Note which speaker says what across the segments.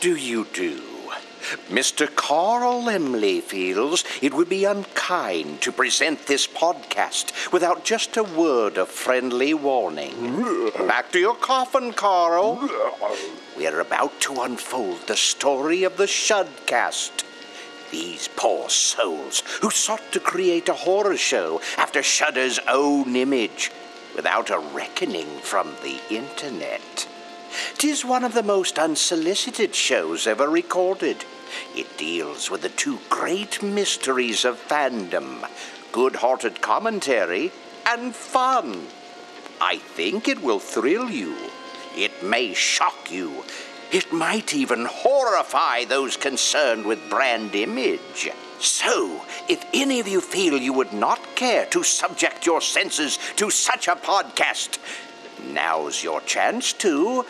Speaker 1: do you do? Mr. Carl Emley feels it would be unkind to present this podcast without just a word of friendly warning. Back to your coffin, Carl. We're about to unfold the story of the Shudcast. These poor souls who sought to create a horror show after Shudder's own image without a reckoning from the internet. Tis one of the most unsolicited shows ever recorded. It deals with the two great mysteries of fandom good hearted commentary and fun. I think it will thrill you. It may shock you. It might even horrify those concerned with brand image. So, if any of you feel you would not care to subject your senses to such a podcast, now's your chance to.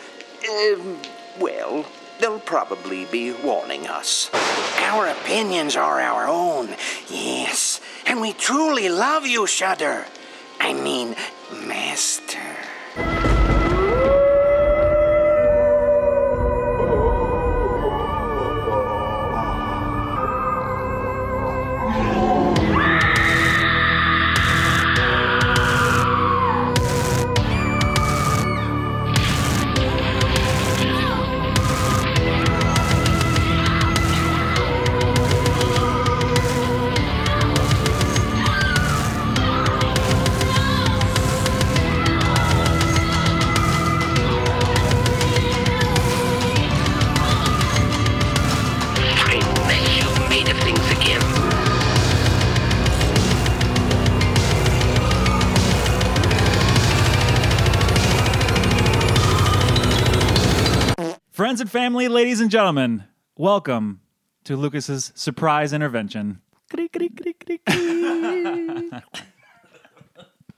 Speaker 1: Um, well, they'll probably be warning us. Our opinions are our own, yes, and we truly love you, Shudder. I mean, Master.
Speaker 2: kindness you made of things again.
Speaker 3: Friends and family, ladies and gentlemen, welcome to Lucas's surprise intervention.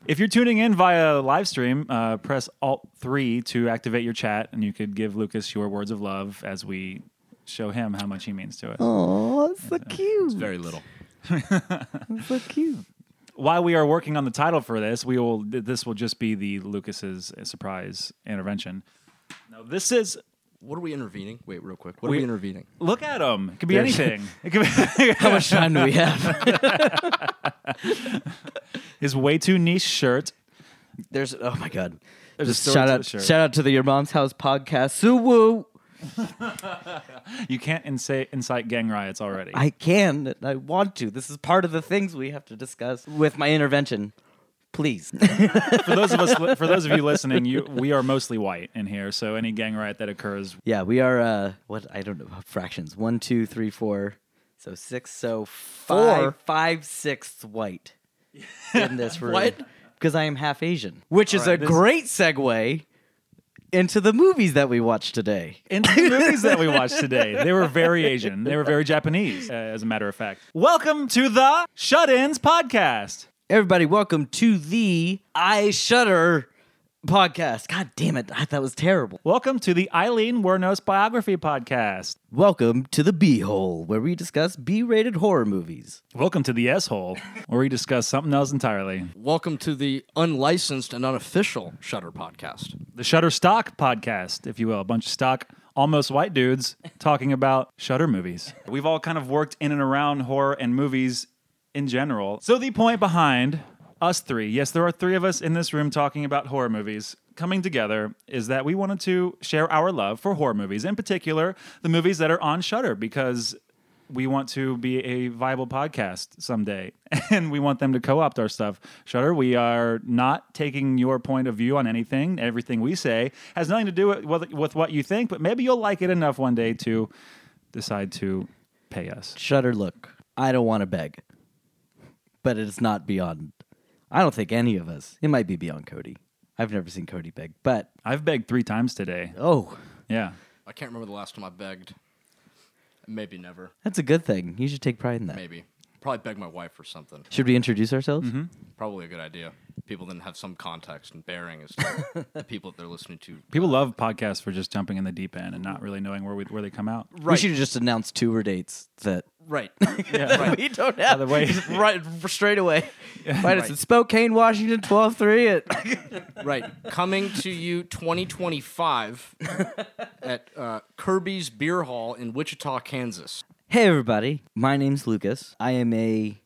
Speaker 3: if you're tuning in via live stream, uh, press Alt 3 to activate your chat, and you could give Lucas your words of love as we show him how much he means to us.
Speaker 4: Oh, so cute.
Speaker 5: Very little.
Speaker 4: So cute.
Speaker 3: While we are working on the title for this, we will th- this will just be the Lucas's uh, surprise intervention. Now, this is
Speaker 5: What are we intervening? Wait, real quick. What are we intervening?
Speaker 3: look at him. It could be
Speaker 4: There's-
Speaker 3: anything. It could be-
Speaker 4: How much time do we have?
Speaker 3: his way too niche shirt.
Speaker 4: There's oh my god.
Speaker 3: There's a
Speaker 4: Just
Speaker 3: story
Speaker 4: shout
Speaker 3: to the
Speaker 4: out
Speaker 3: shirt.
Speaker 4: shout out to the Your Mom's House podcast. So woo.
Speaker 3: You can't incite, incite gang riots already.
Speaker 4: I can. I want to. This is part of the things we have to discuss with my intervention. Please.
Speaker 3: for those of us, for those of you listening, you we are mostly white in here, so any gang riot that occurs,
Speaker 4: yeah, we are uh what I don't know fractions. One, two, three, four. So six, so five, five sixths white in this room.
Speaker 5: What?
Speaker 4: Because I am half Asian. Which is
Speaker 3: right,
Speaker 4: a
Speaker 3: this-
Speaker 4: great segue into the movies that we watched today.
Speaker 3: in the movies that we watched today, they were very Asian. They were very Japanese, uh, as a matter of fact. Welcome to the Shut Ins podcast.
Speaker 4: Everybody, welcome to the I Shudder podcast. God damn it, I- that was terrible.
Speaker 3: Welcome to the Eileen Wernos biography podcast.
Speaker 4: Welcome to the B Hole, where we discuss B rated horror movies.
Speaker 3: Welcome to the S hole, where we discuss something else entirely.
Speaker 5: Welcome to the unlicensed and unofficial Shutter podcast.
Speaker 3: The Shutter Stock podcast, if you will, a bunch of stock almost white dudes talking about shutter movies. We've all kind of worked in and around horror and movies in general. So the point behind us three, yes, there are three of us in this room talking about horror movies coming together is that we wanted to share our love for horror movies, in particular the movies that are on Shutter because we want to be a viable podcast someday and we want them to co-opt our stuff shutter we are not taking your point of view on anything everything we say has nothing to do with, with, with what you think but maybe you'll like it enough one day to decide to pay us
Speaker 4: Shudder, look, I don't want to beg, but it's not beyond. I don't think any of us. It might be beyond Cody. I've never seen Cody beg, but
Speaker 3: i've begged three times today
Speaker 4: oh,
Speaker 3: yeah
Speaker 5: I can't remember the last time I begged. Maybe never.
Speaker 4: that's a good thing. You should take pride in that.
Speaker 5: Maybe. Probably beg my wife or something.
Speaker 4: Should we introduce ourselves?
Speaker 5: Probably a good idea. People then have some context and bearing as to the people that they're listening to.
Speaker 3: People love podcasts for just jumping in the deep end and not really knowing where we, where they come out.
Speaker 4: We
Speaker 5: Right.
Speaker 4: should have just announced tour dates that
Speaker 5: Right.
Speaker 4: we don't have.
Speaker 3: By the way,
Speaker 4: right straight away. Find us in Spokane, Washington, twelve three. At
Speaker 5: right. Coming to you 2025 at uh, Kirby's Beer Hall in Wichita, Kansas.
Speaker 4: hey everybody, my name's Lucas. I am a.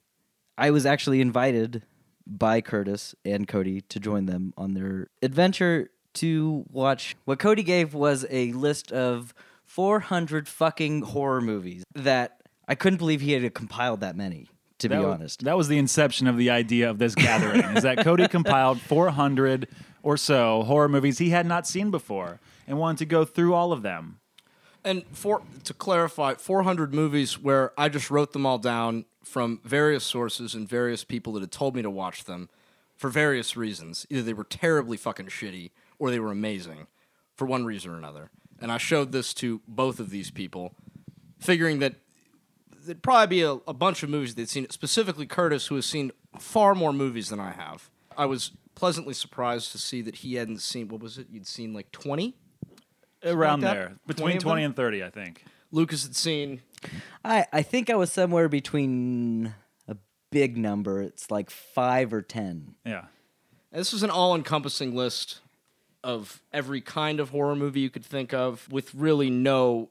Speaker 4: I was actually invited by Curtis and Cody to join them on their adventure to watch. What Cody gave was a list of four hundred fucking horror movies that I couldn't believe he had compiled that many. To
Speaker 3: that
Speaker 4: be
Speaker 3: was-
Speaker 4: honest,
Speaker 3: that was the inception of the idea of this gathering. is that Cody compiled 400 or so horror movies he had not seen before and wanted to go through all of them.
Speaker 5: And for to clarify, 400 movies where I just wrote them all down from various sources and various people that had told me to watch them for various reasons. Either they were terribly fucking shitty or they were amazing for one reason or another. And I showed this to both of these people, figuring that there'd probably be a, a bunch of movies they'd seen, specifically Curtis, who has seen far more movies than I have. I was pleasantly surprised to see that he hadn't seen, what was it? You'd seen like 20?
Speaker 3: Around
Speaker 5: that?
Speaker 3: there,
Speaker 5: 20
Speaker 3: between
Speaker 5: of
Speaker 3: 20
Speaker 5: them?
Speaker 3: and 30, I think.
Speaker 5: Lucas had seen
Speaker 4: I I think I was somewhere between a big number. It's like five or ten.
Speaker 3: Yeah.
Speaker 5: This is an all encompassing list of every kind of horror movie you could think of with really no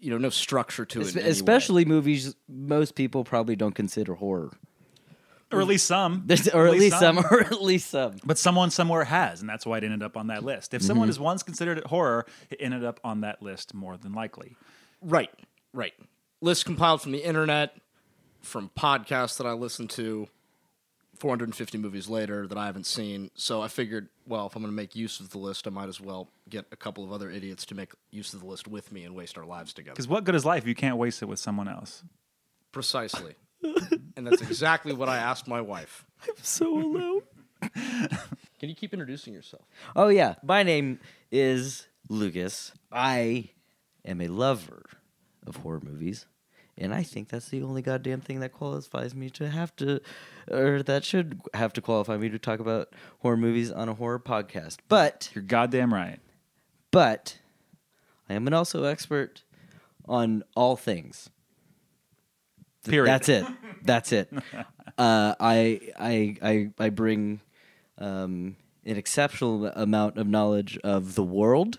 Speaker 5: you know, no structure to it.
Speaker 4: Es-
Speaker 5: in any way.
Speaker 4: especially movies most people probably don't consider horror,
Speaker 3: Or at least some.
Speaker 4: There's- or at least some, or at least some.
Speaker 3: But someone somewhere has, and that's why it ended up on that list. If
Speaker 4: Mm-hmm.
Speaker 3: someone has once considered it horror, it ended up on that list more than likely.
Speaker 5: Right. Right. Lists compiled from the internet, from podcasts that I listen to, four hundred and fifty movies later that I haven't seen. So I figured, well, if I'm gonna make use of the list, I might as well get a couple of other idiots to make use of the list with me and waste our lives together.
Speaker 3: Because what good is life if you can't waste it with someone else?
Speaker 5: Precisely. and that's exactly what I asked my wife.
Speaker 4: So alone.
Speaker 5: Can you keep introducing yourself?
Speaker 4: oh yeah, my name is Lucas. I am a lover of horror movies, and I think that's the only goddamn thing that qualifies me to have to, or that should have to qualify me to talk about horror movies on a horror podcast. But
Speaker 3: You're goddamn right.
Speaker 4: but I am an also expert on all things. Th-
Speaker 3: Period.
Speaker 4: That's it. That's it. uh, I I I I bring um, an exceptional amount of knowledge of the world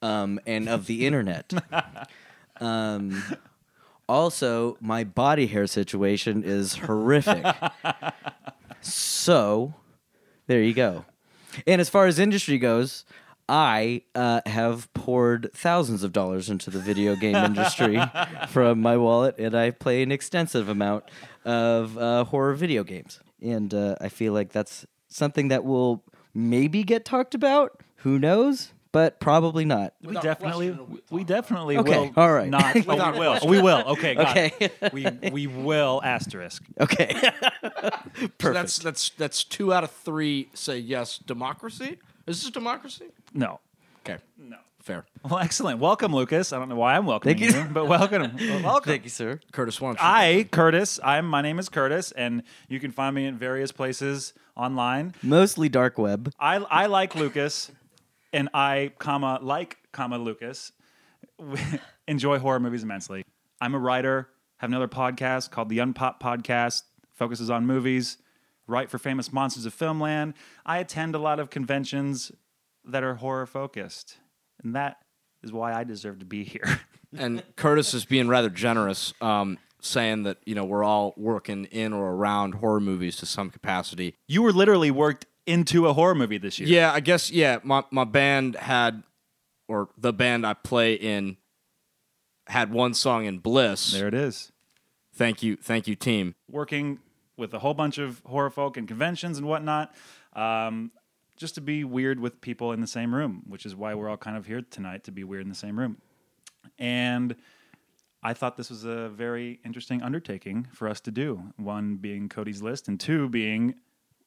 Speaker 4: um, and of the internet. um, also, my body hair situation is horrific. So there you go. And as far as industry goes, I uh, have poured thousands of dollars into the video game industry from my wallet, and I play an extensive amount of uh, horror video games. And uh, I feel like that's something that will maybe get talked about. Who knows? But probably not.
Speaker 3: We definitely, we definitely
Speaker 4: Okay,
Speaker 3: will.
Speaker 4: all right.
Speaker 3: Not, oh, we will. We will. Okay. Got
Speaker 4: Okay.
Speaker 3: It. We we will asterisk.
Speaker 4: Okay.
Speaker 5: So that's that's that's two out of three say yes. Democracy? Is this democracy?
Speaker 3: No.
Speaker 5: Okay. No. Fair.
Speaker 3: Well, excellent. Welcome, Lucas. I don't know why I'm welcoming
Speaker 4: Thank you.
Speaker 3: you, but welcome. Well, welcome.
Speaker 4: Thank you, sir.
Speaker 5: Curtis, why don't you?
Speaker 3: I, Curtis. I'm. My name is Curtis, and you can find me in various places online.
Speaker 4: Mostly dark web.
Speaker 3: I I like Lucas, and I comma like comma Lucas. Enjoy horror movies immensely. I'm a writer. Have another podcast called the Unpop Podcast. Focuses on movies. Write for famous monsters of filmland. I attend a lot of conventions that are horror focused, and that is why I deserve to be here.
Speaker 5: and Curtis is being rather generous, um, saying that you know we're all working in or around horror movies to some capacity.
Speaker 3: you were literally worked into a horror movie this year.
Speaker 5: Yeah, I guess. Yeah, my my band had, or the band I play in, had one song in Bliss.
Speaker 3: There it is.
Speaker 5: Thank you, thank you, team.
Speaker 3: working with a whole bunch of horror folk and conventions and whatnot, um, just to be weird with people in the same room, which is why we're all kind of here tonight to be weird in the same room. And I thought this was a very interesting undertaking for us to do. One being Cody's list, and two being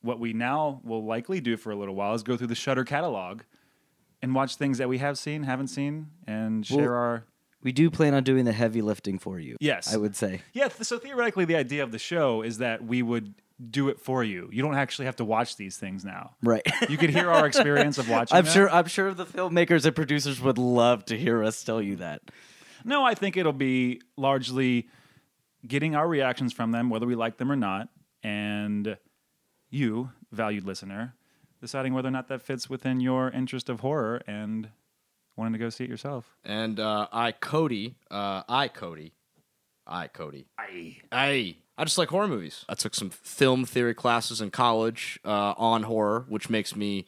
Speaker 3: what we now will likely do for a little while is go through the Shutter catalog and watch things that we have seen, haven't seen, and share our
Speaker 4: we do plan on doing the heavy lifting for you.
Speaker 3: Yes.
Speaker 4: I would say.
Speaker 3: Yeah, th- so theoretically, the idea of the show is that we would do it for you. You don't actually have to watch these things now.
Speaker 4: Right.
Speaker 3: You could hear our experience of watching.
Speaker 4: I'm
Speaker 3: them.
Speaker 4: sure I'm sure the filmmakers and producers would love to hear us tell you that.
Speaker 3: No, I think it'll be largely getting our reactions from them, whether we like them or not, and you, valued listener, deciding whether or not that fits within your interest of horror and wanting to go see it yourself.
Speaker 5: And uh, I, Cody, uh, I, Cody, I, Cody, I, I, I just like horror movies. I took some film theory classes in college uh, on horror, which makes me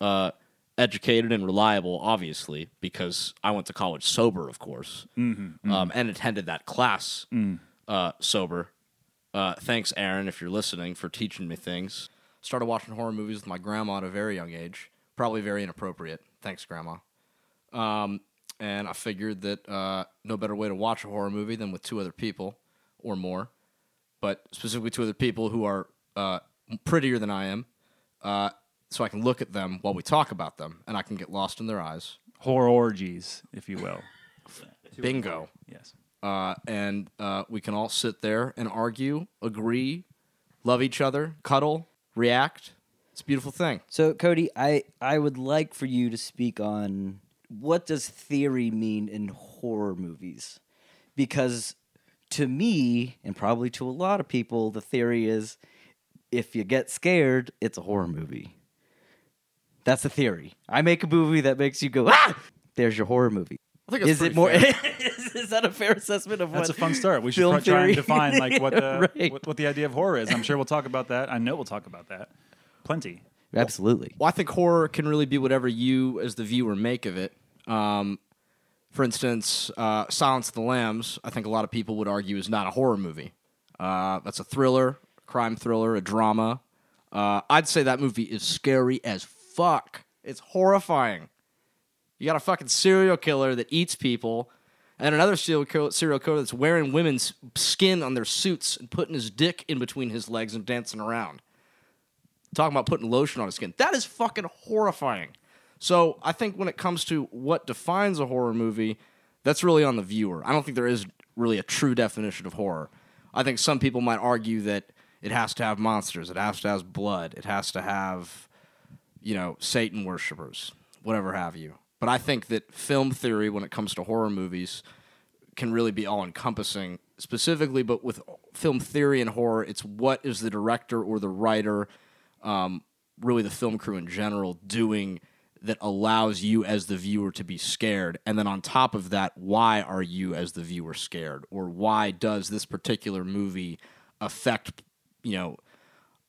Speaker 5: uh, educated and reliable, obviously, because I went to college sober, of course, Um, and attended that class uh, sober. Uh, thanks, Aaron, if you're listening, for teaching me things. Started watching horror movies with my grandma at a very young age, probably very inappropriate. Thanks, grandma. Um, and I figured that uh, no better way to watch a horror movie than with two other people or more, but specifically two other people who are uh, prettier than I am, uh, so I can look at them while we talk about them and I can get lost in their eyes.
Speaker 3: Horror orgies, if you will.
Speaker 5: Bingo.
Speaker 3: yes.
Speaker 5: Uh, and uh, we can all sit there and argue, agree, love each other, cuddle, react. It's a beautiful thing.
Speaker 4: So Cody, I I would like for you to speak on what does theory mean in horror movies? Because to me and probably to a lot of people the theory is if you get scared, it's a horror movie. That's the theory. I make a movie that makes you go ah! There's your horror movie.
Speaker 5: I think that's
Speaker 4: Is it
Speaker 5: pretty
Speaker 4: more?
Speaker 5: fair.
Speaker 4: is, is that a fair assessment of what?
Speaker 3: That's a fun start. We should
Speaker 4: film
Speaker 3: try, try
Speaker 4: theory-
Speaker 3: and define like what the
Speaker 4: Right.
Speaker 3: what, what the idea of horror is. I'm sure we'll talk about that. I know we'll talk about that. Plenty.
Speaker 4: Absolutely.
Speaker 5: Well, I think horror can really be whatever you, as the viewer, make of it. Um, for instance, uh, Silence of the Lambs, I think a lot of people would argue is not a horror movie. Uh, that's a thriller, crime thriller, a drama. Uh, I'd say that movie is scary as fuck. It's horrifying. You got a fucking serial killer that eats people, and another serial killer, serial killer that's wearing women's skin on their suits and putting his dick in between his legs and dancing around talking about putting lotion on his skin. That is fucking horrifying. So I think when it comes to what defines a horror movie, that's really on the viewer. I don't think there is really a true definition of horror. I think some people might argue that it has to have monsters, it has to have blood, it has to have, you know, Satan worshippers, whatever have you. But I think that film theory, when it comes to horror movies, can really be all encompassing specifically but with film theory and horror it's what is the director or the writer um, really the film crew in general doing that allows you as the viewer to be scared and then on top of that why are you as the viewer scared or why does this particular movie affect you know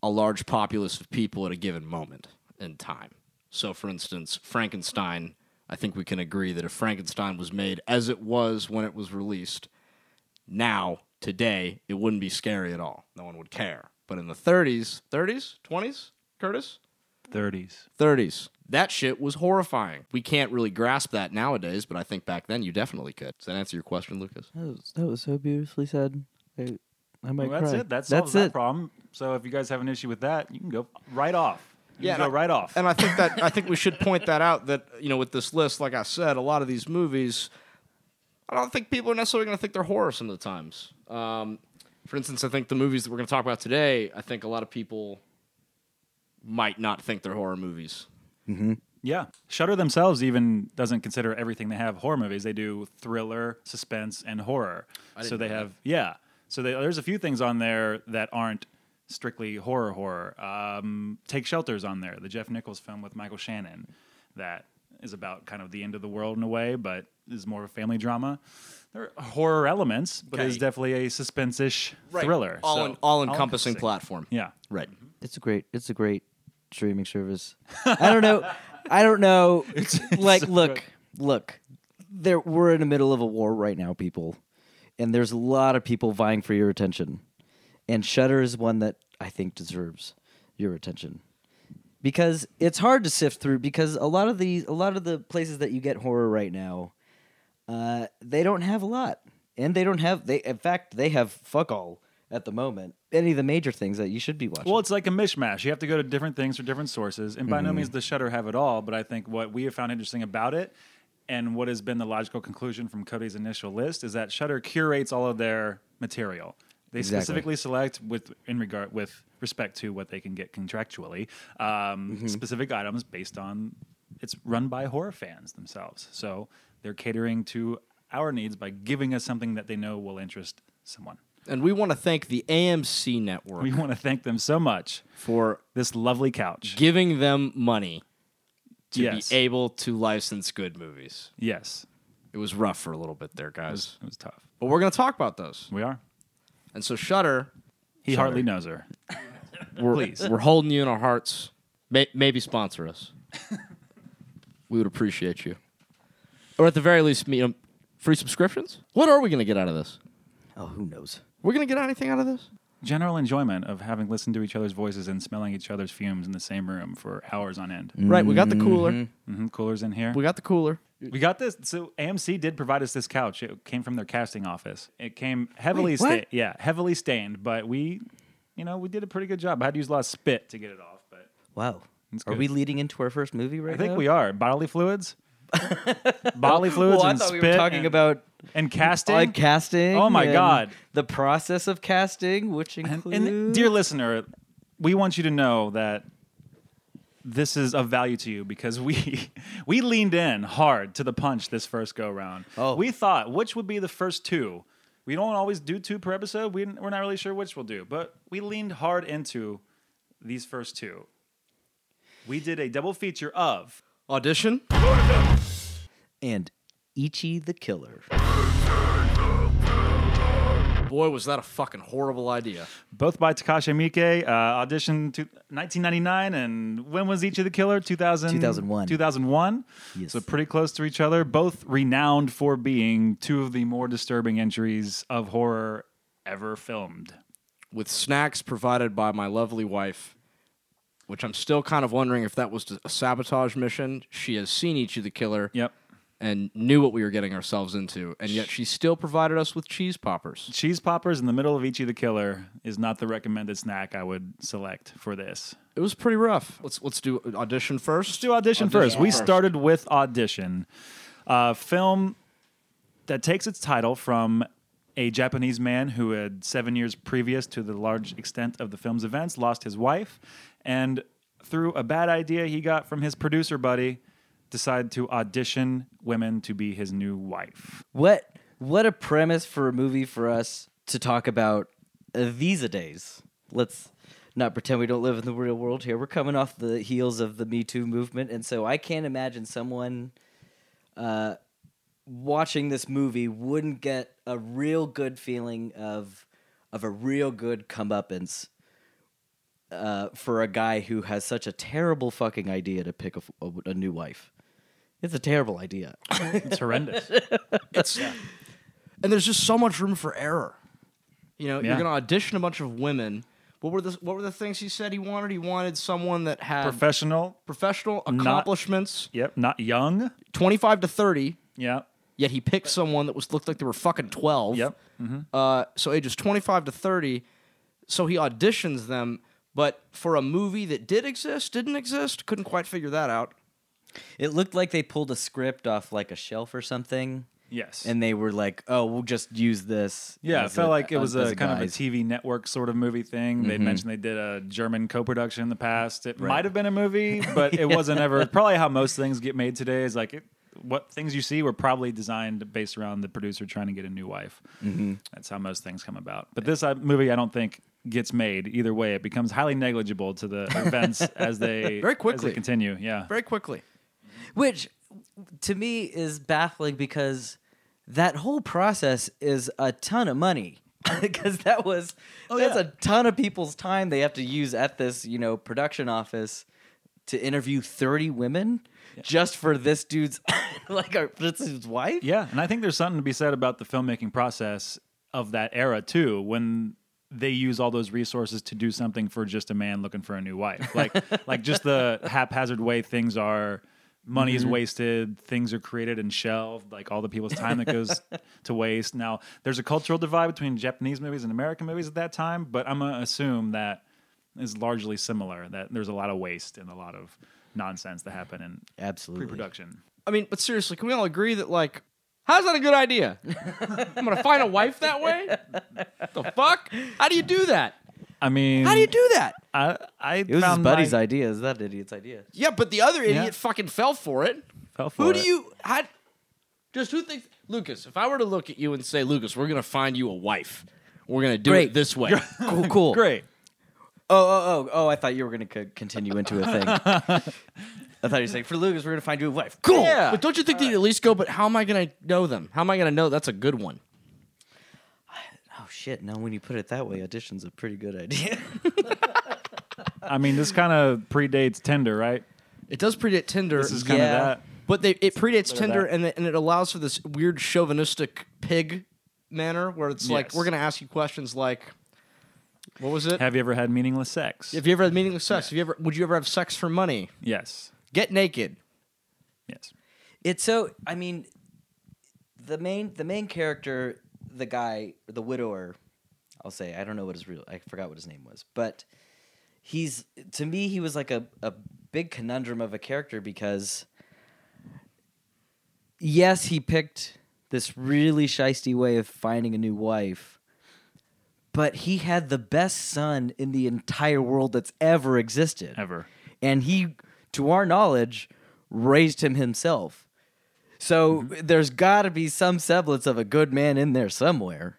Speaker 5: a large populace of people at a given moment in time. So, for instance, Frankenstein, I think we can agree that if Frankenstein was made as it was when it was released, now, today, it wouldn't be scary at all. No one would care. But in the 30s, 30s, 20s, Curtis?
Speaker 3: 30s.
Speaker 5: 30s. That shit was horrifying. We can't really grasp that nowadays, but I think back then you definitely could. Does that answer your question, Lucas?
Speaker 4: That was, that was so beautifully said. I, I might
Speaker 3: Well, that's
Speaker 4: cry.
Speaker 3: it. That solves
Speaker 4: that's
Speaker 3: that
Speaker 4: it.
Speaker 3: problem. So if you guys have an issue with that, you can go right off. You
Speaker 5: Yeah,
Speaker 3: can go
Speaker 5: and I-
Speaker 3: right off.
Speaker 5: and I think that I think we should point that out that you know with this list, like I said, a lot of these movies, I don't think people are necessarily going to think they're horror some of the times. Um, for instance, I think the movies that we're going to talk about today, I think a lot of people might not think they're horror movies.
Speaker 3: yeah. Shutter themselves even doesn't consider everything they have horror movies. They do thriller, suspense, and horror. So they have yeah. So they, there's a few things on there that aren't strictly horror horror. Um, Take Shelter's on there, the Jeff Nichols film with Michael Shannon that is about kind of the end of the world in a way, but is more of a family drama. There are horror elements, but it's
Speaker 5: Okay.
Speaker 3: definitely a suspense-ish thriller.
Speaker 5: all
Speaker 3: so-
Speaker 5: en- all encompassing platform.
Speaker 3: Yeah.
Speaker 5: right.
Speaker 4: It's a great. It's a great streaming service. I don't know. I don't know. like, look, look. There, we're in the middle of a war right now, people, and there's a lot of people vying for your attention. And Shudder is one that I think deserves your attention because it's hard to sift through. Because a lot of these, a lot of the places that you get horror right now, uh, they don't have a lot, and they don't have. They, in fact, they have fuck all at the moment. Any of the major things that you should be watching.
Speaker 3: Well, it's like a mishmash. You have to go to different things for different sources, and by no means does Shutter have it all. But I think what we have found interesting about it, And what has been the logical conclusion from Cody's initial list is that Shutter curates all of their material. They
Speaker 4: Exactly.
Speaker 3: specifically select with in regard with respect to what they can get contractually um, specific items based on it's run by horror fans themselves. So they're catering to our needs by giving us something that they know will interest someone.
Speaker 5: And we want to thank the AMC network
Speaker 3: We want to thank them so much
Speaker 5: for
Speaker 3: this lovely couch.
Speaker 5: giving them money to
Speaker 3: Yes.
Speaker 5: be able to license good movies.
Speaker 3: yes,
Speaker 5: It was rough for a little bit there, guys.
Speaker 3: it was tough.
Speaker 5: But we're going to talk about those.
Speaker 3: We are.
Speaker 5: And so Shutter,
Speaker 3: He hardly knows her.
Speaker 5: we're,
Speaker 3: Please.
Speaker 5: we're holding you in our hearts. May- maybe sponsor us. we would appreciate you. Or at the very least, you know, free subscriptions. What are we going to get out of this?
Speaker 4: Oh, who knows?
Speaker 5: We're going to get anything out of this?
Speaker 3: General enjoyment of having listened to each other's voices and smelling each other's fumes in the same room for hours on end.
Speaker 5: Right, we got the cooler.
Speaker 3: hmm Coolers in here.
Speaker 5: We got the cooler.
Speaker 3: Mm. We got this. So AMC did provide us this couch. It came from their casting office. It came heavily,
Speaker 4: Wait,
Speaker 3: sta-
Speaker 4: what?
Speaker 3: yeah, heavily stained. But we, you know, we did a pretty good job. I had to use a lot of spit to get it off. But
Speaker 4: Wow.
Speaker 3: That's
Speaker 4: Are
Speaker 3: good.
Speaker 4: we leading into our first movie right
Speaker 3: I think
Speaker 4: now?
Speaker 3: we are bodily fluids, bodily fluids,
Speaker 4: Well, I
Speaker 3: and
Speaker 4: thought we
Speaker 3: spit.
Speaker 4: were talking
Speaker 3: and-
Speaker 4: about
Speaker 3: and casting.
Speaker 4: on casting.
Speaker 3: Oh my
Speaker 4: and
Speaker 3: God.
Speaker 4: The process of casting, which includes
Speaker 3: And dear listener, we want you to know that this is of value to you because we we leaned in hard to the punch this first go round.
Speaker 4: Oh.
Speaker 3: We thought which would be the first two. We don't always do two per episode. We, we're not really sure which we'll do, but we leaned hard into these first two. We did a double feature of
Speaker 5: Audition.
Speaker 4: and Ichi the Killer.
Speaker 5: Boy, was that a fucking horrible idea.
Speaker 3: both by Takashi Miike, uh, audition to 1999, and when was each of the killer? 2000,
Speaker 4: 2001.
Speaker 3: 2001.
Speaker 4: Yes.
Speaker 3: So pretty close to each other. Both renowned for being two of the more disturbing entries of horror ever filmed.
Speaker 5: With snacks provided by my lovely wife, which I'm still kind of wondering if that was a sabotage mission. She has seen Ichi the Killer
Speaker 3: Yep.
Speaker 5: and knew what we were getting ourselves into, and yet she still provided us with cheese poppers.
Speaker 3: Cheese poppers in the middle of Ichi the Killer is not the recommended snack I would select for this.
Speaker 5: It was pretty rough. Let's let's do audition first.
Speaker 3: Let's do audition, first. We started with audition, a film that takes its title from a Japanese man who had seven years previous to the large extent of the film's events lost his wife, and through a bad idea he got from his producer buddy, decided to audition women to be his new wife.
Speaker 4: What what a premise for a movie for us to talk about uh, these days. Let's not pretend we don't live in the real world here. We're coming off the heels of the Me Too movement, and so I can't imagine someone uh, watching this movie wouldn't get a real good feeling of of a real good comeuppance uh, for a guy who has such a terrible fucking idea to pick a, f- a- a new wife. It's a terrible idea.
Speaker 3: It's horrendous.
Speaker 5: and there's just so much room for error. You know,
Speaker 3: Yeah.
Speaker 5: you're gonna audition a bunch of women. What were the what were the things he said he wanted? He wanted someone that had
Speaker 3: Professional.
Speaker 5: professional accomplishments,
Speaker 3: Yep. Not young.
Speaker 5: 25 to 30.
Speaker 3: Yep.
Speaker 5: Yet he picked someone that was looked like they were fucking 12.
Speaker 3: Yep.
Speaker 5: Uh, so ages 25 to 30. So he auditions them, but for a movie that did exist, didn't exist, couldn't quite figure that out.
Speaker 4: It looked like they pulled a script off like a shelf or something,
Speaker 3: Yes.
Speaker 4: and they were like, "Oh, we'll just use this."
Speaker 3: Yeah, it
Speaker 4: as
Speaker 3: felt
Speaker 4: a- uh, Mm-hmm.
Speaker 3: like it was
Speaker 4: as
Speaker 3: a kind of a
Speaker 4: guise.
Speaker 3: TV network sort of movie thing. They mentioned they did a German co-production in the past. It might have been a movie, but it wasn't ever. Probably how most things get made today is like it, what things you see were probably designed based around the producer trying to get a new wife.
Speaker 4: Mm-hmm.
Speaker 3: That's how most things come about. But this uh, movie, I don't think gets made either way. It becomes highly negligible to the events as they
Speaker 5: Very
Speaker 3: as they
Speaker 5: quickly.
Speaker 3: continue. Yeah,
Speaker 5: Very quickly.
Speaker 4: which to me is baffling because that whole process is a ton of money because that was that's
Speaker 3: Oh, yeah.
Speaker 4: a ton of people's time they have to use at this you know production office to interview 30 women just for this dude's like our, this dude's wife
Speaker 3: Yeah, and I think there's something to be said about the filmmaking process of that era too, when they use all those resources to do something for just a man looking for a new wife, like like just the haphazard way things are. Money
Speaker 5: Mm-hmm.
Speaker 3: is wasted, things are created and shelved, like all the people's time that goes to waste. Now, there's a cultural divide between Japanese movies and American movies at that time, but I'm gonna assume that is largely similar. That there's a lot of waste and a lot of nonsense that happen in
Speaker 4: Absolutely.
Speaker 3: pre-production.
Speaker 5: I mean, but seriously, can we all agree that like, how's that a good idea? I'm gonna find a wife that way. the fuck? How do you do that?
Speaker 3: I mean,
Speaker 5: How do you do that?
Speaker 3: I, I
Speaker 4: It was his
Speaker 3: found
Speaker 4: buddy's
Speaker 3: my-
Speaker 4: idea. It was that idiot's idea.
Speaker 5: Yeah, but the other idiot
Speaker 3: Yeah.
Speaker 5: fucking fell for it.
Speaker 3: Fell for
Speaker 5: Who do
Speaker 3: it.
Speaker 5: you? How, just who thinks Lucas? If I were to look at you and say, Lucas, we're gonna find you a wife. We're gonna do
Speaker 4: Great.
Speaker 5: it this way.
Speaker 4: Cool, cool.
Speaker 3: Great.
Speaker 4: Oh, oh, oh, oh! I thought you were going to continue into a thing. I thought you were saying, "For Lucas, we're going to find you a wife." Cool.
Speaker 5: But don't you think that you at least go? But how am I gonna know them? How am I gonna know? That's a good one.
Speaker 4: Oh shit! Now, when you put it that way, audition's a pretty good idea.
Speaker 3: I mean, this kind of predates Tinder, right?
Speaker 5: It does predate Tinder.
Speaker 3: This is kind of
Speaker 4: Yeah.
Speaker 3: that.
Speaker 5: But they, it predates Tinder
Speaker 3: that.
Speaker 5: and, it- and it allows for this weird chauvinistic pig manner where it's like,
Speaker 3: Yes.
Speaker 5: we're going to ask you questions like, what was it? Have,
Speaker 3: Have you ever had meaningless sex?
Speaker 5: you ever had meaningless sex? Have you ever, would you ever have sex for money?
Speaker 3: yes.
Speaker 5: Get naked.
Speaker 3: Yes.
Speaker 4: It's so. I mean, the main the main character, the guy, the widower. I'll say I don't know what his real. I forgot what his name was, but he's to me he was like a a big conundrum of a character because yes, he picked this really shisty way of finding a new wife. But he had the best son in the entire world that's ever existed
Speaker 3: Ever.
Speaker 4: and he to our knowledge raised him himself so there's got to be some semblance of a good man in there somewhere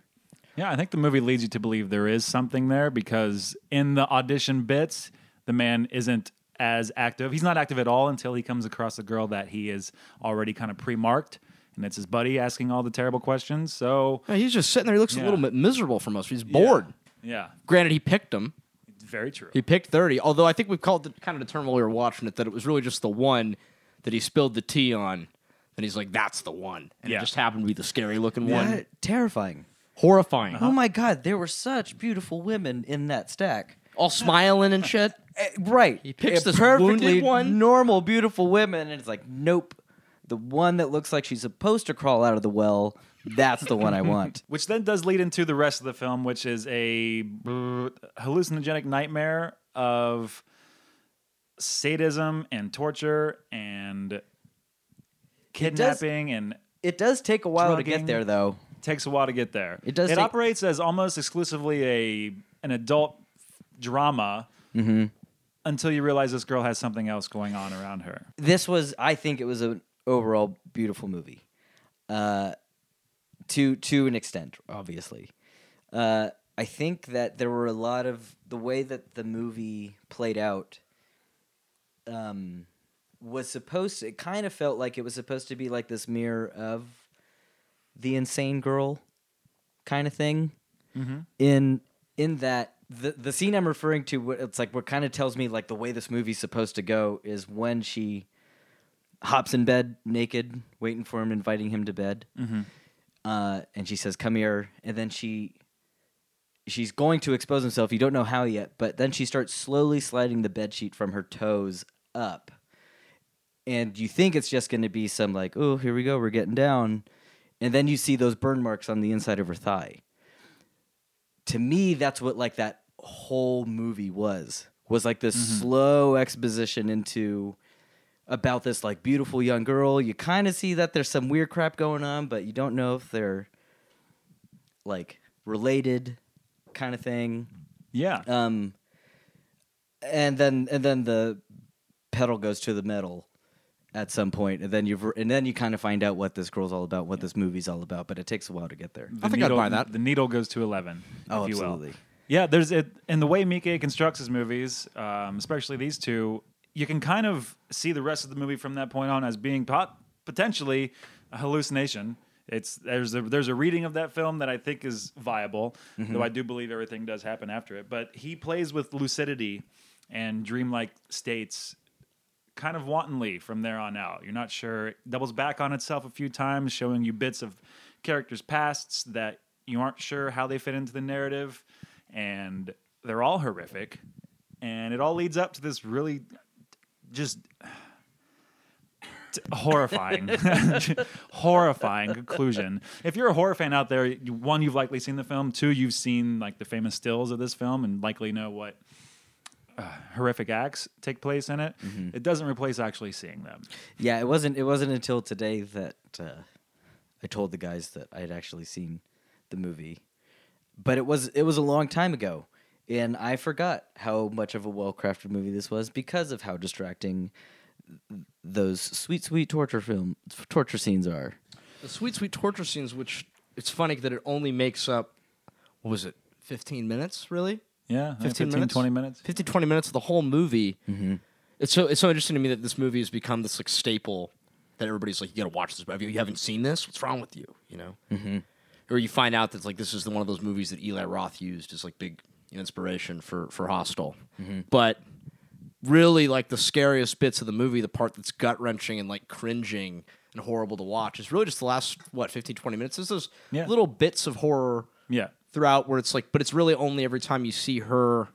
Speaker 3: Yeah, I think the movie leads you to believe there is something there because in the audition bits, the man isn't as active. He's not active at all until he comes across a girl that he is already kind of pre marked. And it's his buddy asking all the terrible questions. So,
Speaker 5: Uh, he's just sitting there. He looks
Speaker 3: Yeah.
Speaker 5: a little bit miserable from us. He's bored.
Speaker 3: yeah,
Speaker 5: Granted, he picked him.
Speaker 3: it's very true.
Speaker 5: He picked 30. Although I think we called it kind of determined while we were watching it that it was really just the one that he spilled the tea on. And he's like, that's the one. And
Speaker 3: Yeah.
Speaker 5: it just happened to be the scary looking
Speaker 4: That-
Speaker 5: one.
Speaker 4: terrifying
Speaker 5: Horrifying.
Speaker 4: oh my god there were such beautiful women in that stack
Speaker 5: All smiling and shit.
Speaker 4: Eh, right he
Speaker 5: picks this
Speaker 4: perfectly
Speaker 5: wounded one.
Speaker 4: normal beautiful women and it's like nope the one that looks like she's supposed to crawl out of the well that's the one i want
Speaker 3: Which then does lead into the rest of the film, which is a hallucinogenic nightmare of sadism and torture and kidnapping and
Speaker 4: it does take a while to
Speaker 3: Drugging.
Speaker 4: get there though
Speaker 3: takes a while to get there.
Speaker 4: It does
Speaker 3: It
Speaker 4: take-
Speaker 3: operates as almost exclusively a an adult drama
Speaker 4: Mm-hmm.
Speaker 3: until you realize this girl has something else going on around her.
Speaker 4: this was I think it was an overall beautiful movie. Uh to to an extent, obviously. Uh I think that there were a lot of the way that the movie played out um was supposed to, it kind of felt like it was supposed to be like this mirror of the insane girl kind of thing in in that the the scene I'm referring to, what- it's like what kind of tells me like the way this movie's supposed to go is when she hops in bed naked, waiting for him, inviting him to bed, uh, and she says, "Come here," and then she she's going to expose himself. You don't know how yet, but then she starts slowly sliding the bed sheet from her toes up. And you think it's just going to be some like, oh, here we go, we're getting down. And then you see those burn marks on the inside of her thigh to me that's what like that whole movie was was like this slow exposition into about this like beautiful young girl you kind of see that there's some weird crap going on but you don't know if they're like related kind of thing
Speaker 3: Yeah.
Speaker 4: um and then and then the pedal goes to the metal at some point and then you've and then you kind of find out what this girl's all about what this movie's all about but it takes a while to get there
Speaker 3: The
Speaker 5: think I'd
Speaker 3: needle,
Speaker 5: buy that.
Speaker 3: The needle goes to eleven.
Speaker 4: Oh,
Speaker 3: if you will.
Speaker 4: absolutely.
Speaker 3: Yeah, there's it, and the way Mike constructs his movies, um, especially these two, you can kind of see the rest of the movie from that point on as being pot- potentially a hallucination. It's there's a there's a reading of that film that I think is viable,
Speaker 4: Mm-hmm.
Speaker 3: though I do believe everything does happen after it. But he plays with lucidity and dreamlike states kind of wantonly from there on out. You're not sure. It doubles back on itself a few times, showing you bits of characters' pasts that you aren't sure how they fit into the narrative. And they're all horrific. And it all leads up to this really just t- horrifying, horrifying conclusion. If you're a horror fan out there, you- one, you've likely seen the film. Two, you've seen like the famous stills of this film and likely know what horrific acts take place in it,
Speaker 4: Mm-hmm.
Speaker 3: it doesn't replace actually seeing them.
Speaker 4: Yeah, it wasn't. It wasn't until today that uh, I told the guys that I had actually seen the movie, but it was it was a long time ago, and I forgot how much of a well crafted movie this was because of how distracting th- those sweet sweet torture film torture scenes are.
Speaker 5: The sweet, sweet torture scenes, which it's funny that it only makes up, what was it, 15 minutes, really?
Speaker 3: Yeah, I think
Speaker 5: 15 minutes?
Speaker 3: 20 minutes.
Speaker 5: 15, 20 minutes of the whole movie. It's, so, it's so interesting to me that this movie has become this like staple that everybody's like, you gotta watch this movie. You haven't seen this? What's wrong with you? You know? Mm-hmm. Or you find out that like this is the, one of those movies that Eli Roth used as like big inspiration for, for Hostel.
Speaker 3: Mm-hmm.
Speaker 5: But really like the scariest bits of the movie, the part that's gut wrenching and like cringing and horrible to watch is really just the last what 15 20 minutes. There's those
Speaker 3: Yeah.
Speaker 5: little bits of horror
Speaker 3: Yeah.
Speaker 5: throughout where it's like but it's really only every time you see her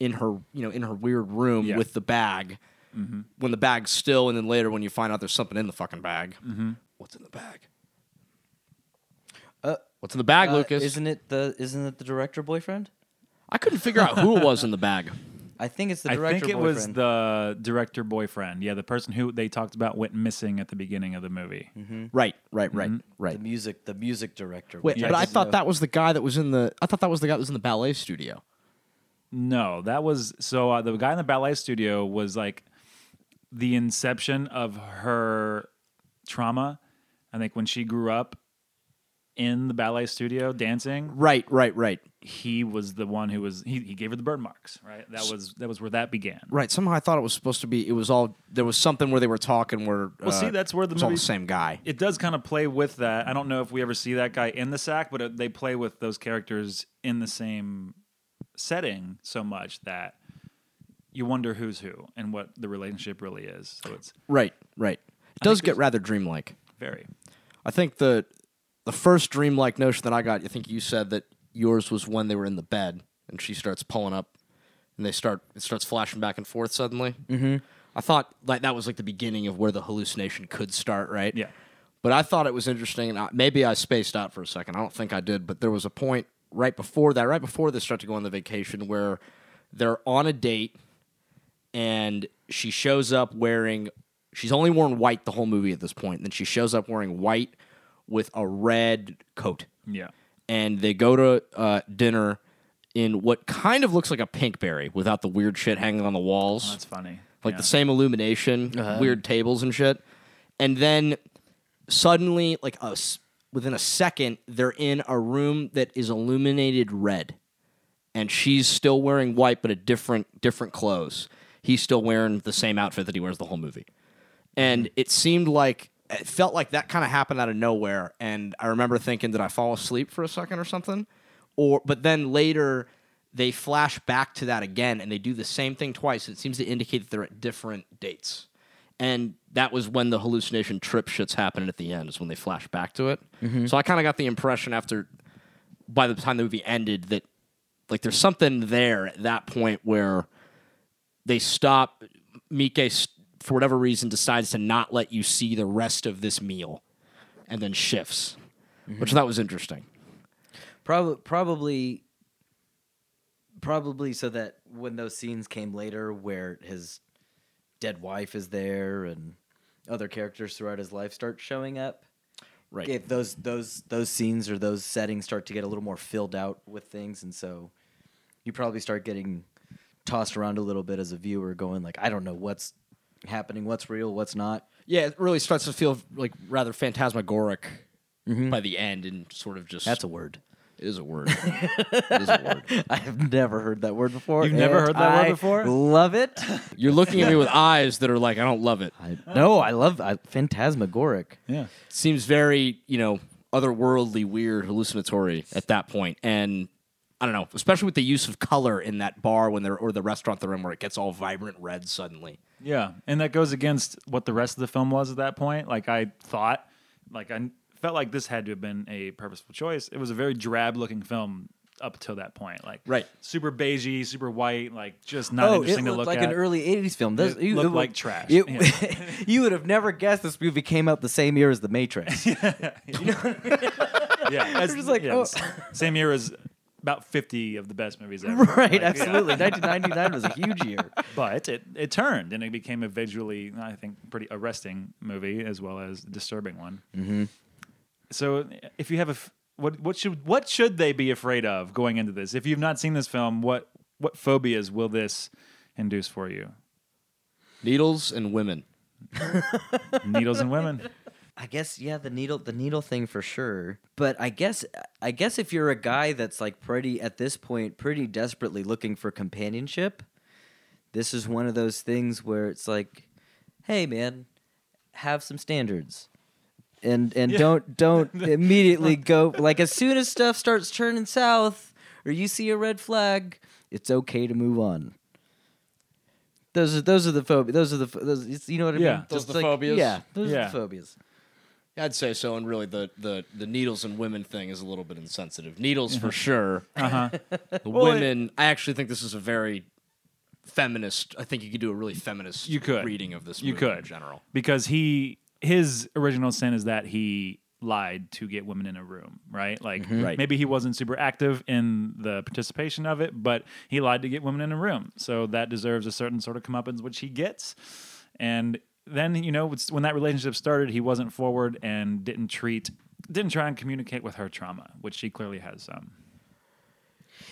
Speaker 5: in her, you know, in her weird room
Speaker 3: Yeah. Mm-hmm.
Speaker 5: with the bag. When the bag's still and then later when you find out there's something in the fucking bag.
Speaker 3: Mm-hmm.
Speaker 5: What's in the bag? What's in the bag,
Speaker 4: Uh,
Speaker 5: Lucas?
Speaker 4: isn't it the isn't it the director boyfriend?
Speaker 5: I couldn't figure out who it was in the bag.
Speaker 4: I think it's the
Speaker 3: I
Speaker 4: director
Speaker 3: think it
Speaker 4: boyfriend.
Speaker 3: was the director boyfriend. Yeah, the person who they talked about went missing at the beginning of the movie.
Speaker 4: Mm-hmm.
Speaker 5: Right, right, right, right.
Speaker 4: The music, the music director.
Speaker 5: Wait,
Speaker 4: which
Speaker 5: but I
Speaker 4: didn't
Speaker 5: thought
Speaker 4: know.
Speaker 5: that was the guy that was in the. I thought that was the guy that was in the ballet studio.
Speaker 3: No, that was so uh, the guy in the ballet studio was like the inception of her trauma. I think when she grew up in the ballet studio dancing,
Speaker 5: Right, right, right,
Speaker 3: he was the one who was he, he gave her the burn marks, right? That was that was where that began.
Speaker 5: right. Somehow I thought it was supposed to be. It was all there was something where they were talking where. uh,
Speaker 3: Well, see, that's where the
Speaker 5: it was all
Speaker 3: movie-
Speaker 5: the same guy.
Speaker 3: It does kind of play with that. I don't know if we ever see that guy in the sack, but it, they play with those characters in the same setting so much that you wonder who's who and what the relationship really is. So it's
Speaker 5: Right, right. It does get rather dreamlike.
Speaker 3: very
Speaker 5: I think the the first dreamlike notion that I got. I think you said that yours was when they were in the bed and she starts pulling up, and they start it starts flashing back and forth suddenly. Mm-hmm. I thought like that was like the beginning of where the hallucination could start. Right.
Speaker 3: Yeah.
Speaker 5: But I thought it was interesting, and I, maybe I spaced out for a second. I don't think I did, but there was a point right before that, right before they start to go on the vacation, where they're on a date, and she shows up wearing. She's only worn white the whole movie at this point, and then she shows up wearing white with a red coat,
Speaker 3: yeah.
Speaker 5: and they go to uh, dinner in what kind of looks like a pink berry without the weird shit hanging on the walls
Speaker 3: Oh, That's funny.
Speaker 5: like
Speaker 3: yeah. Uh-huh.
Speaker 5: the same illumination, weird tables and shit. And then suddenly, like us, within a second, they're in a room that is illuminated red, and she's still wearing white, but a different different clothes. He's still wearing the same outfit that he wears the whole movie, and it seemed like it felt like that kind of happened out of nowhere. And I remember thinking, did I fall asleep for a second or something? Or but then later they flash back to that again and they do the same thing twice. It seems to indicate that they're at different dates. And that was when the hallucination trip shit's happening at the end, is when they flash back to it. So I kind of got the impression after, by the time the movie ended, that like there's something there at that point where they stop. Mike, s- for whatever reason, decides to not let you see the rest of this meal and then shifts, which I thought was interesting.
Speaker 4: Probably, probably, probably, so that when those scenes came later, where his dead wife is there and other characters throughout his life start showing up,
Speaker 5: Right.
Speaker 4: if those those those scenes or those settings start to get a little more filled out with things, and so you probably start getting tossed around a little bit as a viewer, going like, I don't know what's happening, what's real, what's not.
Speaker 5: Yeah, it really starts to feel like rather phantasmagoric by the end, and sort of just
Speaker 4: That's a word.
Speaker 5: it is a word. it is a word.
Speaker 4: I have never heard that word before.
Speaker 3: You've never
Speaker 4: and
Speaker 3: heard that word
Speaker 4: I
Speaker 3: before?
Speaker 4: Love it.
Speaker 5: You're looking at me with eyes that are like, I don't love it.
Speaker 4: I, no, I love uh, I, phantasmagoric.
Speaker 3: yeah.
Speaker 5: seems very you know otherworldly, weird, hallucinatory at that point, and. I don't know, especially with the use of color in that bar when they're or the restaurant they're in, where it gets all vibrant red suddenly.
Speaker 3: Yeah, and that goes against what the rest of the film was at that point. Like I thought, like I felt like this had to have been a purposeful choice. It was a very drab looking film up till that point. Like
Speaker 5: Right.
Speaker 3: super beigey, super white, like just not interesting
Speaker 4: Oh, it
Speaker 3: to
Speaker 4: looked
Speaker 3: look
Speaker 4: like
Speaker 3: at.
Speaker 4: an early '80s film. Those-
Speaker 3: It looked
Speaker 4: would-
Speaker 3: like trash.
Speaker 4: it- you would have never guessed this movie came out the same year as The Matrix.
Speaker 3: yeah, as,
Speaker 4: just like,
Speaker 3: yeah,
Speaker 4: oh.
Speaker 3: s- same year as about 50 of the best movies ever.
Speaker 4: Right,
Speaker 3: Like, yeah.
Speaker 4: absolutely. 1999 was a huge year.
Speaker 3: But it, it turned and it became a visually, I think, pretty arresting movie as well as a disturbing one. Mm-hmm. So if you have a, f- what, what should what should they be afraid of going into this? If you've not seen this film, what what phobias will this induce for you?
Speaker 5: Needles and women.
Speaker 3: Needles and women.
Speaker 4: I guess yeah, the needle the needle thing for sure. But I guess I guess if you're a guy that's like pretty at this point pretty desperately looking for companionship, this is one of those things where it's like, hey man, have some standards. And and don't don't immediately go like as soon as stuff starts turning south or you see a red flag, it's okay to move on. Those are those are the phobias. Those are the ph- those, it's- you know what I
Speaker 3: Yeah.
Speaker 4: mean.
Speaker 5: Those
Speaker 4: It's
Speaker 5: the phobias?
Speaker 4: Yeah, those are
Speaker 3: Yeah.
Speaker 4: the phobias.
Speaker 5: Yeah, I'd say so, and really the, the, the needles and women thing is a little bit insensitive. Needles for sure. Uh-huh.
Speaker 3: Mm-hmm.
Speaker 5: The
Speaker 3: it-
Speaker 5: women, I actually think this is a very feminist. I think you could do a really feminist
Speaker 3: You could.
Speaker 5: reading of this
Speaker 3: You
Speaker 5: movie
Speaker 3: could.
Speaker 5: in general.
Speaker 3: because he his original sin is that he lied to get women in a room, right? Like
Speaker 4: Right.
Speaker 3: maybe he wasn't super active in the participation of it, but he lied to get women in a room. So that deserves a certain sort of comeuppance which he gets. And then you know it's- when that relationship started, he wasn't forward and didn't treat didn't try and communicate with her trauma, which she clearly has some.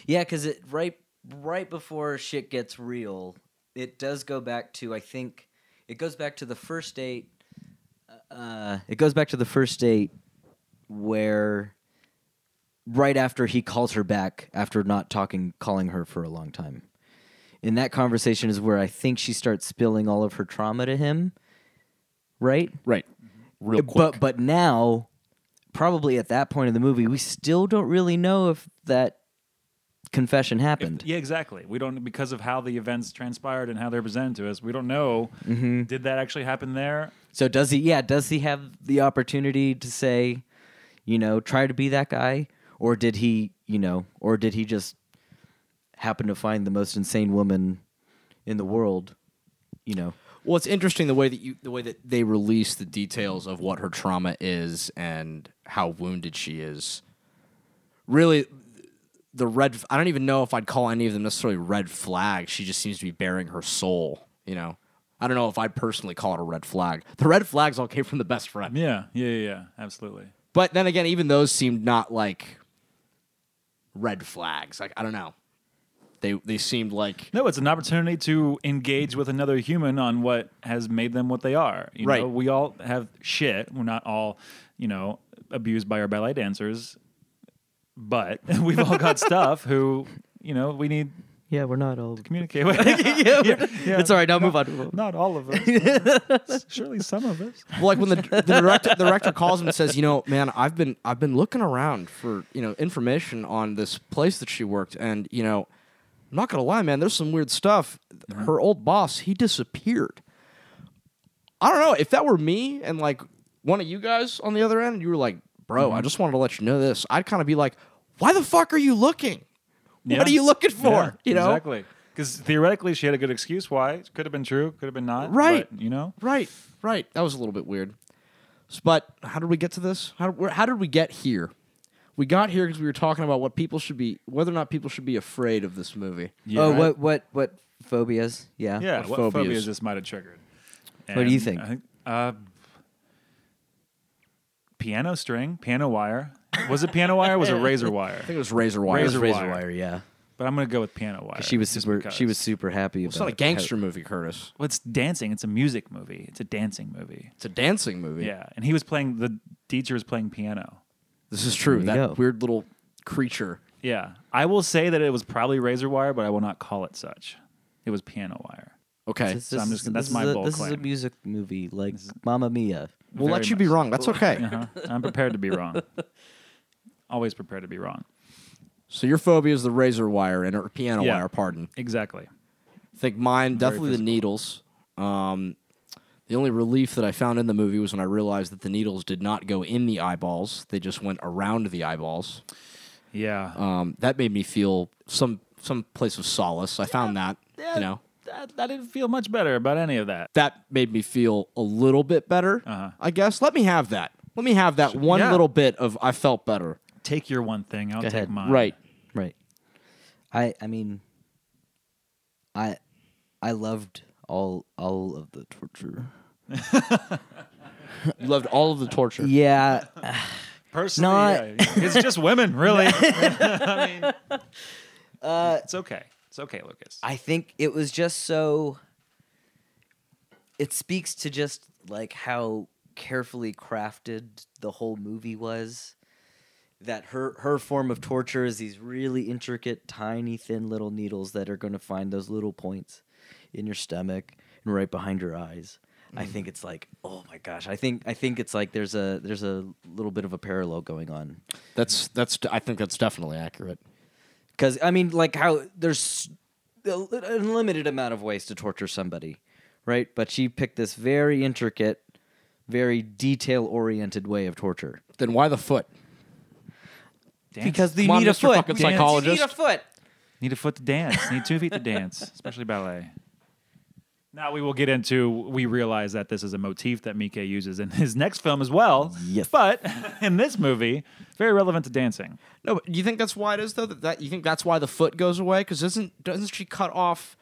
Speaker 4: Yeah, because it right right before shit gets real, it does go back to I think it goes back to the first date. Uh, it goes back to the first date where right after he calls her back after not talking, calling her for a long time. In that conversation is where I think she starts spilling all of her trauma to him, right?
Speaker 5: Right. Real
Speaker 4: But but now, probably at that point in the movie, we still don't really know if that confession happened.
Speaker 3: Yeah, exactly. We don't because of how the events transpired and how they're presented to us. We don't know did that actually happen there
Speaker 4: So does he? Yeah, does he have the opportunity to say, you know, try to be that guy, or did he, you know, or did he just happen to find the most insane woman in the world, you know?
Speaker 5: Well, it's interesting the way that you the way that they release the details of what her trauma is and how wounded she is. Really, the red. I don't even know if I'd call any of them necessarily red flags. She just seems to be bearing her soul. You know, I don't know if I personally call it a red flag. The red flags all came from the best friend.
Speaker 3: Yeah, yeah, yeah, yeah, absolutely.
Speaker 5: But then again, even those seemed not like red flags. Like I don't know. They they seemed like
Speaker 3: No, it's an opportunity to engage with another human on what has made them what they are. You
Speaker 5: Right.
Speaker 3: Know, we all have shit. We're not all, you know, abused by our ballet dancers, but we've all got stuff who, you know, we need
Speaker 4: Yeah, we're not all.
Speaker 3: communicate with.
Speaker 4: It's all right. Now move on.
Speaker 3: not all of us. Surely some of us.
Speaker 5: Well, like when the, the director the director calls him and says, you know, man, I've been I've been looking around for you know information on this place that she worked, and you know, I'm not gonna lie, man, there's some weird stuff. Her old boss, he disappeared. I don't know if that were me and like one of you guys on the other end, and you were like, bro,
Speaker 3: Mm-hmm.
Speaker 5: I just wanted to let you know this. I'd kind of be like, why the fuck are you looking?
Speaker 3: Yeah.
Speaker 5: What are you looking for?
Speaker 3: Yeah,
Speaker 5: you know,
Speaker 3: exactly. Because theoretically, she had a good excuse why it could have been true, could have been not.
Speaker 5: Right.
Speaker 3: but, you know.
Speaker 5: Right, right. That was a little bit weird. S- But how did we get to this? How, where- how did we get here? We got here because we were talking about what people should be, whether or not people should be afraid of this movie.
Speaker 4: oh,
Speaker 3: right.
Speaker 4: what what what phobias? Yeah.
Speaker 3: Yeah,
Speaker 5: Or
Speaker 3: what
Speaker 5: phobias.
Speaker 3: phobias. this might have triggered.
Speaker 4: What do you
Speaker 3: And
Speaker 4: think?
Speaker 3: I uh, piano string, piano wire. Was it piano wire? or Was it razor wire?
Speaker 5: I think it was razor wire.
Speaker 3: Razor
Speaker 4: Razor
Speaker 3: wire.
Speaker 4: wire. Yeah.
Speaker 3: But I'm gonna go with piano wire.
Speaker 4: She was
Speaker 3: just
Speaker 4: super. She
Speaker 3: because.
Speaker 4: was super happy.
Speaker 5: It's not a
Speaker 4: about how-
Speaker 5: gangster movie, Curtis.
Speaker 3: Well, it's dancing. It's a music movie. It's a dancing movie.
Speaker 5: It's a dancing movie.
Speaker 3: Yeah, and he was playing. The teacher was playing piano.
Speaker 5: this is true.
Speaker 4: you
Speaker 5: That
Speaker 4: go.
Speaker 5: weird little creature.
Speaker 3: Yeah, I will say that it was probably razor wire, but I will not call it such. It was piano wire.
Speaker 5: Okay,
Speaker 4: This,
Speaker 3: So I'm
Speaker 4: is-
Speaker 3: just gonna- that's
Speaker 4: this
Speaker 3: my
Speaker 4: is a,
Speaker 3: bold
Speaker 4: This is a
Speaker 3: claim.
Speaker 4: music movie like Mamma Mia.
Speaker 5: we'll
Speaker 3: very
Speaker 5: let you be
Speaker 3: much.
Speaker 5: wrong. That's okay.
Speaker 3: Uh-huh. I'm prepared to be wrong. Always prepared to be wrong.
Speaker 5: So your phobia is the razor wire and or piano
Speaker 3: Yeah.
Speaker 5: wire. Pardon.
Speaker 3: Exactly.
Speaker 5: I think mine definitely the needles. Um, the only relief that I found in the movie was when I realized that the needles did not go in the eyeballs; they just went around the eyeballs.
Speaker 3: Yeah.
Speaker 5: Um, that made me feel some some place of solace. I found that you know
Speaker 3: that, I didn't feel much better about any of that.
Speaker 5: that made me feel a little bit better. I guess. Let me have that. Let me have that one
Speaker 3: Yeah.
Speaker 5: little bit of I felt better.
Speaker 3: Take your one thing. I'll take
Speaker 4: ahead.
Speaker 3: mine.
Speaker 5: Right.
Speaker 4: Right. I I mean, I I loved all all of the torture.
Speaker 6: Loved all of the torture.
Speaker 4: Yeah,
Speaker 3: Personally,
Speaker 4: Not-
Speaker 3: yeah, it's just women, really. I mean, it's okay. It's okay, Lucas.
Speaker 4: Uh, I think it was just so. It speaks to just like how carefully crafted the whole movie was. That her her form of torture is these really intricate, tiny, thin little needles that are going to find those little points in your stomach and right behind your eyes. I think it's like, oh my gosh! I think I think it's like there's a there's a little bit of a parallel going on
Speaker 6: That's that's. I think that's definitely accurate.
Speaker 4: Because I mean, like how there's a li- an limited amount of ways to torture somebody, right? But she picked this very intricate, very detail-oriented way of torture.
Speaker 6: Then why the foot?
Speaker 3: Dance.
Speaker 4: Because they
Speaker 6: Come on,
Speaker 4: need a
Speaker 6: Mr.
Speaker 4: foot.
Speaker 6: fucking
Speaker 4: You
Speaker 6: psychologist.
Speaker 4: need a foot.
Speaker 3: Need a foot to dance. Need two feet to dance, especially ballet. Now we will get into. We realize that this is a motif that Mike uses in his next film as well.
Speaker 4: Yes.
Speaker 3: But in this movie, very relevant to dancing.
Speaker 5: No, but you think that's why it is though? That, that you think that's why the foot goes away? Because isn't doesn't she cut off?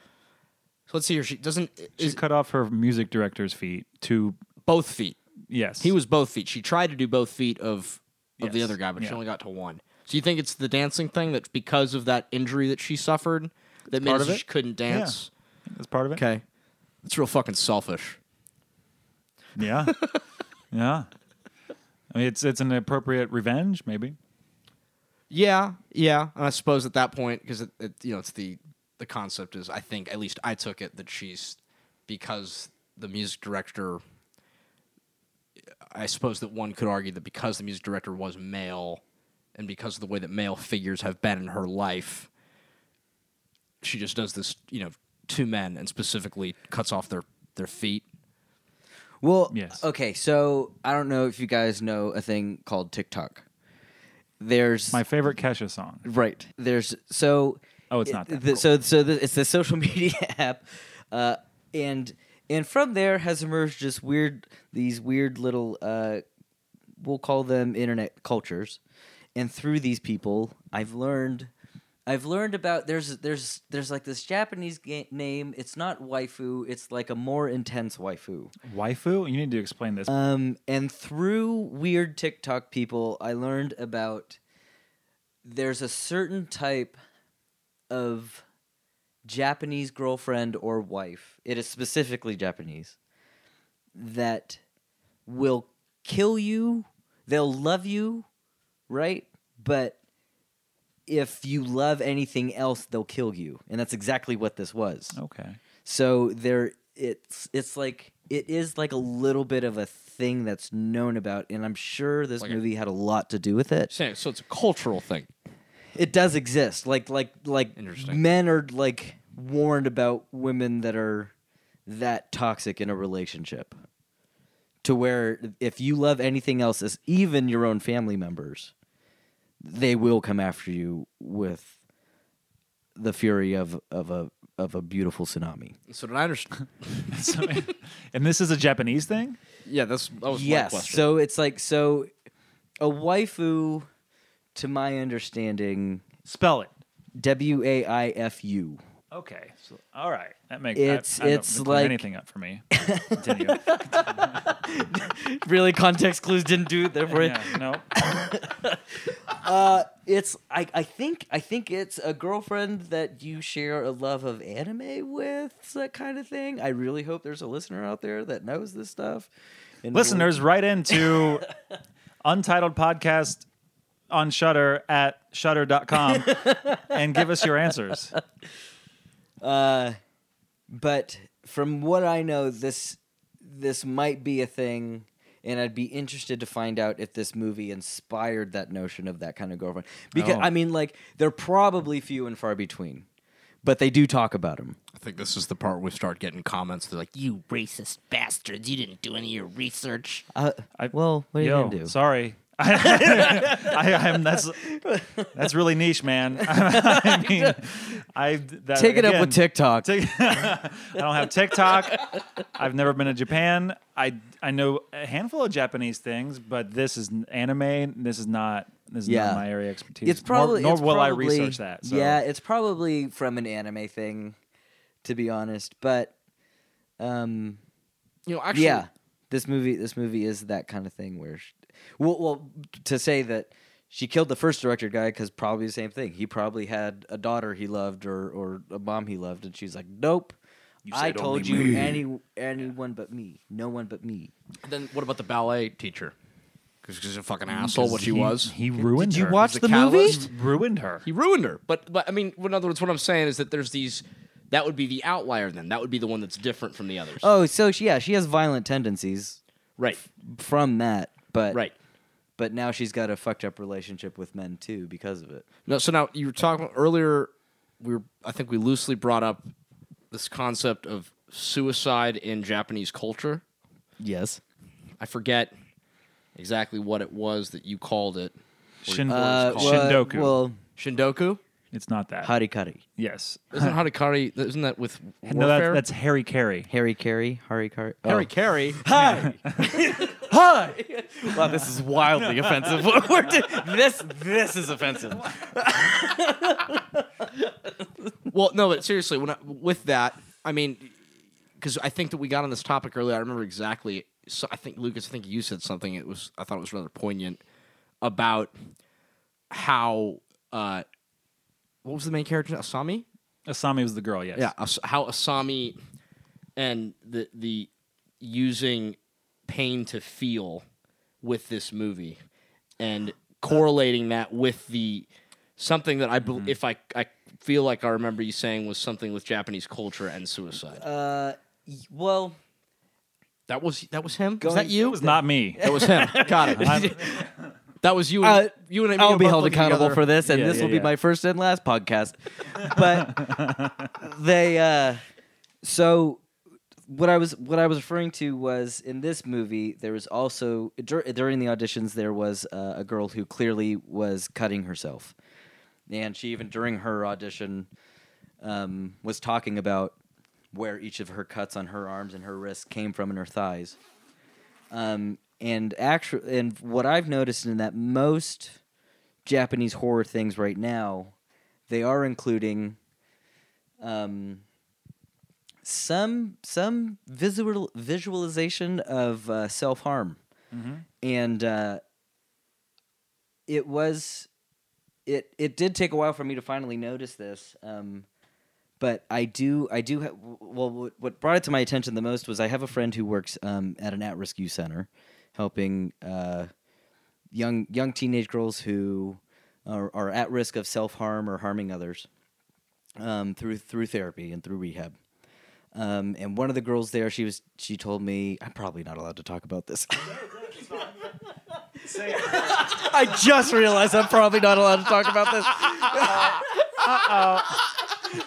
Speaker 5: So let's see here. She doesn't
Speaker 3: She
Speaker 5: is
Speaker 3: cut off her music director's feet to
Speaker 5: both feet.
Speaker 3: yes.
Speaker 5: He was both feet. She tried to do both feet of of the
Speaker 3: Yes.
Speaker 5: other guy, but she
Speaker 3: Yeah.
Speaker 5: only got to one. So you think it's the dancing thing that's because of that injury that she suffered that made
Speaker 3: part
Speaker 5: it
Speaker 3: of
Speaker 5: so
Speaker 3: it?
Speaker 5: she couldn't dance?
Speaker 3: as part of it.
Speaker 5: Okay, it's real fucking selfish.
Speaker 3: Yeah. yeah. I mean, it's it's an appropriate revenge, maybe.
Speaker 5: Yeah, yeah, and I suppose at that point because it, it, you know it's the the concept is I think at least I took it that she's because the music director. I suppose that one could argue that because the music director was male, and because of the way that male figures have been in her life, she just does this, you know, two men and specifically cuts off their their feet.
Speaker 4: Well,
Speaker 3: Yes.
Speaker 4: Okay, so I don't know if you guys know a thing called TikTok. There's
Speaker 3: My favorite Kesha song.
Speaker 4: Right. There's so.
Speaker 3: Oh, it's
Speaker 4: it-
Speaker 3: not that.
Speaker 4: the- so so the, it's the social media app, uh, and and from there has emerged this weird these weird little uh, we'll call them internet cultures, and through these people I've learned. I've learned about there's there's there's like this Japanese ga- name. It's not waifu. It's like a more intense waifu.
Speaker 3: Waifu? You need to explain this.
Speaker 4: Um, and through weird TikTok people, I learned about there's a certain type of Japanese girlfriend or wife. It is specifically Japanese that will kill you. They'll love you, right? But if you love anything else, they'll kill you. And that's exactly what this was.
Speaker 3: okay.
Speaker 4: So there, it's it's like it is like a little bit of a thing that's known about, and I'm sure this movie had a lot to do with it.
Speaker 6: So so it's a cultural thing.
Speaker 4: It does exist. Like like like
Speaker 5: Interesting.
Speaker 4: men are like warned about women that are that toxic in a relationship, to where if you love anything else, as even your own family members, they will come after you with the fury of of a of a beautiful tsunami.
Speaker 5: So did I understand?
Speaker 3: So- and this is a Japanese thing?
Speaker 5: yeah, that's that was my
Speaker 4: yes
Speaker 5: question.
Speaker 4: so it's like so a waifu to my understanding
Speaker 3: Spell it.
Speaker 4: w-a-i-f-u
Speaker 3: Okay. So, all right. That makes
Speaker 4: It's-
Speaker 3: I, I don't
Speaker 4: it's
Speaker 3: clear
Speaker 4: like-
Speaker 3: anything up for me. Continue.
Speaker 4: really context clues didn't do it there for you
Speaker 3: yeah, no.
Speaker 4: it's I, I think i think it's a girlfriend that you share a love of anime with that kind of thing i really hope there's a listener out there that knows this stuff and will-
Speaker 3: Listeners, write into Untitled Podcast on Shutter at shutter.com and give us your answers.
Speaker 4: but from what I know, this this might be a thing, and I'd be interested to find out if this movie inspired that notion of that kind of girlfriend. Because
Speaker 3: Oh.
Speaker 4: I mean, like they're probably few and far between, but they do talk about them.
Speaker 5: I think this is the part where we start getting comments. They're like,
Speaker 2: You racist bastards. You didn't do any of your research.
Speaker 3: I-
Speaker 4: Uh, well, what are you
Speaker 3: Yo,
Speaker 4: gonna do?
Speaker 3: sorry. I, I'm that's that's really niche, man. I mean, I that,
Speaker 4: Take it up
Speaker 3: again,
Speaker 4: with TikTok.
Speaker 3: Tik- I don't have TikTok. I've never been to Japan. I I know a handful of Japanese things, but this is n- anime. This is not is
Speaker 4: Yeah.
Speaker 3: not my area of expertise.
Speaker 4: It's probably
Speaker 3: nor, nor
Speaker 4: it's
Speaker 3: will
Speaker 4: probably-
Speaker 3: I research that. So.
Speaker 4: Yeah, it's probably from an anime thing, to be honest. But um,
Speaker 5: You know, actually,
Speaker 4: yeah, this movie this movie is that kind of thing where, sh well, well, to say that she killed the first director guy because probably the same thing. He probably had a daughter he loved or or a mom he loved, and she's like, nope. I
Speaker 3: said
Speaker 4: told
Speaker 3: only
Speaker 4: you
Speaker 3: me."
Speaker 4: any anyone but me, no one but me.
Speaker 5: Then what about the ballet teacher? Because she's a fucking asshole. What she was.
Speaker 3: He ruined.
Speaker 4: Did you
Speaker 3: her.
Speaker 4: watch
Speaker 5: the
Speaker 4: the, movie?
Speaker 5: catalyst?
Speaker 3: Ruined her.
Speaker 5: He ruined her. But but I mean, in other words, what I'm saying is that there's these. That would be the outlier. Then that would be the one that's different from the others.
Speaker 4: Oh, so she, yeah, she has violent tendencies
Speaker 5: right.
Speaker 4: from that, but
Speaker 5: Right.
Speaker 4: but now she's got a fucked up relationship with men too because of it.
Speaker 5: No. So now you were talking about earlier. We were, I think we loosely brought up this concept of suicide in Japanese culture.
Speaker 4: Yes.
Speaker 5: I forget exactly what it was that you called it.
Speaker 3: Shin-
Speaker 4: Uh,
Speaker 3: it's
Speaker 4: well,
Speaker 3: called- Shindoku.
Speaker 4: Well,
Speaker 5: Shindoku.
Speaker 3: it's not that.
Speaker 4: Harikari.
Speaker 3: yes.
Speaker 5: Isn't Harakari? Isn't that with warfare?
Speaker 3: No, that, that's Harry Carey.
Speaker 4: Harry Carey. Harikari. Oh.
Speaker 5: Harry Carey.
Speaker 4: Hi. Hi. Wow, this is wildly offensive. We're di- Oh. this this is offensive.
Speaker 5: Well, no, but seriously, when I, with that, I mean, because I think that we got on this topic earlier. I remember exactly. So I think Lucas, I think you said something. It was I thought it was rather poignant about how uh, what was the main character Asami?
Speaker 3: Asami was the girl. Yes.
Speaker 5: Yeah, As- how Asami and the the using pain to feel with this movie and correlating that with the something that I bel
Speaker 4: Mm-hmm.
Speaker 5: if I I feel like I remember you saying was something with Japanese culture and suicide.
Speaker 4: Uh, Well,
Speaker 5: that was that was him. was
Speaker 4: going-
Speaker 5: that you?
Speaker 3: It was not me.
Speaker 5: That was him. Got it. that was you. And,
Speaker 4: Uh,
Speaker 5: you and me
Speaker 4: I'll
Speaker 5: were
Speaker 4: be
Speaker 5: both
Speaker 4: held
Speaker 5: looking
Speaker 4: accountable
Speaker 5: together.
Speaker 4: for this, and
Speaker 3: Yeah,
Speaker 4: this
Speaker 3: yeah,
Speaker 4: will
Speaker 3: yeah.
Speaker 4: be my first and last podcast. But they, uh, so what I was what I was referring to was in this movie there was also dur- during the auditions there was uh, a girl who clearly was cutting herself, and she even during her audition um, was talking about where each of her cuts on her arms and her wrists came from and her thighs. Um, and actu and what I've noticed in that most Japanese horror things right now, they are including um, some some visual visualization of uh, self harm, and uh, it was it it did take a while for me to finally notice this. Um, but I do, I do. Ha- w- well, what- what brought it to my attention the most was I have a friend who works um, at an at-risk youth center, helping uh, young young teenage girls who are, are at risk of self harm or harming others um, through through therapy and through rehab. Um, and one of the girls there, she was, she told me, I'm probably not allowed to talk about this. I just realized I'm probably not allowed to talk about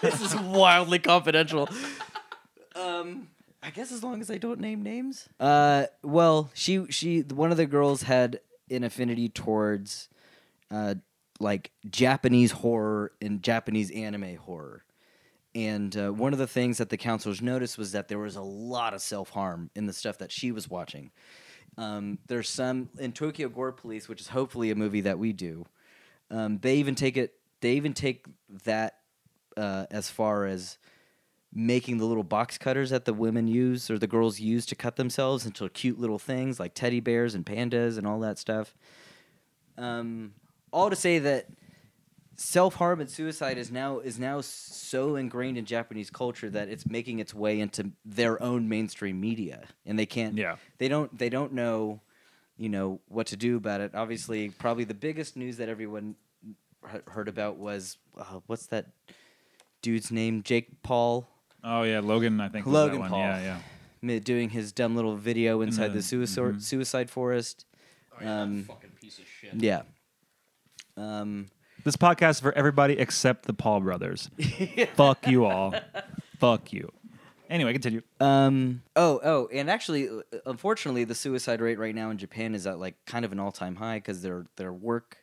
Speaker 4: this. this is wildly confidential. Um, I guess as long as I don't name names. Uh, well, she she one of the girls had an affinity towards, uh, like Japanese horror and Japanese anime horror. And uh, one of the things that the counselors noticed was that there was a lot of self harm in the stuff that she was watching. Um, there's some in Tokyo Gore Police, which is hopefully a movie that we do. Um, they even take it. They even take that uh, as far as making the little box cutters that the women use or the girls use to cut themselves into cute little things like teddy bears and pandas and all that stuff. Um, all to say that self harm and suicide is now is now so ingrained in Japanese culture that it's making its way into their own mainstream media, and they can't.
Speaker 3: Yeah.
Speaker 4: They don't. They don't know. You know what to do about it. Obviously, probably the biggest news that everyone he- heard about was uh, what's that dude's name? Jake Paul.
Speaker 3: Oh yeah, Logan. I think was
Speaker 4: Logan
Speaker 3: that one.
Speaker 4: Paul.
Speaker 3: Yeah, yeah. Mm-hmm.
Speaker 4: mi- Doing his dumb little video inside the, suicide suicide forest. Um,
Speaker 5: Oh, Fucking piece of shit.
Speaker 4: yeah. Um,
Speaker 3: This podcast is for everybody except the Paul brothers. Fuck you all. Fuck you. Anyway, continue.
Speaker 4: Um. Oh. Oh. And actually, uh, unfortunately, the suicide rate right now in Japan is at like kind of an all-time high because their their work,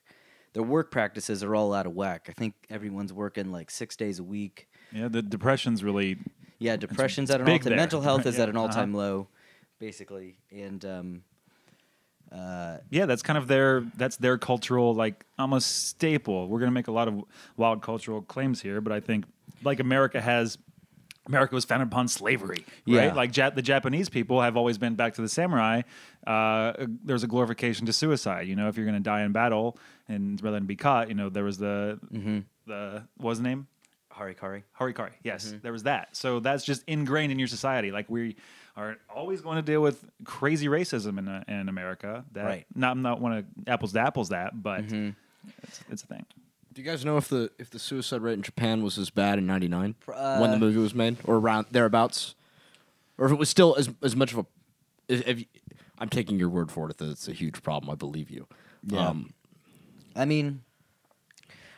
Speaker 4: their work practices are all out of whack. I think everyone's working like six days a week.
Speaker 3: Yeah, the depression's really
Speaker 4: Yeah, depression's
Speaker 3: it's
Speaker 4: at an
Speaker 3: big
Speaker 4: all-time.
Speaker 3: Uh-huh. there.
Speaker 4: Mental health is
Speaker 3: Yeah,
Speaker 4: at an all-time low, basically. And um,
Speaker 3: Yeah, that's kind of their that's their cultural like almost staple. We're gonna make a lot of wild cultural claims here, but I think like America has America was founded upon slavery, right?
Speaker 4: Yeah.
Speaker 3: Like Jap- the Japanese people have always been back to the samurai. Uh, there's a glorification to suicide. You know, if you're gonna die in battle and rather than be caught, you know, there was the the what was the name
Speaker 4: Harikari.
Speaker 3: Harikari. Yes, there was that. So that's just ingrained in your society. Like we are always going to deal with crazy racism in, uh, in America. That
Speaker 4: Right.
Speaker 3: Not I'm not want to apples to apples that, but it's, it's a thing.
Speaker 5: Do you guys know if the if the suicide rate in Japan was as bad in '99 when the movie was made, or around thereabouts, or if it was still as as much of a? If, if, I'm taking your word for it that it's a huge problem. I believe you. Yeah. Um,
Speaker 4: I mean,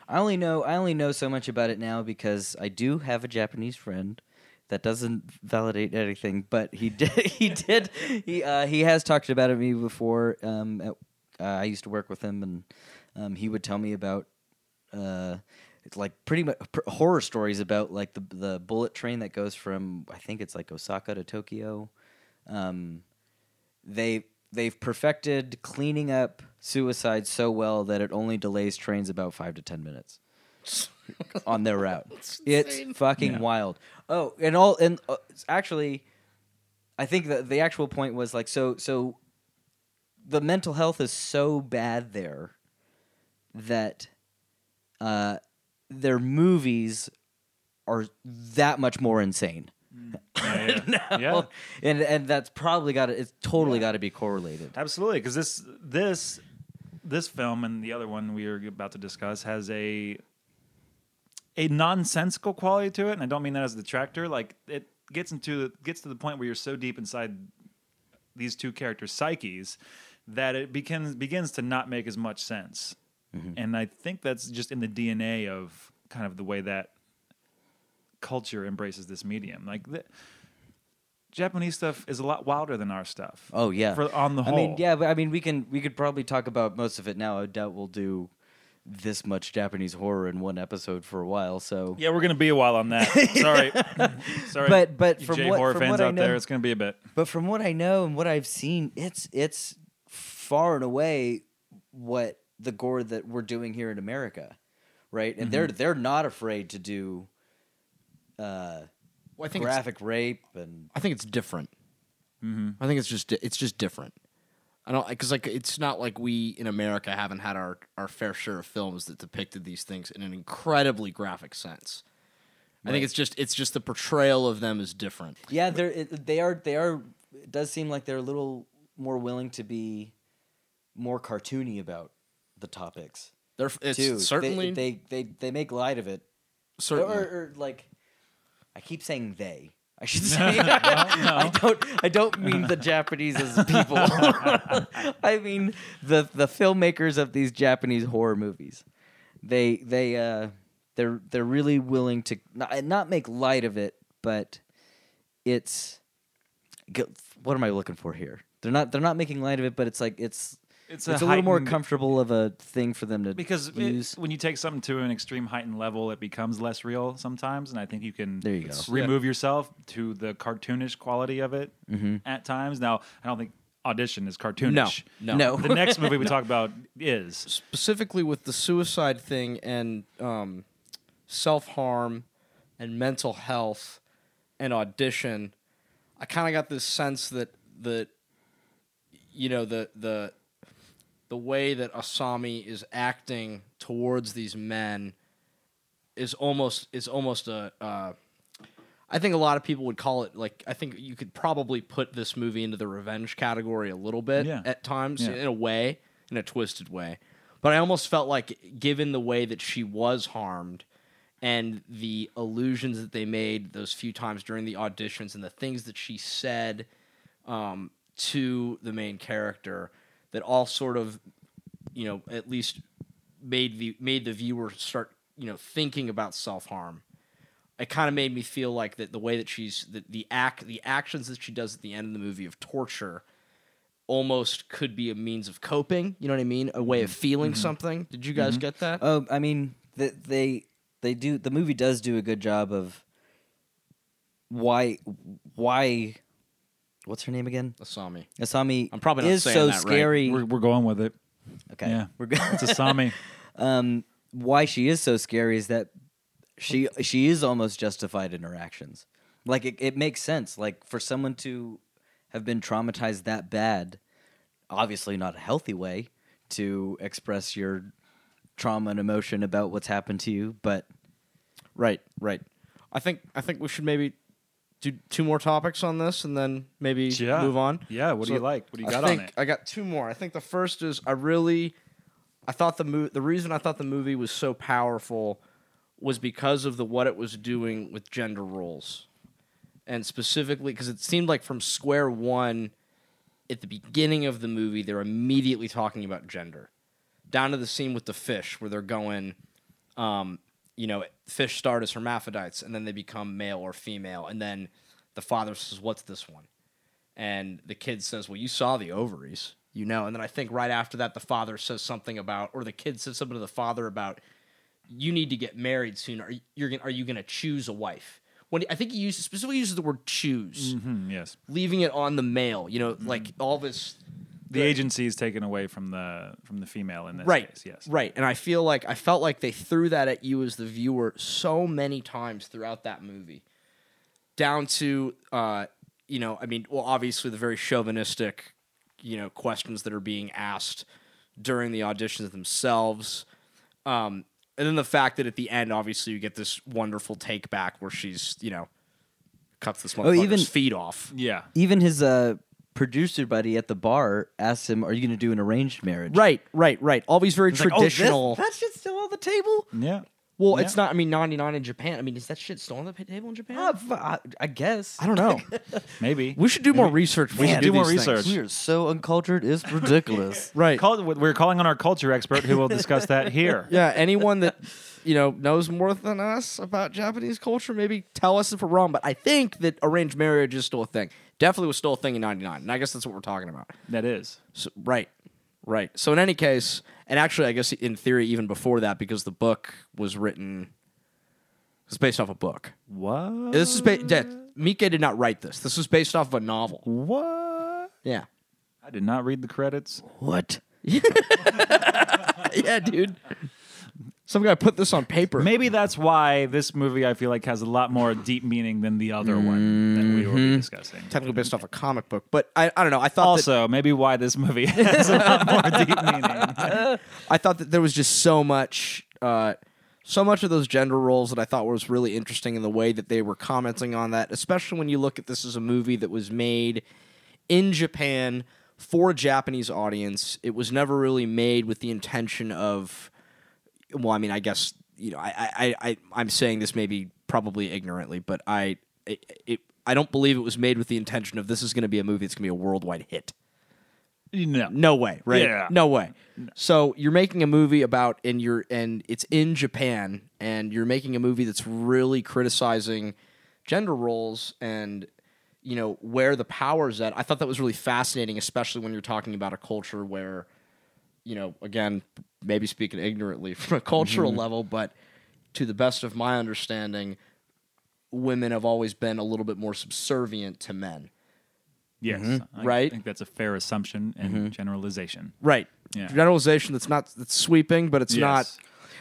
Speaker 4: I only know I only know so much about it now because I do have a Japanese friend. That doesn't validate anything, but he did. He did. He uh, he has talked about it to me before. Um, at, uh, I used to work with him, and um, he would tell me about uh, it's like pretty much pr- horror stories about like the the bullet train that goes from I think it's like Osaka to Tokyo. Um, they they've perfected cleaning up suicide so well that it only delays trains about five to ten minutes on their route. it's fucking wild. Oh, and all and uh, actually, I think the the actual point was like so so. The mental health is so bad there that uh, their movies are that much more insane.
Speaker 3: Yeah.
Speaker 4: and and that's probably got to it's totally got to be correlated.
Speaker 3: Absolutely, because this this this film and the other one we are about to discuss has a a nonsensical quality to it, and I don't mean that as a detractor. Like it gets into gets to the point where you're so deep inside these two characters' psyches that it begins begins to not make as much sense.
Speaker 4: Mm-hmm.
Speaker 3: And I think that's just in the DNA of kind of the way that culture embraces this medium. Like the Japanese stuff is a lot wilder than our stuff.
Speaker 4: Oh yeah,
Speaker 3: For on the whole.
Speaker 4: I mean, yeah, but I mean, we can we could probably talk about most of it now. I doubt we'll do this much Japanese horror in one episode for a while. So
Speaker 3: Yeah, we're gonna be a while on that. Sorry, sorry.
Speaker 4: But- but
Speaker 3: you
Speaker 4: from
Speaker 3: J
Speaker 4: what-
Speaker 3: horror
Speaker 4: from
Speaker 3: fans
Speaker 4: what I
Speaker 3: out there,
Speaker 4: know-
Speaker 3: it's gonna be a bit.
Speaker 4: But from what I know and what I've seen, it's it's far and away what the gore that we're doing here in America, right? And
Speaker 3: Mm-hmm.
Speaker 4: they're they're not afraid to do
Speaker 5: well, I think it's,
Speaker 4: graphic rape and
Speaker 5: I think it's different. I think it's just di- it's just different. I don't because like it's not like we in America haven't had our our fair share of films that depicted these things in an incredibly graphic sense. I think it's just it's just the portrayal of them is different.
Speaker 4: yeah, they're it, they are they are. It does seem like they're a little more willing to be more cartoony about the topics.
Speaker 5: They're it's
Speaker 4: Too. They-
Speaker 5: certainly
Speaker 4: they, they they make light of it Or,
Speaker 5: certainly.
Speaker 4: or, or, like, I keep saying they. I should say I don't. I don't mean the Japanese as a people. I mean the the filmmakers of these Japanese horror movies. They they uh they're they're really willing to not, not make light of it, but it's go- what am I looking for here? They're not they're not making light of it, but it's like it's
Speaker 3: It's
Speaker 4: it's a,
Speaker 3: a
Speaker 4: little more
Speaker 3: heightened-
Speaker 4: comfortable of a thing for them to
Speaker 3: Because it-
Speaker 4: use.
Speaker 3: when you take something to an extreme height and level, it becomes less real sometimes. And I think you can
Speaker 4: There you go.
Speaker 3: remove yourself to the cartoonish quality of it
Speaker 4: Mm-hmm.
Speaker 3: at times. Now, I don't think audition is cartoonish.
Speaker 5: No.
Speaker 4: No.
Speaker 3: The next movie we talk about is
Speaker 5: specifically with the suicide thing and um, self harm and mental health and audition, I kind of got this sense that that you know the the the way that Asami is acting towards these men is almost is almost a. Uh, I think a lot of people would call it like I think you could probably put this movie into the revenge category a little bit
Speaker 3: Yeah.
Speaker 5: at times
Speaker 3: Yeah.
Speaker 5: in a way, in a twisted way. But I almost felt like given the way that she was harmed and the illusions that they made those few times during the auditions and the things that she said um, to the main character that all sort of you know at least made the made the viewer start you know thinking about self-harm it kind of made me feel like that the way that she's the, the act the actions that she does at the end of the movie of torture almost could be a means of coping you know what i mean a way of feeling something did you guys get that
Speaker 4: Oh, I mean, they, they they do the movie does do a good job of why why what's her name again?
Speaker 6: Asami.
Speaker 4: Asami
Speaker 7: I'm probably not
Speaker 4: is
Speaker 7: saying
Speaker 4: so
Speaker 7: that right.
Speaker 4: scary.
Speaker 3: We're, we're going with it.
Speaker 4: Okay,
Speaker 3: Yeah.
Speaker 4: we're good.
Speaker 3: It's a Sami.
Speaker 4: why she is so scary is that she she is almost justified in her actions. Like it, it makes sense. Like for someone to have been traumatized that bad, obviously not a healthy way to express your trauma and emotion about what's happened to you, but
Speaker 6: Right, right. I think I think we should maybe do two more topics on this and then maybe
Speaker 3: Yeah.
Speaker 6: move on.
Speaker 3: Yeah, what do you like? What do you got
Speaker 6: I
Speaker 3: on
Speaker 6: think
Speaker 3: it?
Speaker 6: I got two more. I think the first is I really I thought the movie the reason I thought the movie was so powerful was because of the what it was doing with gender roles. And specifically because it seemed like from square one at the beginning of the movie they're immediately talking about gender. Down to the scene with the fish where they're going um, you know, fish start as hermaphrodites and then they become male or female. And then the father says, What's this one? And the kid says, Well, you saw the ovaries, you know. And then I think right after that, the father says something about, or the kid says something to the father about, You need to get married soon. Are you, you're gonna, are you going to choose a wife? When I think he uses, specifically uses the word choose,
Speaker 3: Hmm, yes.
Speaker 6: leaving it on the male, you know, like all this
Speaker 3: The agency is taken away from the from the female in this
Speaker 6: right
Speaker 3: case. Yes.
Speaker 6: right and i feel like i felt like they threw that at you as the viewer so many times throughout that movie down to uh you know i mean well obviously the very chauvinistic you know questions that are being asked during the auditions themselves um and then the fact that at the end obviously you get this wonderful take back where she's you know cuts this motherfucker's
Speaker 4: Oh, even-
Speaker 6: feet off
Speaker 3: Yeah.
Speaker 4: even his uh, producer buddy at the bar asks him, "Are you going to do an arranged marriage?"
Speaker 6: right right right all these very
Speaker 4: Like, "Oh, this-
Speaker 6: traditional
Speaker 4: that shit's still on the table.
Speaker 3: Yeah. Yeah.
Speaker 6: well
Speaker 3: Uh,
Speaker 6: it's not i mean 99 in japan i mean is that shit still on the pa- table in japan
Speaker 4: Ah, fu- I, I guess
Speaker 6: I don't know.
Speaker 3: Maybe.
Speaker 6: we should do more research.
Speaker 3: We should do more research.
Speaker 4: We are so uncultured. It's ridiculous.
Speaker 6: Right.
Speaker 3: Call, we're calling on our culture expert who will discuss that here.
Speaker 6: yeah, anyone that you know knows more than us about Japanese culture, maybe tell us if we're wrong. But I think that arranged marriage is still a thing. Definitely was still a thing in '99, and I guess that's what we're talking about.
Speaker 3: That is.
Speaker 6: So, right, right. So in any case, and actually, I guess in theory, even before that, because the book was written, it's based off a book.
Speaker 3: What?
Speaker 6: This is ba- yeah, Mike did not write this. This was based off of a novel.
Speaker 3: What?
Speaker 6: Yeah.
Speaker 3: I did not read the credits.
Speaker 4: what?
Speaker 6: yeah, dude. Some guy put this on paper.
Speaker 3: Maybe that's why this movie I feel like has a lot more deep meaning than the other one that we were discussing.
Speaker 6: technically based off a comic book, but I, I don't know. I thought that,
Speaker 3: Also, maybe why this movie has a lot more deep meaning.
Speaker 6: I thought that there was just so much uh, so much of those gender roles that I thought was really interesting in the way that they were commenting on that, especially when you look at this as a movie that was made in Japan for a Japanese audience. It was never really made with the intention of well, I mean, I guess you know, I, I, I, I'm saying this maybe probably ignorantly, but I, it, it, I don't believe it was made with the intention of this is going to be a movie that's going to be a worldwide hit.
Speaker 3: No.
Speaker 6: No way, right?
Speaker 3: Yeah.
Speaker 6: No way. So you're making a movie about and you're and it's in Japan and you're making a movie that's really criticizing gender roles and you know where the power's at. I thought that was really fascinating, especially when you're talking about a culture where, you know, again, maybe speaking ignorantly from a cultural level, but to the best of my understanding, women have always been a little bit more subservient to men.
Speaker 3: Yes. I
Speaker 6: Right?
Speaker 3: think that's a fair assumption and generalization.
Speaker 6: Right.
Speaker 3: Yeah.
Speaker 6: Generalization that's not that's sweeping, but it's not
Speaker 3: Yes.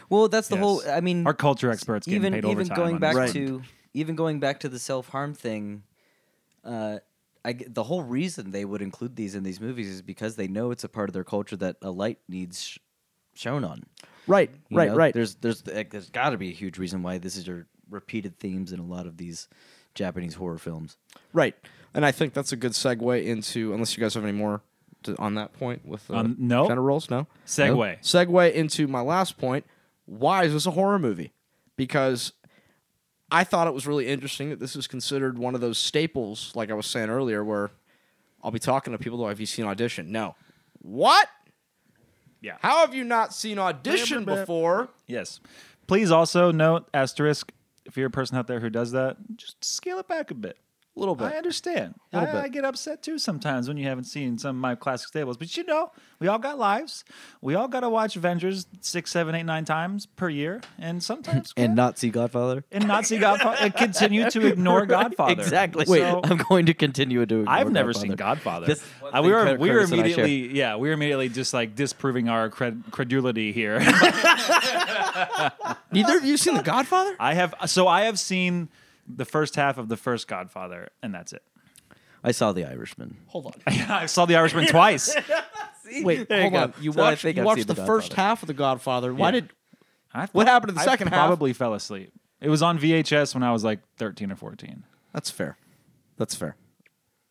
Speaker 4: Well, that's the whole.
Speaker 3: Yes.
Speaker 4: I mean,
Speaker 3: Our culture experts getting
Speaker 4: even
Speaker 3: paid
Speaker 4: even
Speaker 3: overtime
Speaker 4: going
Speaker 3: on
Speaker 4: back
Speaker 3: this one.
Speaker 4: to even going back to the self harm thing. Uh, I g the whole reason they would include these in these movies is because they know it's a part of their culture that a light needs sh- shown on.
Speaker 6: Right,
Speaker 4: you
Speaker 6: right,
Speaker 4: know?
Speaker 6: right.
Speaker 4: There's there's like, there's got to be a huge reason why this is your repeated themes in a lot of these Japanese horror films.
Speaker 6: right. And I think that's a good segue into unless you guys have any more to, on that point with uh,
Speaker 3: Um, no.
Speaker 6: gender roles, no.
Speaker 3: Segway.
Speaker 6: Segue into my last point. Why is this a horror movie? Because I thought it was really interesting that this is considered one of those staples, like I was saying earlier, where I'll be talking to people, though, have you seen Audition? No. What?
Speaker 3: Yeah.
Speaker 6: How have you not seen Audition before?
Speaker 3: Yes. Please also note asterisk if you're a person out there who does that, just scale it back a bit.
Speaker 6: A little bit.
Speaker 3: I understand. I,
Speaker 6: Little bit.
Speaker 3: I get upset too sometimes when you haven't seen some of my classic staples. But you know, we all got lives. We all got to watch Avengers six, seven, eight, nine times per year, and sometimes
Speaker 4: and not see Godfather.
Speaker 3: and not see Godfather. and continue to ignore Godfather.
Speaker 4: Exactly.
Speaker 3: Wait,
Speaker 4: Wait,
Speaker 3: So-
Speaker 4: I'm going to continue to.
Speaker 3: I've never seen Godfather.
Speaker 4: This-
Speaker 3: Uh, we were
Speaker 4: Curtis
Speaker 3: we were
Speaker 4: and I share.
Speaker 3: immediately yeah we were immediately just like disproving our cred- credulity here.
Speaker 6: Neither of you seen The Godfather?
Speaker 3: I have so I have seen the first half of the first Godfather, and that's it.
Speaker 4: I saw The Irishman.
Speaker 5: Hold on.
Speaker 3: I saw The Irishman twice.
Speaker 5: Wait,
Speaker 4: you
Speaker 5: hold
Speaker 4: go.
Speaker 5: on. You
Speaker 4: So I
Speaker 5: watched,
Speaker 4: think
Speaker 5: you
Speaker 4: I've seen
Speaker 5: watched
Speaker 4: The
Speaker 5: the, first
Speaker 4: Godfather.
Speaker 5: half of The Godfather. Why
Speaker 3: Yeah.
Speaker 5: did
Speaker 3: I
Speaker 5: What happened in the
Speaker 3: I
Speaker 5: second half?
Speaker 3: Probably fell asleep. It was on VHS when I was like 13 or 14.
Speaker 6: That's fair. That's fair.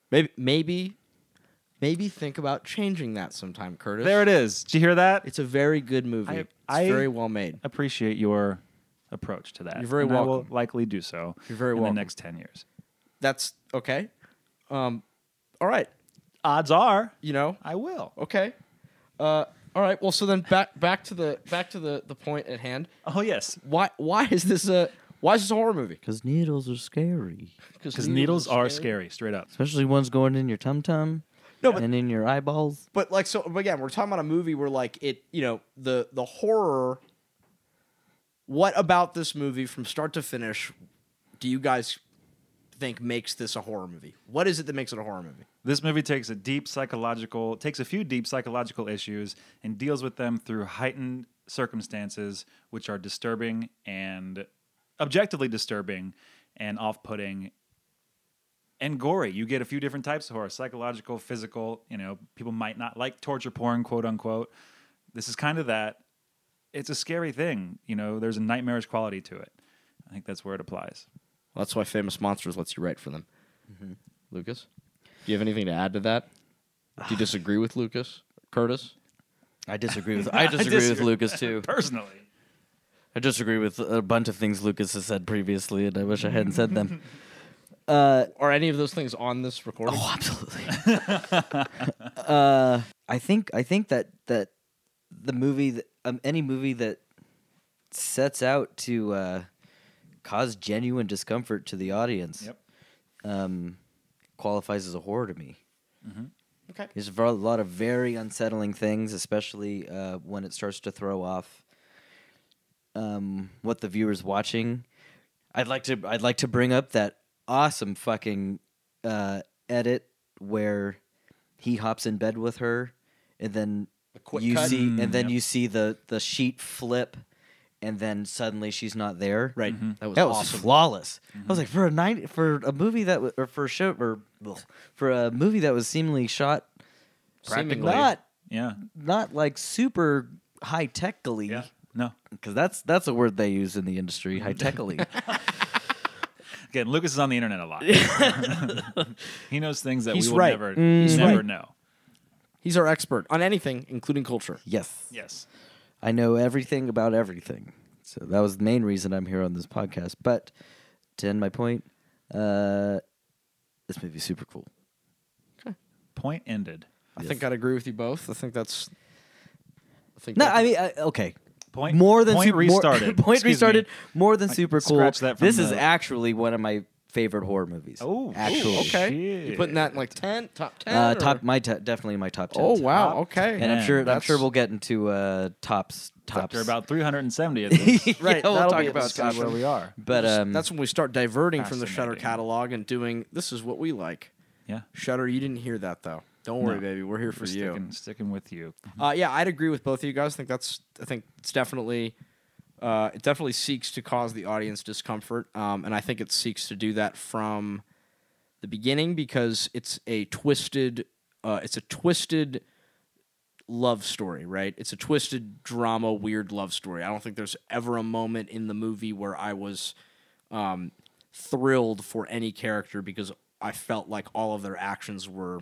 Speaker 6: Maybe maybe maybe think about changing that sometime, Curtis.
Speaker 3: There it is. Did you hear that?
Speaker 6: It's a very good movie.
Speaker 3: I-
Speaker 6: it's
Speaker 3: I-
Speaker 6: very well made.
Speaker 3: Appreciate your approach to that.
Speaker 6: You're very
Speaker 3: and I will
Speaker 6: welcome.
Speaker 3: likely do so.
Speaker 6: You're very
Speaker 3: in
Speaker 6: welcome.
Speaker 3: the next 10 years.
Speaker 6: That's okay. Um all right.
Speaker 3: Odds are
Speaker 6: You know?
Speaker 3: I will.
Speaker 6: Okay. Uh all right. Well so then back back to the back to the, the point at hand.
Speaker 3: Oh yes,
Speaker 6: Why why is this a why is this a horror movie?
Speaker 4: Because needles are scary,
Speaker 3: because needles are scary. Straight up.
Speaker 4: especially ones going in your tum tum,
Speaker 6: No, but-
Speaker 4: and in your eyeballs.
Speaker 6: But like so but again, we're talking about a movie where like it, you know, the the horror what about this movie from start to finish do you guys think makes this a horror movie? What is it that makes it a horror movie?
Speaker 3: This movie takes a deep psychological takes a few deep psychological issues and deals with them through heightened circumstances which are disturbing and objectively disturbing and off-putting and gory. You get a few different types of horror, psychological, physical, you know, people might not like torture porn, quote unquote. This is kind of that. It's a scary thing, you know, there's a nightmarish quality to it. I think that's where it applies.
Speaker 6: Well, that's why Famous Monsters lets you write for them.
Speaker 4: Mm-hmm.
Speaker 5: Lucas, do you have anything to add to that? Do you disagree with Lucas? Curtis?
Speaker 4: I disagree with. I disagree with
Speaker 3: disagree.
Speaker 4: Lucas too.
Speaker 3: Personally,
Speaker 4: I disagree with a bunch of things Lucas has said previously, and I wish I hadn't said them. Uh,
Speaker 5: Are any of those things on this recording?
Speaker 4: Oh, absolutely. uh, I think I think that that the movie, that, um, any movie that sets out to uh, cause genuine discomfort to the audience,
Speaker 3: Yep.
Speaker 4: um, qualifies as a horror to me.
Speaker 6: Okay.
Speaker 4: There's a ver- lot of very unsettling things, especially uh, when it starts to throw off um, what the viewer's watching. I'd like to I'd like to bring up that awesome fucking uh, edit where he hops in bed with her, and then
Speaker 6: quick
Speaker 4: you
Speaker 6: cut?
Speaker 4: see and then you see the the sheet flip, and then suddenly she's not there.
Speaker 6: Right.
Speaker 5: Mm-hmm.
Speaker 6: That was
Speaker 4: That
Speaker 6: Mm-hmm.
Speaker 4: was flawless. I was like, for a night, for a movie that was, or for a show, or ugh, for a movie that was seemingly shot,
Speaker 5: Seemingly.
Speaker 4: not
Speaker 3: yeah.
Speaker 4: not like super high techly,
Speaker 3: Yeah. No.
Speaker 4: because that's that's a word they use in the industry,
Speaker 6: Mm-hmm.
Speaker 4: high techly.
Speaker 3: Again, Lucas is on the internet a lot. he knows things that
Speaker 6: He's
Speaker 3: we will
Speaker 6: right. Mm.
Speaker 3: never,
Speaker 6: He's
Speaker 3: never
Speaker 6: right.
Speaker 3: know.
Speaker 6: He's our expert on anything, including culture.
Speaker 4: yes,
Speaker 3: Yes.
Speaker 4: I know everything about everything. So that was the main reason I'm here on this podcast. But to end my point, uh, this movie's super cool.
Speaker 3: Point ended.
Speaker 6: I think I'd agree with you both. I think that's. I think
Speaker 4: No,
Speaker 6: that-
Speaker 4: I mean, I, okay.
Speaker 3: Point-
Speaker 4: more than
Speaker 3: point
Speaker 4: super,
Speaker 3: restarted.
Speaker 4: More, point
Speaker 3: Excuse
Speaker 4: restarted.
Speaker 3: me.
Speaker 4: More than super cool.
Speaker 3: scratch that from
Speaker 4: this is
Speaker 3: the-
Speaker 4: actually one of my favorite horror movies.
Speaker 3: Oh,
Speaker 4: actually,
Speaker 6: okay. You putting that in like ten, top ten?
Speaker 4: Uh,
Speaker 6: or-
Speaker 4: top my t- definitely my top ten.
Speaker 6: Oh wow. Okay.
Speaker 4: And I'm sure I'm
Speaker 6: That's-
Speaker 4: sure we'll get into uh, tops tops.
Speaker 3: After about 370 of these.
Speaker 4: Yeah,
Speaker 6: Right,
Speaker 4: we'll
Speaker 6: that'll
Speaker 4: talk
Speaker 6: be a
Speaker 4: about
Speaker 6: discussion.
Speaker 4: tops.
Speaker 6: Where we
Speaker 3: are.
Speaker 4: But um,
Speaker 6: that's when we start diverting from the Shutter
Speaker 3: Fascinating.
Speaker 6: catalog and doing this is what we like.
Speaker 3: yeah.
Speaker 6: Shutter, you didn't hear that though. Don't worry, baby. We're here for
Speaker 3: We're
Speaker 6: you.
Speaker 3: sticking, sticking with you.
Speaker 6: Uh, yeah, I'd agree with both of you guys. I think that's. I think it's definitely. Uh, it definitely seeks to cause the audience discomfort, um, and I think it seeks to do that from the beginning because it's a twisted. Uh, it's a twisted love story, right? It's a twisted drama, weird love story. I don't think there's ever a moment in the movie where I was um, thrilled for any character because I felt like all of their actions were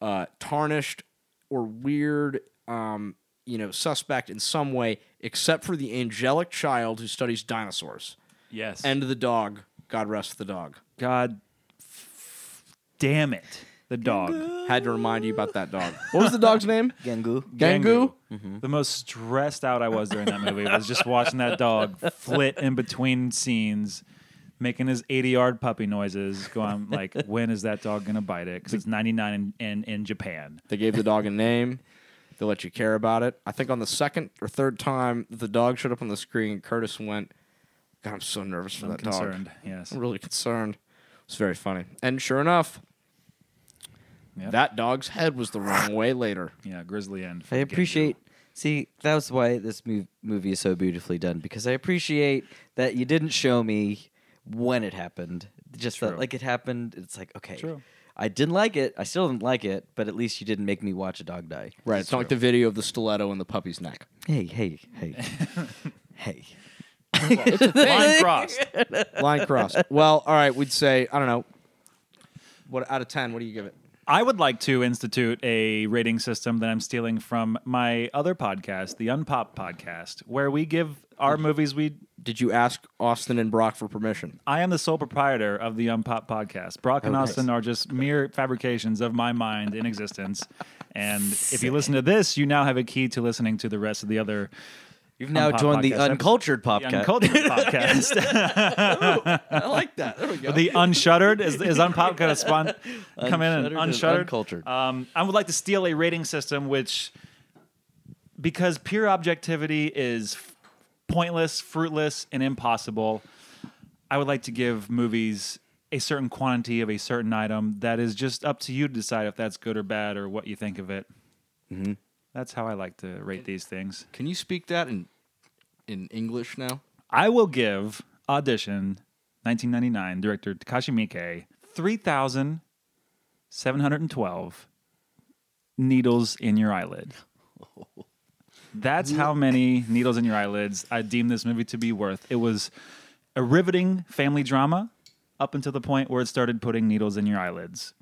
Speaker 6: uh, tarnished or weird, um, you know, suspect in some way, except for the angelic child who studies dinosaurs
Speaker 3: Yes.
Speaker 6: and the dog. God rest the dog.
Speaker 3: God f- damn it. The dog.
Speaker 6: Had to remind you about that dog. What was the dog's name?
Speaker 4: Gengu.
Speaker 6: Gangu.
Speaker 3: The most stressed out I was during that movie was just watching that dog flit in between scenes, making his 80 yard puppy noises, going like, when is that dog going to bite it? Because it's 99 in, in, in Japan.
Speaker 6: They gave the dog a name. They let you care about it. I think on the second or third time that the dog showed up on the screen, Curtis went, God, I'm so nervous for
Speaker 3: I'm
Speaker 6: that
Speaker 3: concerned.
Speaker 6: dog.
Speaker 3: Yes.
Speaker 6: I'm really concerned. It's very funny. And sure enough,
Speaker 3: Yep.
Speaker 6: that dog's head was the wrong way later.
Speaker 3: Yeah, grizzly end.
Speaker 4: I appreciate. See, that was why this mov- movie is so beautifully done because I appreciate that you didn't show me when it happened. Just that,
Speaker 3: True.
Speaker 4: like it happened. It's like okay,
Speaker 3: True.
Speaker 4: I didn't like it. I still didn't like it, but at least you didn't make me watch a dog die.
Speaker 6: Right. It's not like the video of the stiletto in the puppy's neck.
Speaker 4: Hey, hey, hey, hey.
Speaker 3: Line crossed.
Speaker 6: Line crossed. Well, all right, we'd say, I don't know. What out of ten, what do you give it?
Speaker 3: I would like to institute a rating system that I'm stealing from my other podcast, the Unpop Podcast, where we give our movies we.
Speaker 6: Did you ask Austin and Brock for permission?
Speaker 3: I am the sole proprietor of the Unpop Podcast. Brock and Austin are just mere fabrications of my mind in existence. And if you listen to this, you now have a key to listening to the rest of the other.
Speaker 4: You've now
Speaker 3: Unpop
Speaker 4: joined the
Speaker 3: podcast episode.
Speaker 4: uncultured
Speaker 3: The
Speaker 4: popcat.
Speaker 3: Uncultured podcast,
Speaker 6: I like that. There we go.
Speaker 3: the unshuttered is, is unpop going to spawn come
Speaker 4: Unshuttered
Speaker 3: in and
Speaker 4: and
Speaker 3: unshuttered?
Speaker 4: uncultured.
Speaker 3: Um, I would like to steal a rating system which because pure objectivity is f- pointless, fruitless, and impossible, I would like to give movies a certain quantity of a certain item that is just up to you to decide if that's good or bad or what you think of it.
Speaker 6: Mm-hmm.
Speaker 3: That's how I like to rate these things.
Speaker 5: Can you speak that in in English now?
Speaker 3: I will give Audition 1999 director Takashi Miike 3,712 needles in your eyelid. That's how many needles in your eyelids I deem this movie to be worth. It was a riveting family drama up until the point where it started putting needles in your eyelids.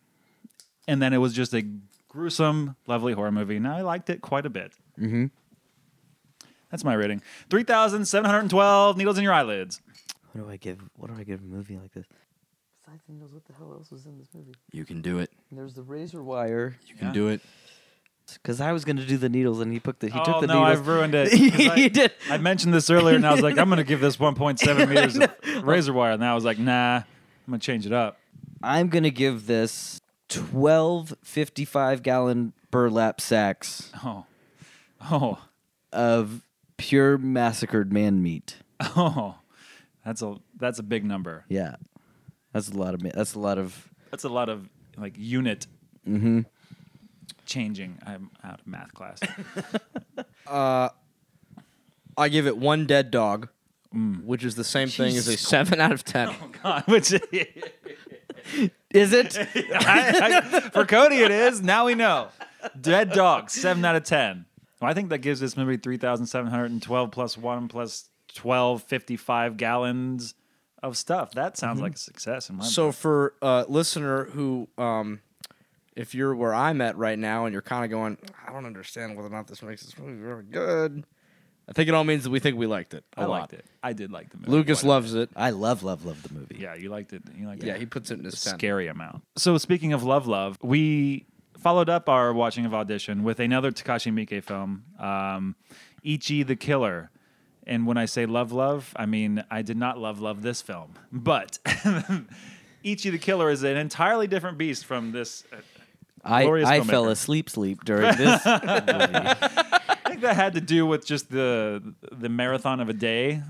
Speaker 3: And then it was just a gruesome, lovely horror movie. Now I liked it quite a bit. That's my rating. 3,712 needles in your eyelids.
Speaker 4: What do I give? What do I give a movie like this?
Speaker 8: Besides the needles, what the hell else was in this movie?
Speaker 5: You can do it.
Speaker 4: And there's the razor wire.
Speaker 5: You can do it.
Speaker 4: Because I was gonna do the needles, and he put the he
Speaker 3: oh,
Speaker 4: took the
Speaker 3: no,
Speaker 4: needles.
Speaker 3: I've ruined it. 'Cause
Speaker 4: he
Speaker 3: I,
Speaker 4: did.
Speaker 3: I mentioned this earlier, and I was like, I'm going to give this 1.7 meters of razor wire. And I was like, nah, I'm going to change it up.
Speaker 4: I'm going to give this 12 55 gallon burlap sacks
Speaker 3: Oh, oh,
Speaker 4: of pure massacred man meat.
Speaker 3: oh. That's a that's a big number.
Speaker 4: Yeah. That's a lot of ma- that's a lot of
Speaker 3: That's a lot of like unit changing. I'm out of math class.
Speaker 6: I give it one dead dog,
Speaker 5: Mm.
Speaker 6: which is the same thing as a seven out of ten.
Speaker 3: Which
Speaker 4: Is it?
Speaker 3: I, I, for Cody, it is. Now we know. Dead dogs, seven out of ten. Well, I think that gives this movie three thousand seven hundred and twelve plus one plus twelve fifty-five gallons of stuff. That sounds like a success in my
Speaker 6: Mm-hmm. So for a listener who, um, if you're where I'm at right now and you're kind of going, I don't understand whether or not this makes this movie very good. I think it all means that we think we liked it. a
Speaker 3: I
Speaker 6: lot.
Speaker 3: liked it. I did like the movie.
Speaker 6: Lucas
Speaker 3: quite a
Speaker 6: loves it.
Speaker 4: I love love love the movie.
Speaker 3: bit. Yeah, you liked it. You liked
Speaker 6: Yeah,
Speaker 3: it.
Speaker 6: he puts it in his ten.
Speaker 3: scary amount. So speaking of love, love, we followed up our watching of audition with another Takashi Miike film, um, Ichi the Killer. And when I say love, love, I mean I did not love, love this film, but Ichi the Killer is an entirely different beast from this.
Speaker 4: I
Speaker 3: Glorious
Speaker 4: I fell
Speaker 3: filmmaker.
Speaker 4: asleep sleep during this movie.
Speaker 3: I think that had to do with just the the marathon of a day,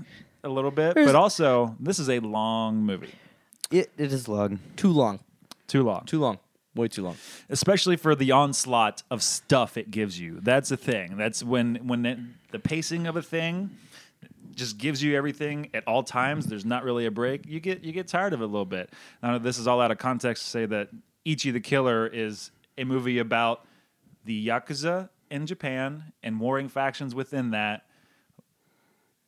Speaker 3: a little bit, but also this is a long movie,
Speaker 4: It it is long.
Speaker 6: Too long.
Speaker 3: too long.
Speaker 6: Too long. Way too long.
Speaker 3: especially for the onslaught of stuff it gives you. That's the thing. That's when when the, the pacing of a thing just gives you everything at all times. There's not really a break. You get you get tired of it a little bit. Now this is all out of context to say that Ichi the Killer is a movie about the yakuza in Japan and warring factions within that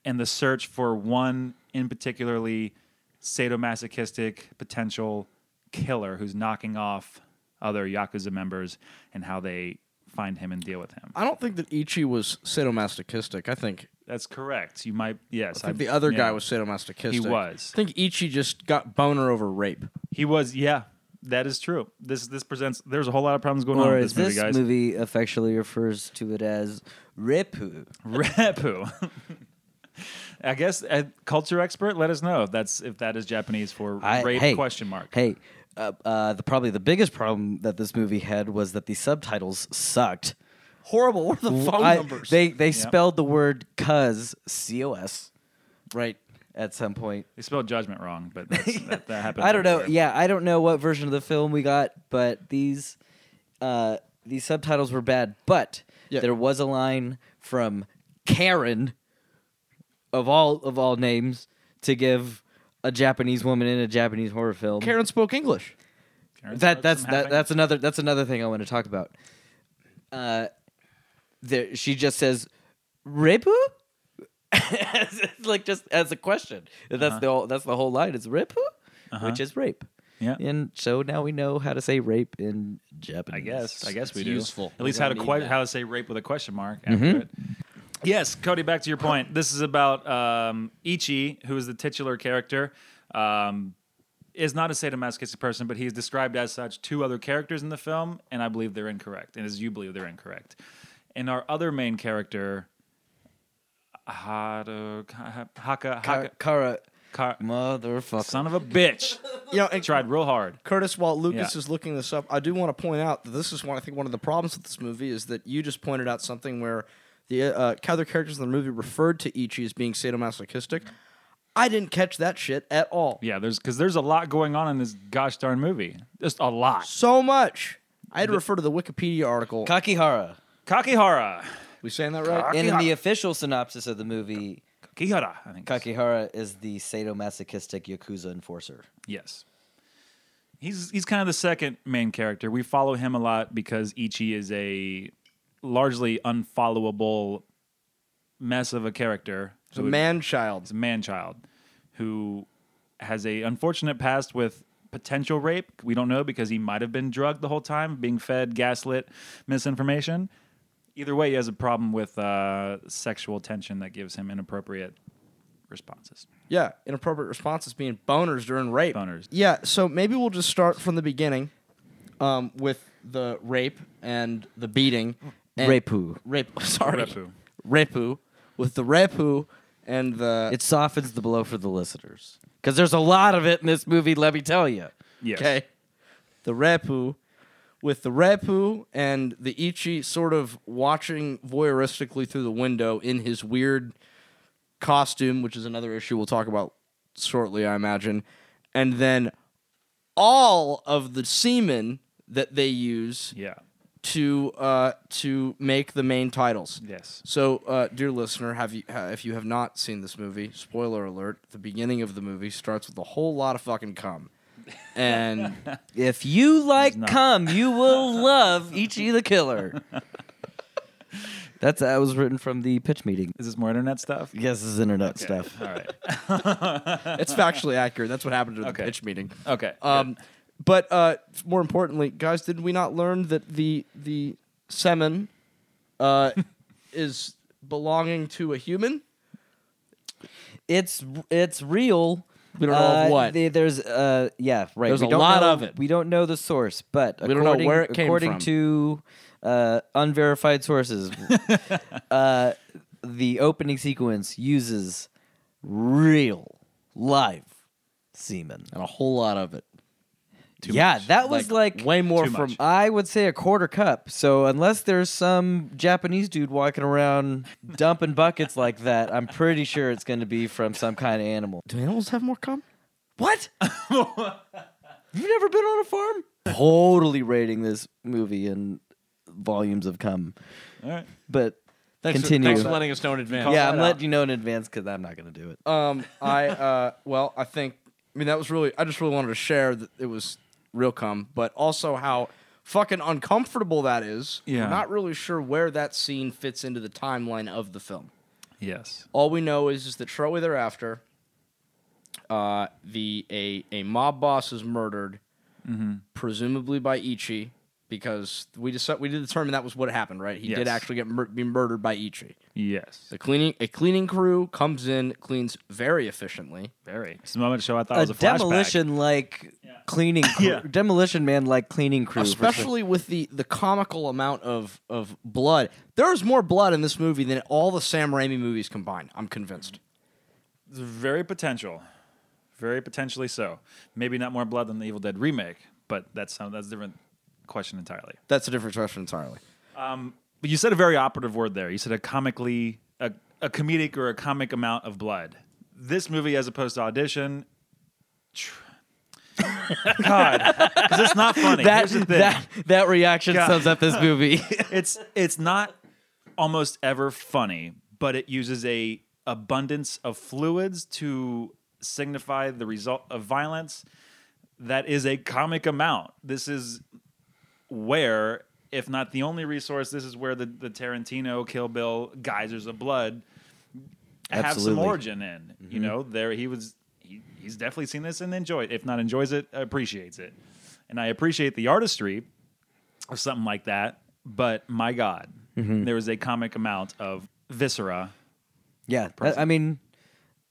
Speaker 3: and the search for one in particularly sadomasochistic potential killer who's knocking off other yakuza members and how they find him and deal with him.
Speaker 6: I don't think that Ichi was sadomasochistic. I think
Speaker 3: That's correct. You might yes.
Speaker 6: I think
Speaker 3: I-
Speaker 6: the other
Speaker 3: yeah.
Speaker 6: guy was sadomasochistic.
Speaker 3: He was.
Speaker 6: I think Ichi just got boner over rape.
Speaker 3: He was yeah. That is true. This this presents there's a whole lot of problems going on
Speaker 4: Or
Speaker 3: with
Speaker 4: as
Speaker 3: this movie
Speaker 4: this
Speaker 3: guys.
Speaker 4: movie affectually refers to it as Repu.
Speaker 3: Repu. I guess a culture expert, let us know if that's if that is Japanese for
Speaker 4: I-
Speaker 3: rape
Speaker 4: hey,
Speaker 3: question mark.
Speaker 4: Hey, uh, uh, the probably the biggest problem that this movie had was that the subtitles sucked.
Speaker 6: Horrible. What are the phone
Speaker 4: I-
Speaker 6: numbers?
Speaker 4: They they spelled the word cuz C O S right
Speaker 3: Mm.
Speaker 4: at some point.
Speaker 3: They spelled judgment wrong, but that's, that, that happens.
Speaker 4: I don't know.
Speaker 3: everywhere.
Speaker 4: Yeah, I don't know what version of the film we got, but these uh, these subtitles were bad. But
Speaker 6: Yeah.
Speaker 4: there was a line from Karen of all of all names to give a Japanese woman in a Japanese horror film.
Speaker 6: Karen spoke English.
Speaker 3: Karen's
Speaker 4: that
Speaker 3: got
Speaker 4: that's
Speaker 3: some
Speaker 4: that,
Speaker 3: half-
Speaker 4: that's another that's another thing I want to talk about. Uh, there she just says "ripu," As- like just as a question. And
Speaker 3: Uh-huh.
Speaker 4: That's the whole, that's the whole line. It's "ripu," which is rape.
Speaker 3: Yeah.
Speaker 4: and so now we know how to say rape in Japanese.
Speaker 3: I guess. I guess we
Speaker 6: It's
Speaker 3: do.
Speaker 6: useful.
Speaker 3: At least
Speaker 6: We're
Speaker 3: how to
Speaker 6: gonna
Speaker 3: que-
Speaker 6: need Mm-hmm.
Speaker 3: how to say rape with a question mark after it. Yes, Cody. Back to your point. This is about um, Ichi, who is the titular character. Um, is not a sadomasochistic person, but he is described as such two other characters in the film, and I believe they're incorrect, and as you believe they're incorrect. And our other main character, Haru, Haka, Haka,
Speaker 4: Kara, Kara
Speaker 3: Kara-
Speaker 4: motherfucker.
Speaker 3: son of a bitch,
Speaker 6: You know, and
Speaker 3: tried real hard.
Speaker 6: Curtis, while Lucas
Speaker 3: Yeah.
Speaker 6: is looking this up, I do want to point out that this is one I think one of the problems with this movie is that you just pointed out something where the uh, other characters in the movie referred to Ichi as being sadomasochistic. I didn't catch that shit at all.
Speaker 3: Yeah, there's because there's a lot going on in this gosh darn movie. Just a lot.
Speaker 6: So much. I had to refer to the Wikipedia article.
Speaker 4: Kakihara.
Speaker 3: Kakihara.
Speaker 6: we saying that right?
Speaker 4: And in the official synopsis of the movie,
Speaker 3: Kakihara, I think.
Speaker 4: Kakihara is the sadomasochistic yakuza enforcer.
Speaker 3: Yes. He's he's kind of the second main character. We follow him a lot because Ichi is a largely unfollowable mess of a character.
Speaker 6: It's a man child.
Speaker 3: It's a man child who has a unfortunate past with potential rape. We don't know because he might have been drugged the whole time, being fed gaslit misinformation. Either way, he has a problem with uh, sexual tension that gives him inappropriate responses.
Speaker 6: Yeah, inappropriate responses being boners during rape.
Speaker 3: Boners.
Speaker 6: Yeah, so maybe we'll just start from the beginning um, with the rape and the beating. And
Speaker 4: Rapu.
Speaker 6: Rape. Sorry.
Speaker 3: Repu.
Speaker 6: Repu. With the repu and the.
Speaker 4: It softens the blow for the listeners because there's a lot of it in this movie. Let me tell you.
Speaker 3: Yes.
Speaker 6: Okay. The repu. With the repu and the ichi sort of watching voyeuristically through the window in his weird costume, which is another issue we'll talk about shortly, I imagine. And then all of the semen that they use
Speaker 3: Yeah.
Speaker 6: to uh, to make the main titles.
Speaker 3: Yes.
Speaker 6: So, uh, dear listener, have you uh, if you have not seen this movie, spoiler alert: the beginning of the movie starts with a whole lot of fucking cum, and
Speaker 4: If you like
Speaker 3: not.
Speaker 4: cum, you will love Ichi the Killer. That's that was written from the pitch meeting.
Speaker 3: Is this more internet stuff?
Speaker 4: Yes, this is internet stuff.
Speaker 3: All right.
Speaker 6: it's factually accurate. That's what happened at the
Speaker 3: Okay.
Speaker 6: pitch meeting.
Speaker 3: Okay.
Speaker 6: Um, but uh, more importantly, guys, did we not learn that the the semen uh, is belonging to a human?
Speaker 4: It's it's real.
Speaker 6: We don't know of
Speaker 4: Uh,
Speaker 6: what.
Speaker 4: the- there's uh yeah right.
Speaker 6: There's
Speaker 4: We
Speaker 6: a
Speaker 4: don't
Speaker 6: lot
Speaker 4: know-
Speaker 6: of it.
Speaker 4: We don't know the source, but
Speaker 6: We don't know
Speaker 4: according-
Speaker 6: where it came
Speaker 4: according
Speaker 6: from.
Speaker 4: to uh, unverified sources, uh, the opening sequence uses real live semen.
Speaker 6: And a whole lot of it.
Speaker 4: yeah, that was like,
Speaker 6: way more
Speaker 3: Too
Speaker 6: from
Speaker 3: much.
Speaker 4: I would say a quarter cup. So unless there's some Japanese dude walking around dumping buckets like that, I'm pretty sure it's going to be from some kind of animal.
Speaker 6: Do animals have more cum?
Speaker 4: What? You've never been on a farm? Totally rating this movie in volumes of cum.
Speaker 3: All right.
Speaker 4: But
Speaker 6: Thanks for-
Speaker 4: continue.
Speaker 6: thanks for letting
Speaker 4: us know in advance. Yeah, I'm letting you know in advance because I'm not going to do it.
Speaker 6: Um, I uh, well, I think I mean that was really I just really wanted to share that it was real cum, but also how fucking uncomfortable that is.
Speaker 3: Yeah.
Speaker 6: I'm not really sure where that scene fits into the timeline of the film.
Speaker 3: Yes.
Speaker 6: All we know is, is that shortly thereafter, uh, the a a mob boss is murdered,
Speaker 3: Mm-hmm.
Speaker 6: presumably by Ichi, because we just we did determine that was what happened, right? He
Speaker 3: Yes.
Speaker 6: did actually get mur- be murdered by Ichi.
Speaker 3: Yes.
Speaker 6: The cleaning a cleaning crew comes in, cleans very efficiently.
Speaker 3: Very. It's a moment show I thought
Speaker 4: A
Speaker 3: was a flashback.
Speaker 4: demolition like cleaning, crew,
Speaker 3: Yeah.
Speaker 4: demolition man like cleaning crew. for sure.
Speaker 6: especially with the the comical amount of of blood. There's more blood in this movie than all the Sam Raimi movies combined. I'm convinced.
Speaker 3: Very potential. Very potentially so. Maybe not more blood than the Evil Dead remake, but that's some- that's a different question entirely.
Speaker 5: That's a different question entirely.
Speaker 3: But you said a very operative word there. You said a comically a, a comedic or a comic amount of blood. This movie, as opposed to audition, tr- God, because it's not funny.
Speaker 4: That,
Speaker 3: Here's the thing.
Speaker 4: that, that reaction
Speaker 3: God.
Speaker 4: sums up this movie.
Speaker 3: it's it's not almost ever funny, but it uses a abundance of fluids to signify the result of violence that is a comic amount. This is where, if not the only resource, this is where the, the Tarantino Kill Bill geysers of blood have some
Speaker 4: Absolutely.
Speaker 3: origin in. You know, there he was he, he's definitely seen this and enjoyed if not enjoys it, appreciates it. And I appreciate the artistry or something like that. But my God, there was a comic amount of viscera.
Speaker 4: Yeah, I- I, mean,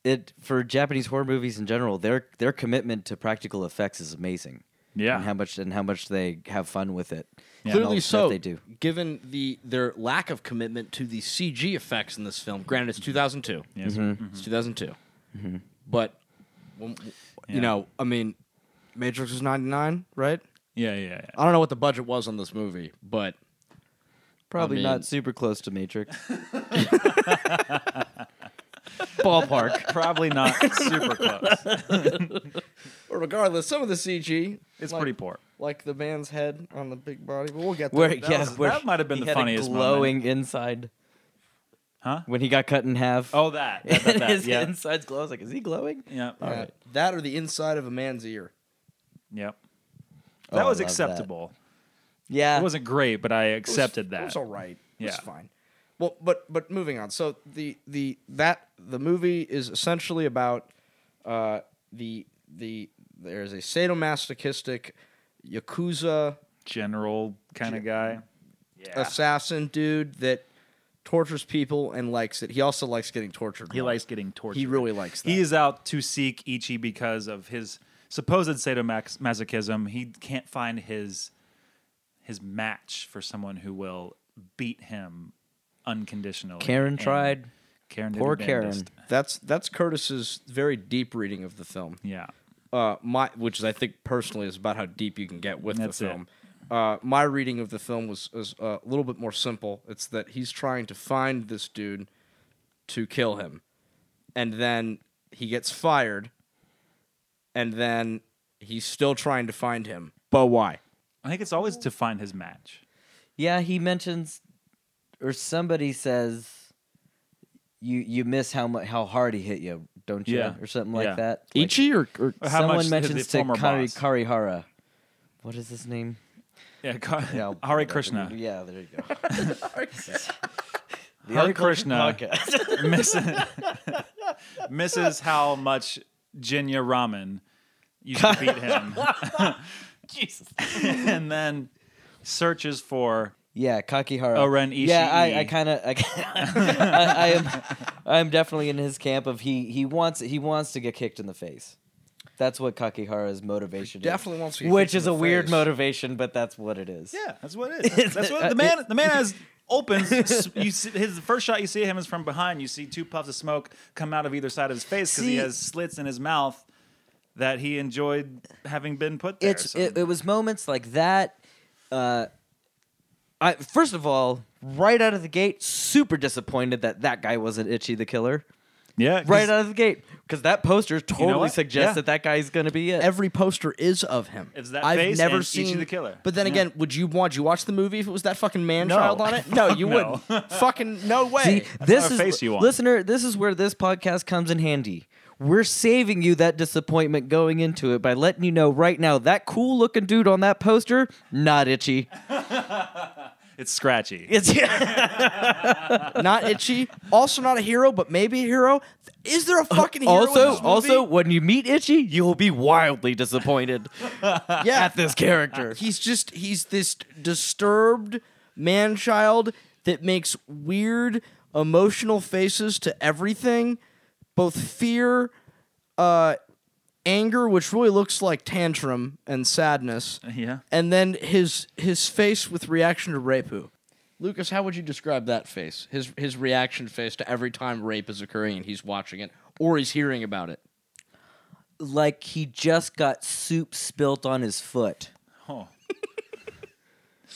Speaker 4: it for Japanese horror movies in general, their their commitment to practical effects is amazing.
Speaker 3: Yeah.
Speaker 4: and how much and how much they have fun with it. and all
Speaker 6: Clearly
Speaker 4: the
Speaker 6: so.
Speaker 4: stuff they do.
Speaker 6: Given the their lack of commitment to the CG effects in this film, granted
Speaker 4: Mm-hmm.
Speaker 6: it's 2002.
Speaker 3: Yes.
Speaker 6: It's 2002. But when-
Speaker 3: Yeah.
Speaker 6: you know, I mean, Matrix was 99, right?
Speaker 3: Yeah, yeah, yeah.
Speaker 6: I don't know what the budget was on this movie, but
Speaker 4: Probably
Speaker 6: mean-
Speaker 4: not super close to Matrix.
Speaker 5: Ballpark.
Speaker 3: Probably not super close.
Speaker 6: Well, regardless, some of the CG,
Speaker 3: It's
Speaker 6: like-
Speaker 3: pretty poor.
Speaker 6: like the man's head on the big body, but we'll get there.
Speaker 4: Where
Speaker 6: That
Speaker 4: yeah,
Speaker 3: was-
Speaker 4: where
Speaker 3: that might have been
Speaker 4: he
Speaker 3: the
Speaker 4: had a
Speaker 3: funniest moment.
Speaker 4: glowing inside.
Speaker 3: Huh?
Speaker 4: When he got cut in half.
Speaker 3: Oh, that. that, that, that,
Speaker 4: his
Speaker 3: yeah.
Speaker 4: insides glow. I was like, is he glowing?
Speaker 3: yeah.
Speaker 6: was- that or the inside of a man's ear.
Speaker 3: Yep.
Speaker 4: Oh,
Speaker 3: That
Speaker 4: I love
Speaker 3: was
Speaker 4: that.
Speaker 3: acceptable.
Speaker 4: Yeah,
Speaker 3: It wasn't great, but I accepted that.
Speaker 6: It was all right. It was
Speaker 3: Yeah.
Speaker 6: fine. Well, but but moving on. So the the that the movie is essentially about uh, the the there's a sadomasochistic yakuza
Speaker 3: General kind of guy.
Speaker 6: assassin dude that tortures people and likes it. He also likes getting tortured.
Speaker 3: He
Speaker 6: more.
Speaker 3: likes getting tortured.
Speaker 6: He really likes that.
Speaker 3: He is out to seek Ichi because of his supposed sadomasochism. He can't find his his match for someone who will beat him unconditionally.
Speaker 4: Karen
Speaker 3: And
Speaker 4: tried.
Speaker 3: Karen did
Speaker 4: Poor
Speaker 3: her damnedest.
Speaker 6: that's that's Curtis's very deep reading of the film.
Speaker 3: Yeah.
Speaker 6: uh, my which is I think personally is about how deep you can get with
Speaker 3: That's
Speaker 6: the
Speaker 3: it.
Speaker 6: film. Uh, my reading of the film was, was a little bit more simple. It's that he's trying to find this dude to kill him, and then he gets fired, and then he's still trying to find him. But why?
Speaker 3: I think it's always to find his match.
Speaker 4: Yeah, he mentions or somebody says you you miss how much how hard he hit you, don't you?
Speaker 3: Yeah,
Speaker 4: Or something like
Speaker 3: yeah.
Speaker 4: that. Like,
Speaker 5: Ichi or, or
Speaker 3: Or how
Speaker 4: someone
Speaker 3: much
Speaker 4: mentions
Speaker 3: his
Speaker 4: to
Speaker 3: former
Speaker 4: Kari,
Speaker 3: boss.
Speaker 4: Karihara. What is his name?
Speaker 3: yeah, Ka-
Speaker 4: Yeah,
Speaker 3: Hare
Speaker 4: whatever.
Speaker 3: Krishna.
Speaker 4: Yeah, there you go. The
Speaker 3: Hare
Speaker 4: Oracle
Speaker 3: Krishna
Speaker 4: podcast.
Speaker 3: misses, misses how much Jinya Ramen used to beat him.
Speaker 9: Jesus.
Speaker 3: and then searches for
Speaker 4: yeah, Kakihara.
Speaker 3: Oren
Speaker 4: Yeah,
Speaker 3: Oh, Ishii.
Speaker 4: I, I kind of, I, I, I am, I'm definitely in his camp of he he wants he wants to get kicked in the face. That's what Kakihara's motivation is.
Speaker 6: Definitely wants to get
Speaker 4: which
Speaker 6: kicked in
Speaker 4: is
Speaker 6: the
Speaker 4: a weird
Speaker 6: face.
Speaker 4: motivation, but that's what it is.
Speaker 3: Yeah, that's what Uh, it is. That's what the man. The man has opens. You see, his the first shot you see him is from behind. You see two puffs of smoke come out of either side of his face because he
Speaker 4: See-
Speaker 3: has slits in his mouth that he enjoyed having been put there.
Speaker 4: it's
Speaker 3: so-
Speaker 4: it, it was moments like that. Uh, I first of all, right out of the gate, super disappointed that that guy wasn't Itchy the Killer.
Speaker 3: yeah, 'cause
Speaker 4: Right out of the gate, because that poster totally
Speaker 3: what?
Speaker 4: suggests
Speaker 3: Yeah.
Speaker 4: that that guy's going to be it.
Speaker 6: Every poster is of him.
Speaker 3: It's that
Speaker 6: I've
Speaker 3: face
Speaker 6: never
Speaker 3: and Ichi
Speaker 6: seen
Speaker 3: the Killer.
Speaker 6: But then
Speaker 3: Yeah.
Speaker 6: again, would you want you watch the movie if it was that fucking man child on it? No, you
Speaker 3: no.
Speaker 6: wouldn't. fucking no way.
Speaker 4: See, this
Speaker 3: not a
Speaker 4: is
Speaker 3: face you want.
Speaker 4: listener. This is where this podcast comes in handy. We're saving you that disappointment going into it by letting you know right now that cool looking dude on that poster, not itchy.
Speaker 3: it's scratchy.
Speaker 4: It's
Speaker 6: not itchy. Also not a hero, but maybe a hero. Is there a fucking hero? in
Speaker 4: also
Speaker 6: this movie?
Speaker 4: also when you meet itchy, you'll be wildly disappointed
Speaker 6: yeah.
Speaker 4: at this character.
Speaker 6: Uh, He's just he's this disturbed man child that makes weird emotional faces to everything, both fear, uh, anger, which really looks like tantrum and sadness.
Speaker 3: Yeah.
Speaker 6: And then his his face with reaction to Rapu. Lucas, how would you describe that face? His his reaction face to every time rape is occurring and he's watching it or he's hearing about it.
Speaker 4: Like he just got soup spilt on his foot.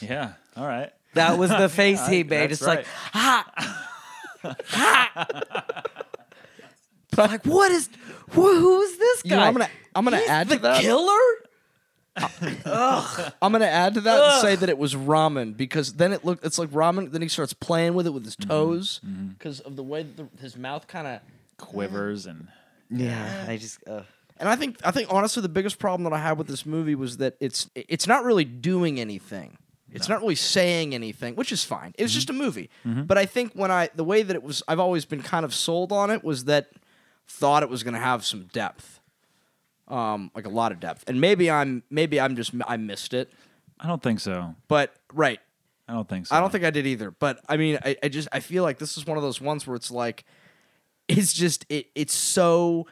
Speaker 3: Yeah. All right.
Speaker 4: That was the face he made.
Speaker 3: that's
Speaker 4: It's
Speaker 3: right.
Speaker 4: like, ha! Ha! But like, what is, wh- who's this guy?
Speaker 6: You know, I'm gonna I'm gonna add to that.
Speaker 4: Killer?
Speaker 6: I'm gonna add to that and say that it was ramen because then it looked it's like ramen. Then he starts playing with it with his toes because of the way the, his mouth kind of.
Speaker 3: Quivers and
Speaker 4: Yeah, I just, uh,
Speaker 6: And I think I think honestly the biggest problem that I had with this movie was that it's it's not really doing anything. It's not really saying anything, which is fine. It was just a movie. But I think when I the way that it was I've always been kind of sold on it was that thought it was going to have some depth. Um like a lot of depth. And maybe I'm maybe I'm just I missed it.
Speaker 3: I don't think so.
Speaker 6: But right,
Speaker 3: I don't think so.
Speaker 6: I don't think I did either. But I mean, I, I just I feel like this is one of those ones where it's like, it's just it it's so.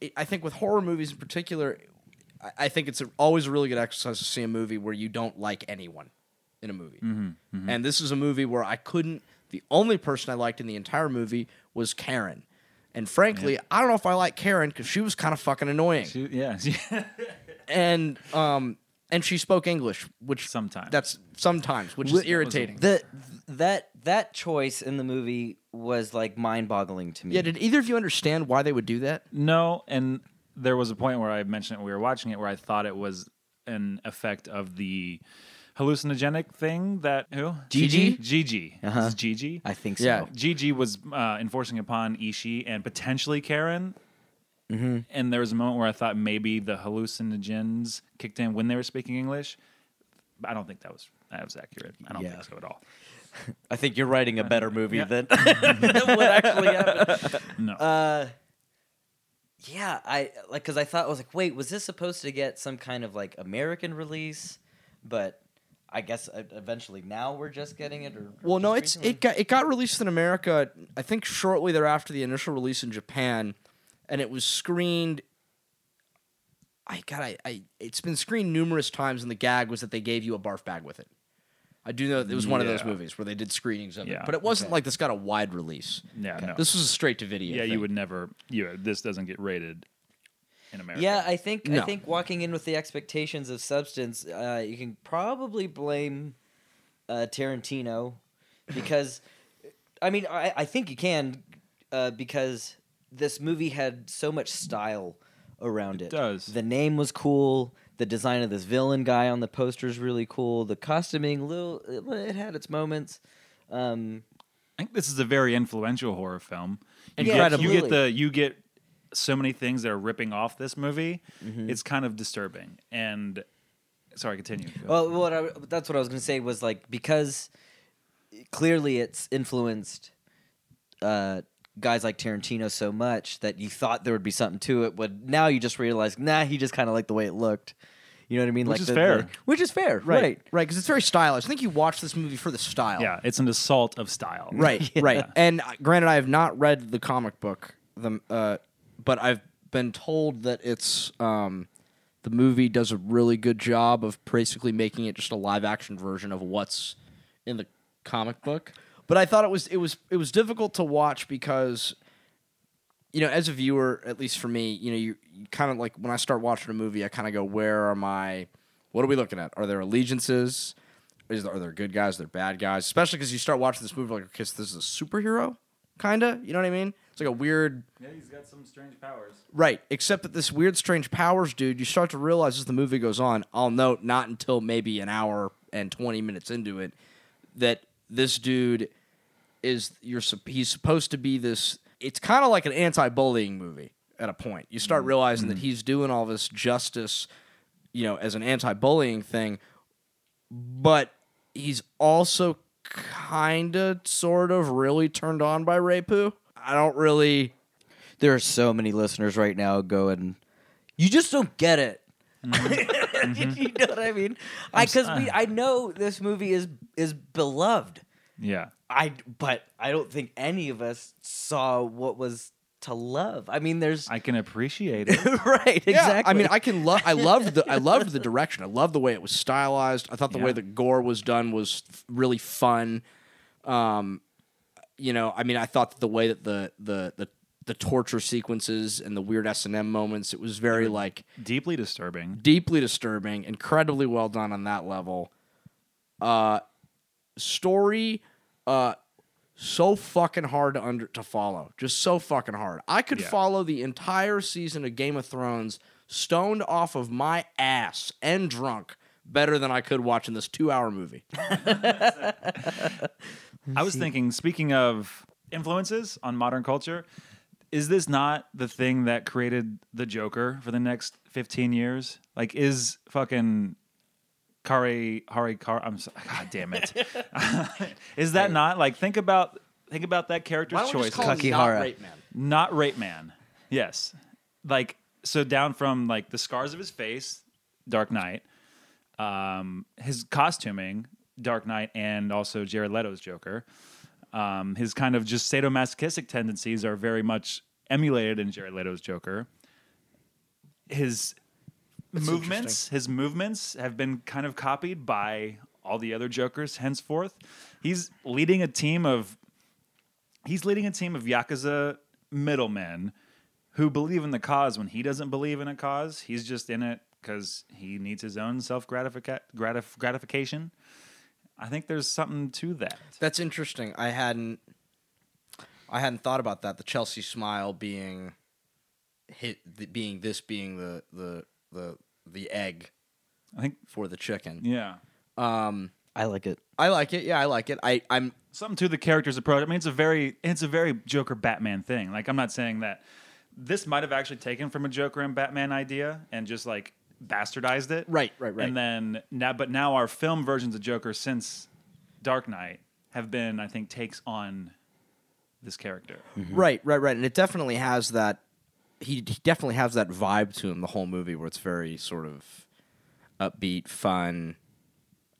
Speaker 6: It, I think with horror movies in particular, I, I think it's a, always a really good exercise to see a movie where you don't like anyone in a movie.
Speaker 3: Mm-hmm,
Speaker 6: And this is a movie where I couldn't. The only person I liked in the entire movie was Karen. And frankly, I don't know if I like Karen because she was kind of fucking annoying
Speaker 3: She- yeah.
Speaker 6: and um and she spoke English, which
Speaker 3: Sometimes.
Speaker 6: that's sometimes, which is irritating.
Speaker 4: the, that, that choice in the movie was like mind boggling to me.
Speaker 6: yeah, did either of you understand why they would do that?
Speaker 3: no, and there was a point where I mentioned it when we were watching it where I thought it was an effect of the hallucinogenic thing that who?
Speaker 4: Gigi? Uh-huh.
Speaker 3: Gigi. This is Gigi.
Speaker 4: I think so.
Speaker 6: Yeah.
Speaker 3: Gigi was uh, enforcing upon Ishii and potentially Karen.
Speaker 4: Mm-hmm.
Speaker 3: And there was a moment where I thought maybe the hallucinogens kicked in when they were speaking English. But I don't think that was that was accurate. I don't
Speaker 4: Yeah.
Speaker 3: think so at all.
Speaker 4: I think you're writing
Speaker 6: Uh,
Speaker 4: a better movie than, than what actually happened.
Speaker 3: No.
Speaker 4: Uh, yeah, I like because I thought I was like, wait, was this supposed to get some kind of like American release? But I guess uh, eventually now we're just getting it. Or, or
Speaker 6: Well, no,
Speaker 4: just
Speaker 6: it's
Speaker 4: recently?
Speaker 6: it got it got released in America. I think shortly thereafter the initial release in Japan, and it was screened. I God, I, I it's been screened numerous times, and the gag was that they gave you a barf bag with it. I do know it was one of those
Speaker 3: Yeah.
Speaker 6: movies where they did screenings of
Speaker 3: Yeah.
Speaker 6: it, but it wasn't like this got a wide release.
Speaker 3: yeah, no.
Speaker 6: This was a straight to video.
Speaker 3: yeah, you
Speaker 6: thing.
Speaker 3: would never. You this doesn't get rated in America.
Speaker 4: Yeah, I think
Speaker 6: No.
Speaker 4: I think walking in with the expectations of substance, uh, you can probably blame uh, Tarantino because, I mean, I, I think you can uh, because this movie had so much style around it.
Speaker 3: does.
Speaker 4: the name was cool. The design of this villain guy on the poster is really cool. The costuming, little, it had its moments. Um,
Speaker 3: I think this is a very influential horror film. You
Speaker 4: Yeah,
Speaker 3: get, you get
Speaker 4: absolutely.
Speaker 3: the you get so many things that are ripping off this movie. It's kind of disturbing. And sorry, continue.
Speaker 4: Well, what I, that's what I was going to say was like because clearly it's influenced uh, guys like Tarantino so much that you thought there would be something to it, but now you just realize, nah, he just kind of liked the way it looked. You know what I mean?
Speaker 3: Which
Speaker 4: like
Speaker 3: is
Speaker 4: the-
Speaker 3: fair.
Speaker 4: the- which is fair, right?
Speaker 6: right, right, because it's very stylish. I think you watched this movie for the style.
Speaker 3: yeah, it's an assault of style.
Speaker 6: Right, right. And uh, granted, I have not read the comic book, the, uh, but I've been told that it's um, the movie does a really good job of basically making it just a live action version of what's in the comic book. But I thought it was it was it was difficult to watch because you know, as a viewer, at least for me, you know, you, you kind of like when I start watching a movie, I kind of go, where are my, what are we looking at? Are there allegiances? Is there, are there good guys? Are there bad guys? Especially because you start watching this movie, like, okay, so this is a superhero, kind of. You know what I mean? It's like a weird,
Speaker 3: Yeah, he's got some strange powers.
Speaker 6: right? Except that this weird, strange powers dude, you start to realize as the movie goes on, I'll note not until maybe an hour and 20 minutes into it, that this dude is you're sup- he's supposed to be this it's kind of like an anti-bullying movie at a point you start realizing that he's doing all this justice you know as an anti-bullying thing but he's also kind of sort of really turned on by Rapu I don't really
Speaker 4: There are so many listeners right now going, you just don't get it.
Speaker 3: Mm-hmm.
Speaker 4: you know what I mean? I because we
Speaker 3: uh.
Speaker 4: I know this movie is is beloved.
Speaker 3: Yeah.
Speaker 4: I but I don't think any of us saw what was to love. I mean, there's
Speaker 3: I can appreciate it.
Speaker 4: right, exactly.
Speaker 6: Yeah, I mean, I can love. I loved the. I loved the direction. I loved the way it was stylized. I thought the
Speaker 3: Yeah.
Speaker 6: way the gore was done was f- really fun. Um, you know, I mean, I thought that the way that the the the the torture sequences and the weird S and M moments. It was very like
Speaker 3: Deeply disturbing.
Speaker 6: deeply disturbing, incredibly well done on that level. Uh, story, uh, so fucking hard to under to follow, just so fucking hard. I could
Speaker 3: Yeah.
Speaker 6: follow the entire season of Game of Thrones stoned off of my ass and drunk better than I could watching this two-hour movie.
Speaker 3: I was thinking, speaking of influences on modern culture, is this not the thing that created the Joker for the next 15 years? Like, is fucking Kari Hari Kar? I'm so, God damn it. is that not like think about think about that character's choice?
Speaker 4: him Kakihara. Not Rape
Speaker 6: man?
Speaker 3: not rape man. Yes, like so down from like the scars of his face, Dark Knight, um, his costuming, Dark Knight, and also Jared Leto's Joker. Um, his kind of just sadomasochistic tendencies are very much emulated in Jared Leto's Joker. His movements, his movements have been kind of copied by all the other Jokers. Henceforth, he's leading a team of he's leading a team of yakuza middlemen who believe in the cause when he doesn't believe in a cause he's just in it because he needs his own self gratif- gratification i think there's something to that
Speaker 6: That's interesting. I hadn't I hadn't thought about that. The Chelsea smile being hit the, being this being the the the the egg
Speaker 3: i think
Speaker 6: for the chicken.
Speaker 3: yeah
Speaker 4: I like it.
Speaker 6: I like it. Yeah, I like it. I I'm
Speaker 3: something to the character's approach i mean it's a very it's a very joker batman thing like i'm not saying that this might have actually taken from a joker and batman idea and just like bastardized it
Speaker 6: Right, right, right.
Speaker 3: and then now but now our film versions of joker since dark knight have been i think takes on this character
Speaker 6: right, right, right. And it definitely has that he, he definitely has that vibe to him the whole movie where it's very sort of upbeat, fun.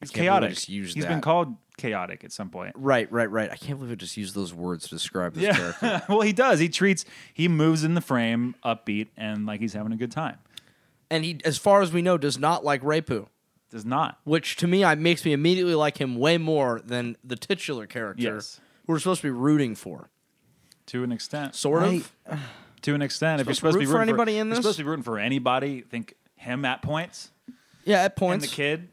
Speaker 3: It's
Speaker 6: can't believe I
Speaker 3: chaotic.
Speaker 6: just used
Speaker 3: He's been
Speaker 6: that.
Speaker 3: called chaotic at some point.
Speaker 6: Right, right, right. I can't believe I just used those words to describe this character.
Speaker 3: well, he does. He treats. He moves in the frame, upbeat, and like he's having a good time.
Speaker 6: And he as far as we know does not like Repu.
Speaker 3: Does not.
Speaker 6: which to me I makes me immediately like him way more than the titular character
Speaker 3: Yes.
Speaker 6: who we're supposed to be rooting for.
Speaker 3: To an extent.
Speaker 6: Sort of.
Speaker 3: to an extent, if you're supposed
Speaker 6: Supposed to
Speaker 3: to be
Speaker 6: root for
Speaker 3: rooting
Speaker 6: anybody in
Speaker 3: you're
Speaker 6: this?
Speaker 3: supposed to be rooting for anybody. Think him at points,
Speaker 6: Yeah, at
Speaker 3: and
Speaker 6: points.
Speaker 3: the kid,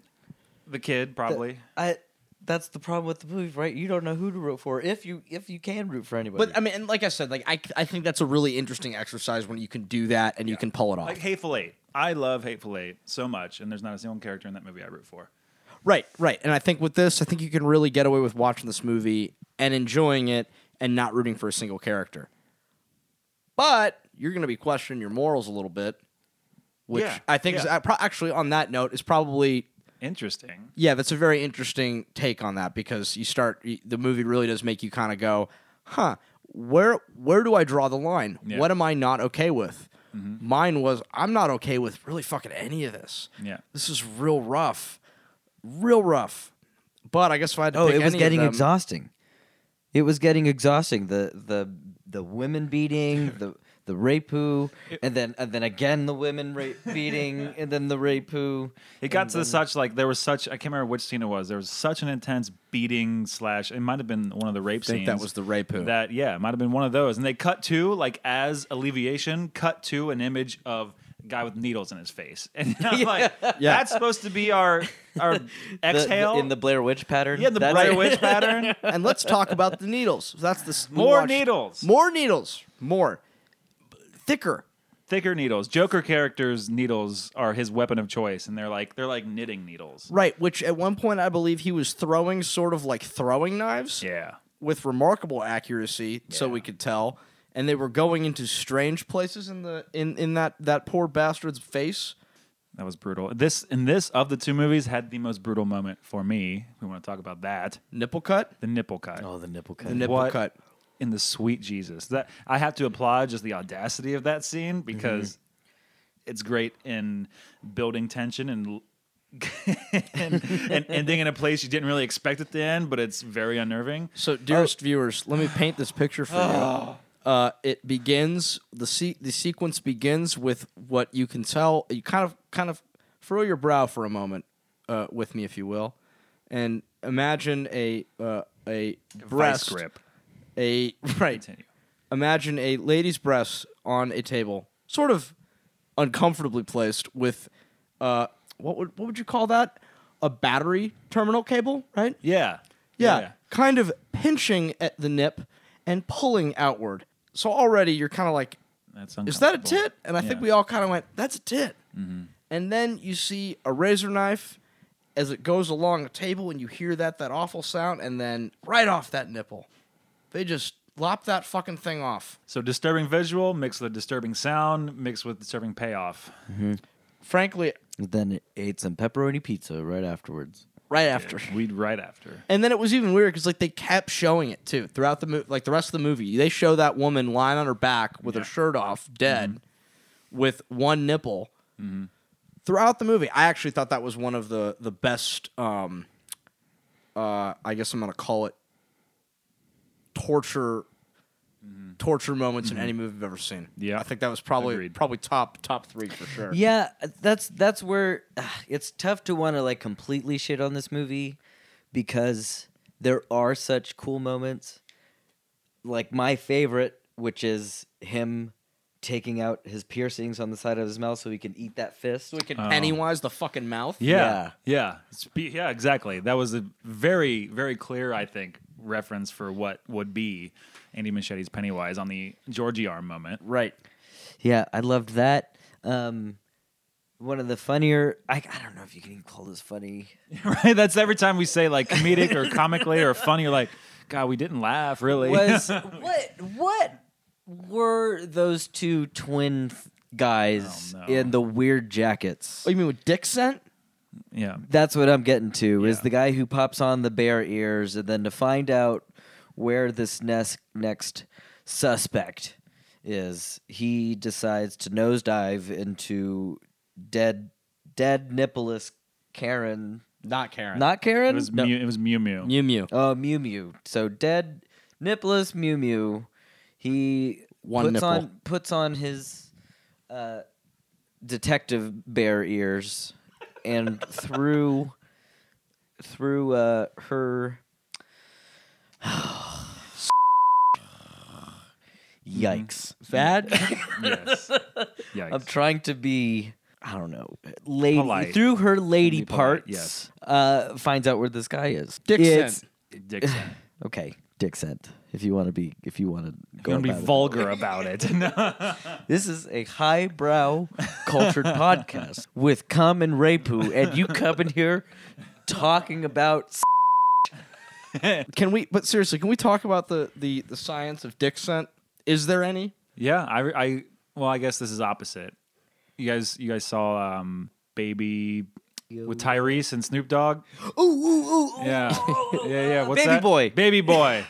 Speaker 3: the kid probably.
Speaker 4: I. That's the problem with the movie, right? You don't know who to root for if you if you can root for anybody.
Speaker 6: But uh, I mean, and like I said, like I, I think that's a really interesting exercise when you can do that and you can pull it off.
Speaker 3: like Hateful Eight. I love Hateful Eight so much, and there's not a single character in that movie I root for.
Speaker 6: right, right. And I think with this, I think you can really get away with watching this movie and enjoying it and not rooting for a single character. But you're going to be questioning your morals a little bit, which
Speaker 3: Yeah,
Speaker 6: I think is
Speaker 3: yeah.
Speaker 6: uh, pro- actually on that note is probably
Speaker 3: Interesting.
Speaker 6: Yeah, that's a very interesting take on that because you start y- the movie really does make you kind of go, "Huh, where where do I draw the line?
Speaker 3: Yeah. Mm-hmm.
Speaker 6: What am I not okay with?" Mine was I'm not okay with really fucking any of this.
Speaker 3: Yeah.
Speaker 6: This is real rough. Real rough. But I guess if I had to
Speaker 4: Oh,
Speaker 6: pick
Speaker 4: it was
Speaker 6: any of
Speaker 4: getting
Speaker 6: them-
Speaker 4: exhausting. It was getting exhausting. The the the women beating, the the rape poo, and then and then again the women rape beating, and then the rape poo.
Speaker 3: It got to such like there was such I can't remember which scene it was. There was such an intense beating slash. It might have been one of the rape scenes.
Speaker 6: think that was the rape who.
Speaker 3: That yeah, it might have been one of those. And they cut to like as alleviation, cut to an image of a guy with needles in his face, and I'm like, that's supposed to be our our
Speaker 4: The- the-
Speaker 3: exhale
Speaker 4: in the Blair Witch pattern.
Speaker 3: yeah the
Speaker 4: That's-
Speaker 3: Blair Witch pattern.
Speaker 6: and let's talk about the needles. That's the s- we
Speaker 3: More
Speaker 6: watched-
Speaker 3: needles.
Speaker 6: More needles. More thicker.
Speaker 3: Thicker needles. Joker characters' needles are his weapon of choice, and they're like they're like knitting needles.
Speaker 6: Right, which at one point I believe he was throwing sort of like throwing knives.
Speaker 3: Yeah.
Speaker 6: with remarkable accuracy, so we could tell. And they were going into strange places in the in, in that that poor bastard's face.
Speaker 3: That was brutal. This and this of the two movies had the most brutal moment for me. We want to talk about that.
Speaker 6: Nipple cut,
Speaker 3: The nipple cut.
Speaker 4: Oh, the nipple cut.
Speaker 6: the nipple
Speaker 3: What
Speaker 6: cut.
Speaker 3: in the sweet Jesus. That I have to applaud just the audacity of that
Speaker 6: Mm-hmm.
Speaker 3: scene because it's great in building tension and, and and ending in a place you didn't really expect it to end, but it's very unnerving.
Speaker 6: So, dearest viewers, let me paint this picture for
Speaker 3: Oh.
Speaker 6: you. Uh, it begins the se- the sequence begins with what you can tell. You kind of kind of furrow your brow for a moment uh, with me, if you will, and imagine a uh, a breast
Speaker 3: grip.
Speaker 6: a right
Speaker 3: Continue.
Speaker 6: imagine a lady's breasts on a table, sort of uncomfortably placed with uh, what would what would you call that? A battery terminal cable, right?
Speaker 3: Yeah.
Speaker 6: Yeah, kind of pinching at the nip and pulling outward. So already you're kind of like,
Speaker 3: That's
Speaker 6: is that a
Speaker 3: uncomfortable.
Speaker 6: tit? And I think
Speaker 3: Yeah. Mm-hmm.
Speaker 6: we all kind of went, that's a tit. And then you see a razor knife as it goes along a table and you hear that, that awful sound, and then right off that nipple. They just lop that fucking thing off.
Speaker 3: So disturbing visual mixed with disturbing sound mixed with disturbing payoff.
Speaker 6: Frankly,
Speaker 4: Then it ate some pepperoni pizza right afterwards.
Speaker 6: right after.
Speaker 3: We'd right after.
Speaker 6: And then it was even weird because like they kept showing it too throughout the movie, like the rest of the movie. They show that woman lying on her back with her shirt off, dead,
Speaker 3: Mm-hmm.
Speaker 6: with one nipple. Throughout the movie, I actually thought that was one of the the best. Um, uh, I guess I'm gonna call it torture, torture moments in any movie I've ever seen.
Speaker 3: Mm-hmm. Yeah.
Speaker 6: I think that was probably
Speaker 3: Agreed.
Speaker 6: probably top top three for sure.
Speaker 4: Yeah, that's that's where ah, it's tough to want to like completely shit on this movie because there are such cool moments. Like my favorite, which is him taking out his piercings on the side of his mouth so he can eat that fist.
Speaker 6: So we can Pennywise the fucking mouth.
Speaker 3: Oh. Yeah. Yeah. Spe- yeah, exactly. That was a very, very clear, I think, reference for what would be Andy Machete's Pennywise on the Georgie arm moment.
Speaker 6: Right.
Speaker 4: Yeah, I loved that. Um, one of the funnier, I, I don't know if you can even call this funny.
Speaker 3: right? That's every time we say like comedic or comically or funny, you're like, God, we didn't laugh really.
Speaker 4: Was what what were those two twin f- guys
Speaker 3: no.
Speaker 4: in the weird jackets?
Speaker 6: Oh, you mean with dick scent?
Speaker 3: yeah.
Speaker 4: That's what I'm getting to is
Speaker 3: Yeah.
Speaker 4: the guy who pops on the bear ears and then to find out where this nes- next suspect is, he decides to nosedive into dead dead Nicholas Karen.
Speaker 6: Not Karen.
Speaker 4: Not Karen?
Speaker 3: It was
Speaker 4: No.
Speaker 3: Mew, it was Mew Mew.
Speaker 6: Mew Mew.
Speaker 4: Oh, Mew Mew. So dead Nicholas Mew Mew. He
Speaker 6: One
Speaker 4: puts
Speaker 6: nipple.
Speaker 4: on puts on his uh, detective bear ears and through through uh, her yikes.
Speaker 3: Mm-hmm.
Speaker 4: That
Speaker 3: Yes. Yikes.
Speaker 4: I'm trying to be I don't know. Lady
Speaker 3: Polite.
Speaker 4: through her lady
Speaker 3: Be polite,
Speaker 4: parts
Speaker 3: yes.
Speaker 4: uh finds out where this guy is.
Speaker 6: Dick
Speaker 4: It's-
Speaker 6: scent.
Speaker 3: Dixon.
Speaker 4: Okay, dick scent. If you want to be, if you want to go,
Speaker 3: Gonna be
Speaker 4: about it.
Speaker 3: vulgar about it. No.
Speaker 4: This is a highbrow, cultured podcast with cum and rapu, and you come in here talking about. s-
Speaker 6: Can we? But seriously, can we talk about the the the science of dick scent? Is there any?
Speaker 3: Yeah, I, I well, I guess this is opposite. You guys, you guys saw um, Baby with Tyrese and Snoop Dogg.
Speaker 4: Ooh, ooh, ooh, ooh.
Speaker 3: Yeah, yeah, yeah. What's
Speaker 4: Baby
Speaker 3: that?
Speaker 4: boy.
Speaker 3: Baby boy.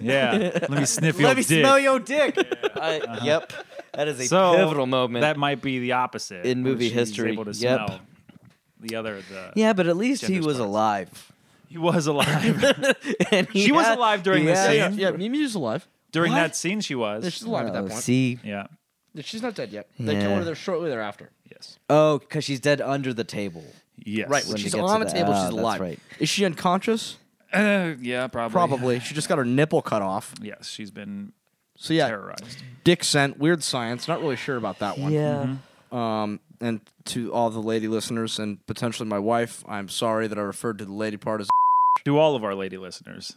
Speaker 3: yeah. Let me sniff your
Speaker 4: Let me
Speaker 3: dick. Uh-huh.
Speaker 4: smell your dick. I, Yep, that is a
Speaker 3: so
Speaker 4: pivotal moment.
Speaker 3: That might be the opposite
Speaker 4: In
Speaker 3: where
Speaker 4: movie
Speaker 3: she's
Speaker 4: history.
Speaker 3: Able to
Speaker 4: Yep.
Speaker 3: smell the other. The
Speaker 4: yeah, but at least he
Speaker 3: Gender's
Speaker 4: was
Speaker 3: parts.
Speaker 4: alive.
Speaker 3: he was alive
Speaker 4: And he
Speaker 3: She was
Speaker 4: had-
Speaker 3: alive during
Speaker 4: he
Speaker 3: this
Speaker 4: had-
Speaker 3: scene.
Speaker 6: Yeah, yeah Mew Mew's alive.
Speaker 3: during
Speaker 4: What?
Speaker 3: that scene. She
Speaker 6: Yeah,
Speaker 3: was.
Speaker 6: She's alive at
Speaker 4: Oh,
Speaker 6: that point.
Speaker 4: see,
Speaker 3: Yeah.
Speaker 6: She's not dead yet. They kill
Speaker 4: Yeah.
Speaker 6: her there shortly thereafter.
Speaker 3: Yes.
Speaker 4: oh, because she's dead under the table.
Speaker 3: Yes.
Speaker 6: Right. When
Speaker 4: When
Speaker 6: she's
Speaker 4: you get
Speaker 6: on
Speaker 4: to
Speaker 6: a
Speaker 4: the-
Speaker 6: table,
Speaker 4: ah,
Speaker 6: she's
Speaker 4: that's
Speaker 6: alive.
Speaker 4: right.
Speaker 6: Is she unconscious?
Speaker 3: Uh, yeah. Probably.
Speaker 6: Probably. she just got her nipple cut off.
Speaker 3: Yes. She's been
Speaker 6: So yeah,
Speaker 3: terrorized.
Speaker 6: dick scent. Weird science. Not really sure about that one.
Speaker 3: Mm-hmm.
Speaker 4: Yeah.
Speaker 6: Um, and to all the lady listeners and potentially my wife, I'm sorry that I referred to the lady part as.
Speaker 3: to all of our lady listeners,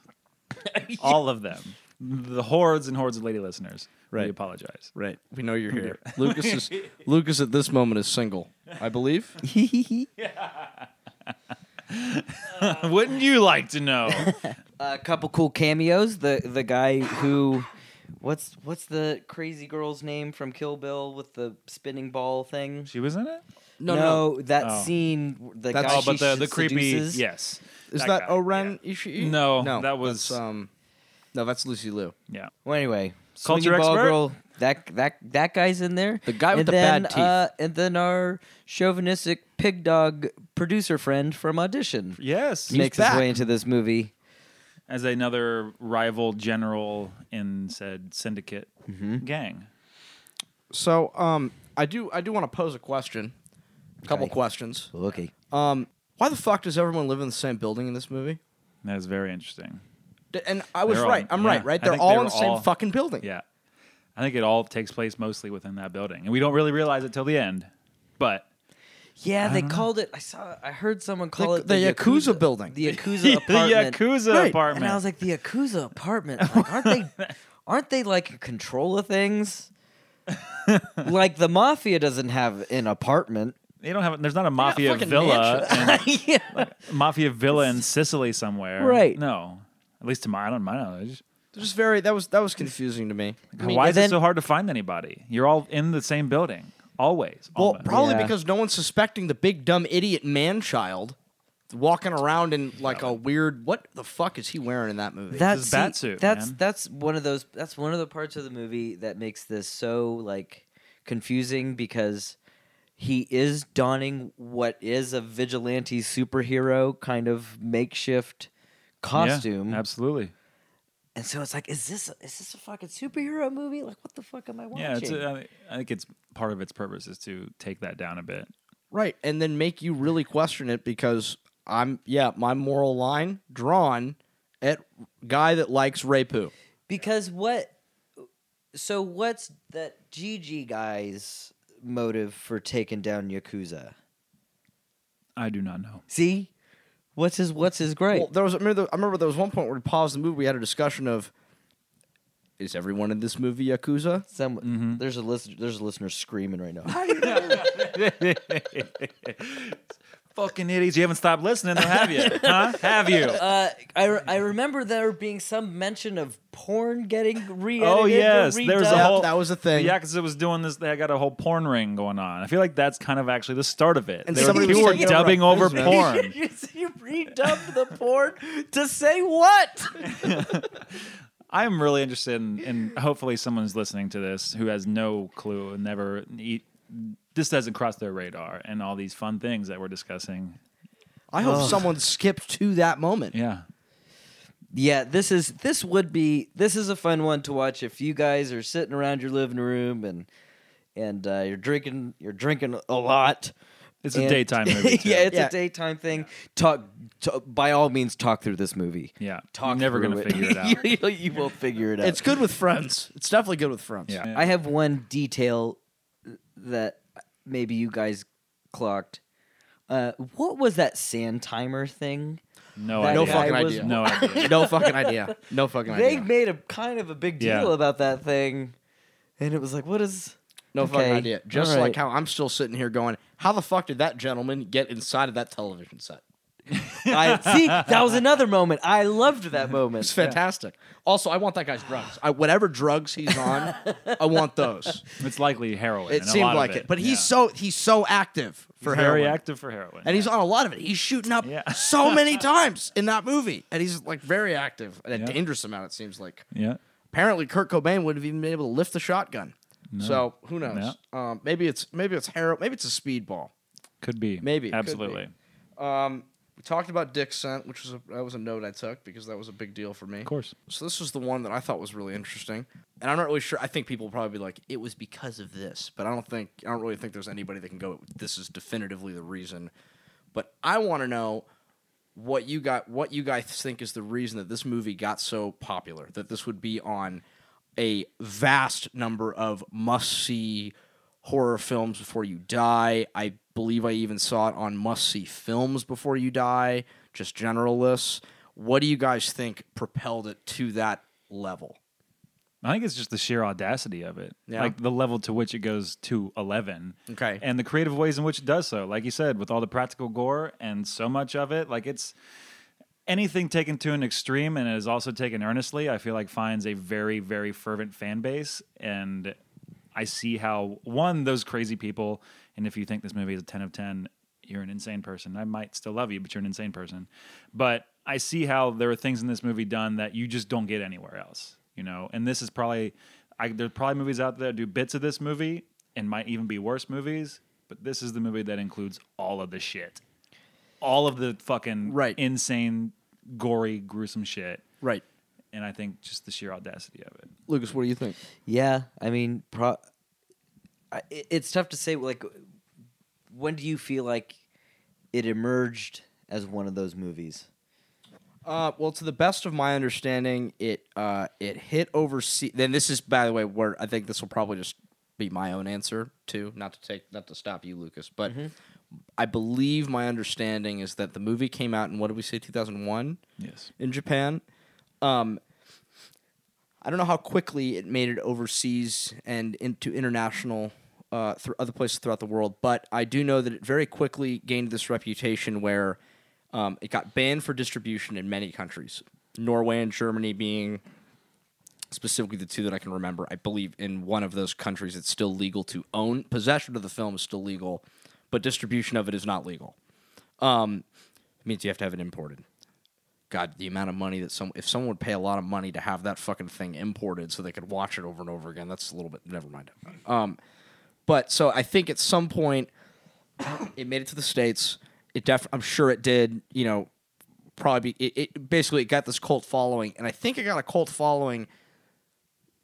Speaker 3: all of them, the hordes and hordes of lady listeners.
Speaker 6: Right.
Speaker 3: We apologize.
Speaker 6: Right. We know you're here. Lucas is Lucas at this moment is single, I believe.
Speaker 3: Wouldn't you like to know?
Speaker 4: a couple cool cameos. The the guy who, what's what's the crazy girl's name from Kill Bill with the spinning ball thing?
Speaker 3: she was in it.
Speaker 4: No, that
Speaker 3: Oh.
Speaker 4: scene. The
Speaker 6: That's-
Speaker 4: guy
Speaker 3: oh, but
Speaker 4: she
Speaker 3: the the
Speaker 4: seduces.
Speaker 3: creepy. Yes.
Speaker 6: Is that,
Speaker 3: guy,
Speaker 6: Oren Ishii?
Speaker 3: No,
Speaker 6: no,
Speaker 3: that was-
Speaker 6: that's, um, no, that's Lucy Liu.
Speaker 3: Yeah.
Speaker 4: Well, anyway,
Speaker 3: Culture
Speaker 4: swinging ball
Speaker 3: expert?
Speaker 4: girl. That that that guy's in there. The
Speaker 6: guy with
Speaker 4: and
Speaker 6: the
Speaker 4: then,
Speaker 6: bad teeth.
Speaker 4: Uh, and then our chauvinistic pig dog producer friend from audition
Speaker 3: Yes.
Speaker 4: makes his way into this movie.
Speaker 3: As another rival general in said syndicate gang.
Speaker 6: So, um, I do, I do want to pose a question, a couple
Speaker 4: Okay.
Speaker 6: questions.
Speaker 4: Okay.
Speaker 6: Um, why the fuck does everyone live in the same building in this movie?
Speaker 3: That is very interesting.
Speaker 6: D- And I was
Speaker 3: They're all-
Speaker 6: right. I'm
Speaker 3: yeah,
Speaker 6: right. Right.
Speaker 3: I
Speaker 6: They're
Speaker 3: think
Speaker 6: all
Speaker 3: they
Speaker 6: in
Speaker 3: were
Speaker 6: the same
Speaker 3: all-
Speaker 6: fucking building.
Speaker 3: Yeah. I think it all takes place mostly within that building, and we don't really realize it till the end. But
Speaker 4: Yeah,
Speaker 3: Uh-huh.
Speaker 4: they called it. I saw. I heard someone call
Speaker 6: The-
Speaker 4: it
Speaker 6: the Yakuza building.
Speaker 4: The
Speaker 3: the
Speaker 4: Yakuza apartment.
Speaker 3: Yakuza
Speaker 6: Right.
Speaker 3: apartment.
Speaker 4: And I was like, the Yakuza apartment. Like, aren't they? Aren't they like in control of things? like the mafia doesn't have an apartment.
Speaker 3: they don't have. There's not a mafia
Speaker 5: fucking
Speaker 3: villa, in,
Speaker 4: yeah.
Speaker 3: mafia villa in Sicily somewhere,
Speaker 4: Right.
Speaker 3: No, at least to my, I don't my knowledge.
Speaker 6: Just very that was that was confusing to me.
Speaker 3: Why is
Speaker 4: and
Speaker 3: it so hard to find anybody? You're all in the same building always.
Speaker 6: Well,
Speaker 3: almost.
Speaker 6: probably
Speaker 4: Yeah.
Speaker 6: because no one's suspecting the big dumb idiot man child walking around in like a weird what the fuck is he wearing in that movie?
Speaker 4: That's
Speaker 3: his bat suit,
Speaker 4: That's
Speaker 3: man.
Speaker 4: that's one of those. That's one of the parts of the movie that makes this so like confusing because he is donning what is a vigilante superhero kind of makeshift
Speaker 3: Yeah,
Speaker 4: costume,
Speaker 3: absolutely.
Speaker 4: and so it's like, is this is this a fucking superhero movie? Like, what the fuck am I watching?
Speaker 3: Yeah, it's, uh, I think it's part of its purpose is to take that down a bit.
Speaker 6: Right, and then make you really question it because I'm yeah, my moral line drawn at guy that likes Rapu.
Speaker 4: Because what? So what's that GG guy's motive for taking down Yakuza?
Speaker 3: I do not know.
Speaker 4: See, what's his what's his gripe?
Speaker 6: Well, there was I remember, there, I remember there was one point where we paused the movie. We had a discussion of is everyone in this movie yakuza?
Speaker 4: Some
Speaker 3: mm-hmm.
Speaker 4: there's a listen, there's a listener screaming right now.
Speaker 3: Fucking idiots! You haven't stopped listening, though, have you? huh? Have you?
Speaker 4: Uh, I, re- I remember there being some mention of porn getting re-edited.
Speaker 3: oh
Speaker 4: or
Speaker 3: yes, there was a
Speaker 4: redone.
Speaker 3: whole
Speaker 6: that was a thing.
Speaker 3: The Yakuza was doing this. They got a whole porn ring going on. I feel like that's kind of actually the start of it.
Speaker 6: And
Speaker 3: they were,
Speaker 6: somebody was
Speaker 3: people were dubbing
Speaker 6: taking over a
Speaker 3: over
Speaker 6: business.
Speaker 3: porn.
Speaker 4: you you redubbed the porn to say what?
Speaker 3: I am really interested in, in hopefully someone's listening to this who has no clue and never e this doesn't cross their radar and all these fun things that we're discussing.
Speaker 6: I hope someone skipped to that moment.
Speaker 3: Yeah.
Speaker 4: Yeah, this is this would be this is a fun one to watch if you guys are sitting around your living room and and uh, you're drinking you're drinking a lot.
Speaker 3: It's a
Speaker 4: And-
Speaker 3: daytime movie, too.
Speaker 4: yeah, it's
Speaker 6: Yeah.
Speaker 4: a daytime thing. Talk, to- by all means talk through this movie.
Speaker 3: Yeah.
Speaker 4: Talk
Speaker 3: You're never
Speaker 4: through
Speaker 3: gonna figure it out.
Speaker 4: you, you will figure it out.
Speaker 6: It's good with friends. It's definitely good with friends.
Speaker 3: Yeah.
Speaker 4: I have one detail that maybe you guys clocked. Uh, what was that sand timer thing?
Speaker 3: No
Speaker 4: That
Speaker 3: idea.
Speaker 6: No fucking
Speaker 4: guy was-
Speaker 6: idea.
Speaker 3: No idea.
Speaker 6: no fucking idea. No fucking
Speaker 4: They
Speaker 6: idea.
Speaker 4: made a kind of a big deal
Speaker 3: Yeah.
Speaker 4: about that thing, and it was like, what is?
Speaker 6: No fucking
Speaker 4: okay,
Speaker 6: idea. Just
Speaker 4: all
Speaker 6: like
Speaker 4: right.
Speaker 6: how I'm still sitting here going, how the fuck did that gentleman get inside of that television set?
Speaker 4: I see. That was another moment. I loved that
Speaker 6: It's
Speaker 4: moment.
Speaker 6: fantastic. Also, I want that guy's drugs. I, whatever drugs he's on, I want those.
Speaker 3: It's likely heroin. and
Speaker 6: It
Speaker 3: a lot
Speaker 6: seemed
Speaker 3: of
Speaker 6: like it. but he's so he's so active for
Speaker 3: He's very
Speaker 6: heroin.
Speaker 3: active for heroin.
Speaker 6: and he's on a lot of it. He's shooting up
Speaker 3: Yeah.
Speaker 6: so many times in that movie, and he's like very active, and a
Speaker 3: Yeah.
Speaker 6: dangerous amount. It seems like.
Speaker 3: yeah.
Speaker 6: Apparently, Kurt Cobain wouldn't have even been able to lift the shotgun. So who knows? Um, maybe it's maybe it's heroin. Maybe it's a speedball.
Speaker 3: Could be.
Speaker 6: Maybe, could be.
Speaker 3: Absolutely.
Speaker 6: Um, We talked about Dick Scent, which was a, that was a note I took because that was a big deal for me. Of
Speaker 3: course.
Speaker 6: So this was the one that I thought was really interesting, and I'm not really sure. I think people will probably be like, "It was because of this," but I don't think I don't really think there's anybody that can go. This is definitively the reason. But I want to know what you got. What you guys think is the reason that this movie got so popular? That this would be on a vast number of must-see horror films before you die. I believe I even saw it on must see films before you die, just general lists. What do you guys think propelled it to that level?
Speaker 3: I think it's just the sheer audacity of it,
Speaker 6: Yeah.
Speaker 3: like the level to which it goes to eleven.
Speaker 6: Okay.
Speaker 3: and the creative ways in which it does so, like you said, with all the practical gore and so much of it, like it's anything taken to an extreme and is also taken earnestly. I feel like finds a very, very fervent fan base, and I see how one those crazy people. And if you think this movie is a ten of ten, you're an insane person. I might still love you, but you're an insane person. But I see how there are things in this movie done that you just don't get anywhere else, you know. And this is probably I, there's probably movies out there that do bits of this movie and might even be worse movies, but this is the movie that includes all of the shit, all of the fucking
Speaker 6: Right.
Speaker 3: insane, gory, gruesome shit.
Speaker 6: Right.
Speaker 3: And I think just the sheer audacity of it.
Speaker 6: Lucas, what do you think?
Speaker 4: Yeah, I mean, pro- I, it- it's tough to say. Like, when do you feel like it emerged as one of those movies?
Speaker 6: Uh, well, to the best of my understanding, it uh, it hit overseas. Then this is, by the way, where I think this will probably just be my own answer too. Not to take, not to stop you, Lucas, but I believe my understanding is that the movie came out in what did we say, two thousand one?
Speaker 3: Yes.
Speaker 6: in Japan. Um, I don't know how quickly it made it overseas and into international uh, through other places throughout the world, but I do know that it very quickly gained this reputation where um, it got banned for distribution in many countries, Norway and Germany being specifically the two that I can remember. I believe in one of those countries it's still legal to own possession of the film is still legal, but distribution of it is not legal. Um, it means you have to have it imported. God, the amount of money that some if someone would pay a lot of money to have that fucking thing imported so they could watch it over and over again, that's a little bit never mind. Um but so I think at some point it made it to the states. It def I'm sure it did, you know, probably it, it basically it got this cult following and I think it got a cult following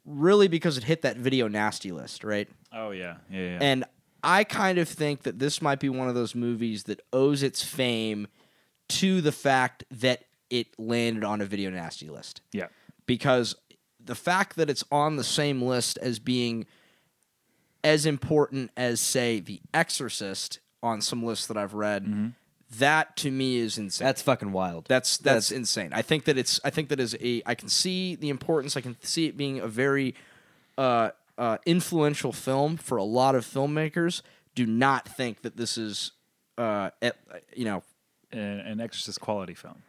Speaker 6: really because it hit that video nasty list, right?
Speaker 3: Oh yeah, yeah. yeah.
Speaker 6: And I kind of think that this might be one of those movies that owes its fame to the fact that it landed on a video nasty list.
Speaker 3: yeah.
Speaker 6: Because the fact that it's on the same list as being as important as, say, The Exorcist on some lists that I've read,
Speaker 3: Mm-hmm.
Speaker 6: that to me is insane.
Speaker 4: That's fucking wild.
Speaker 6: That's that's insane. I think that it's I think that is a I can see the importance. I can see it being a very uh, uh, influential film for a lot of filmmakers. Do not think that this is uh, at, you know
Speaker 3: An, an Exorcist quality film.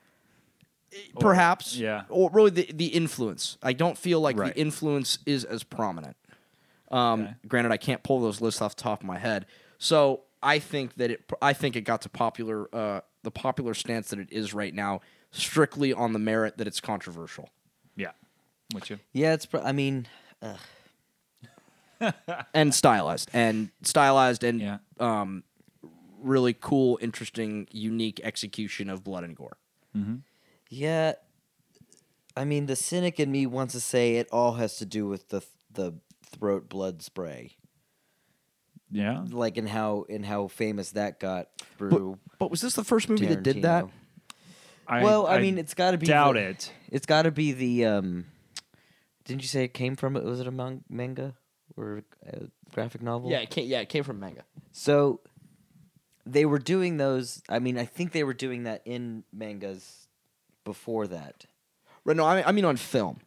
Speaker 6: perhaps
Speaker 3: yeah.
Speaker 6: or really the, the influence. I don't feel like
Speaker 3: Right.
Speaker 6: the influence is as prominent. Um, Granted, I can't pull those lists off the top of my head, so I think that it I think it got to popular uh, the popular stance that it is right now strictly on the merit that it's controversial.
Speaker 3: Yeah. With you.
Speaker 4: yeah, it's. Pro- I mean, ugh.
Speaker 6: and stylized and stylized and
Speaker 3: Yeah.
Speaker 6: um, really cool, interesting, unique execution of blood and gore.
Speaker 4: yeah. I mean, the cynic in me wants to say it all has to do with the the throat blood spray,
Speaker 3: Yeah.
Speaker 4: like in how in how famous that got through.
Speaker 6: But was this the first movie that did that?
Speaker 4: Tarantino. well, I, mean, it's got to be.
Speaker 3: doubt
Speaker 4: the-
Speaker 3: it.
Speaker 4: It's got to be the. um Didn't you say it came from? Was it a man- manga or a graphic novel?
Speaker 6: it came, yeah, it came from manga.
Speaker 4: So they were doing those. I mean, I think they were doing that in mangas before that.
Speaker 6: Right? No, I mean, I mean on film.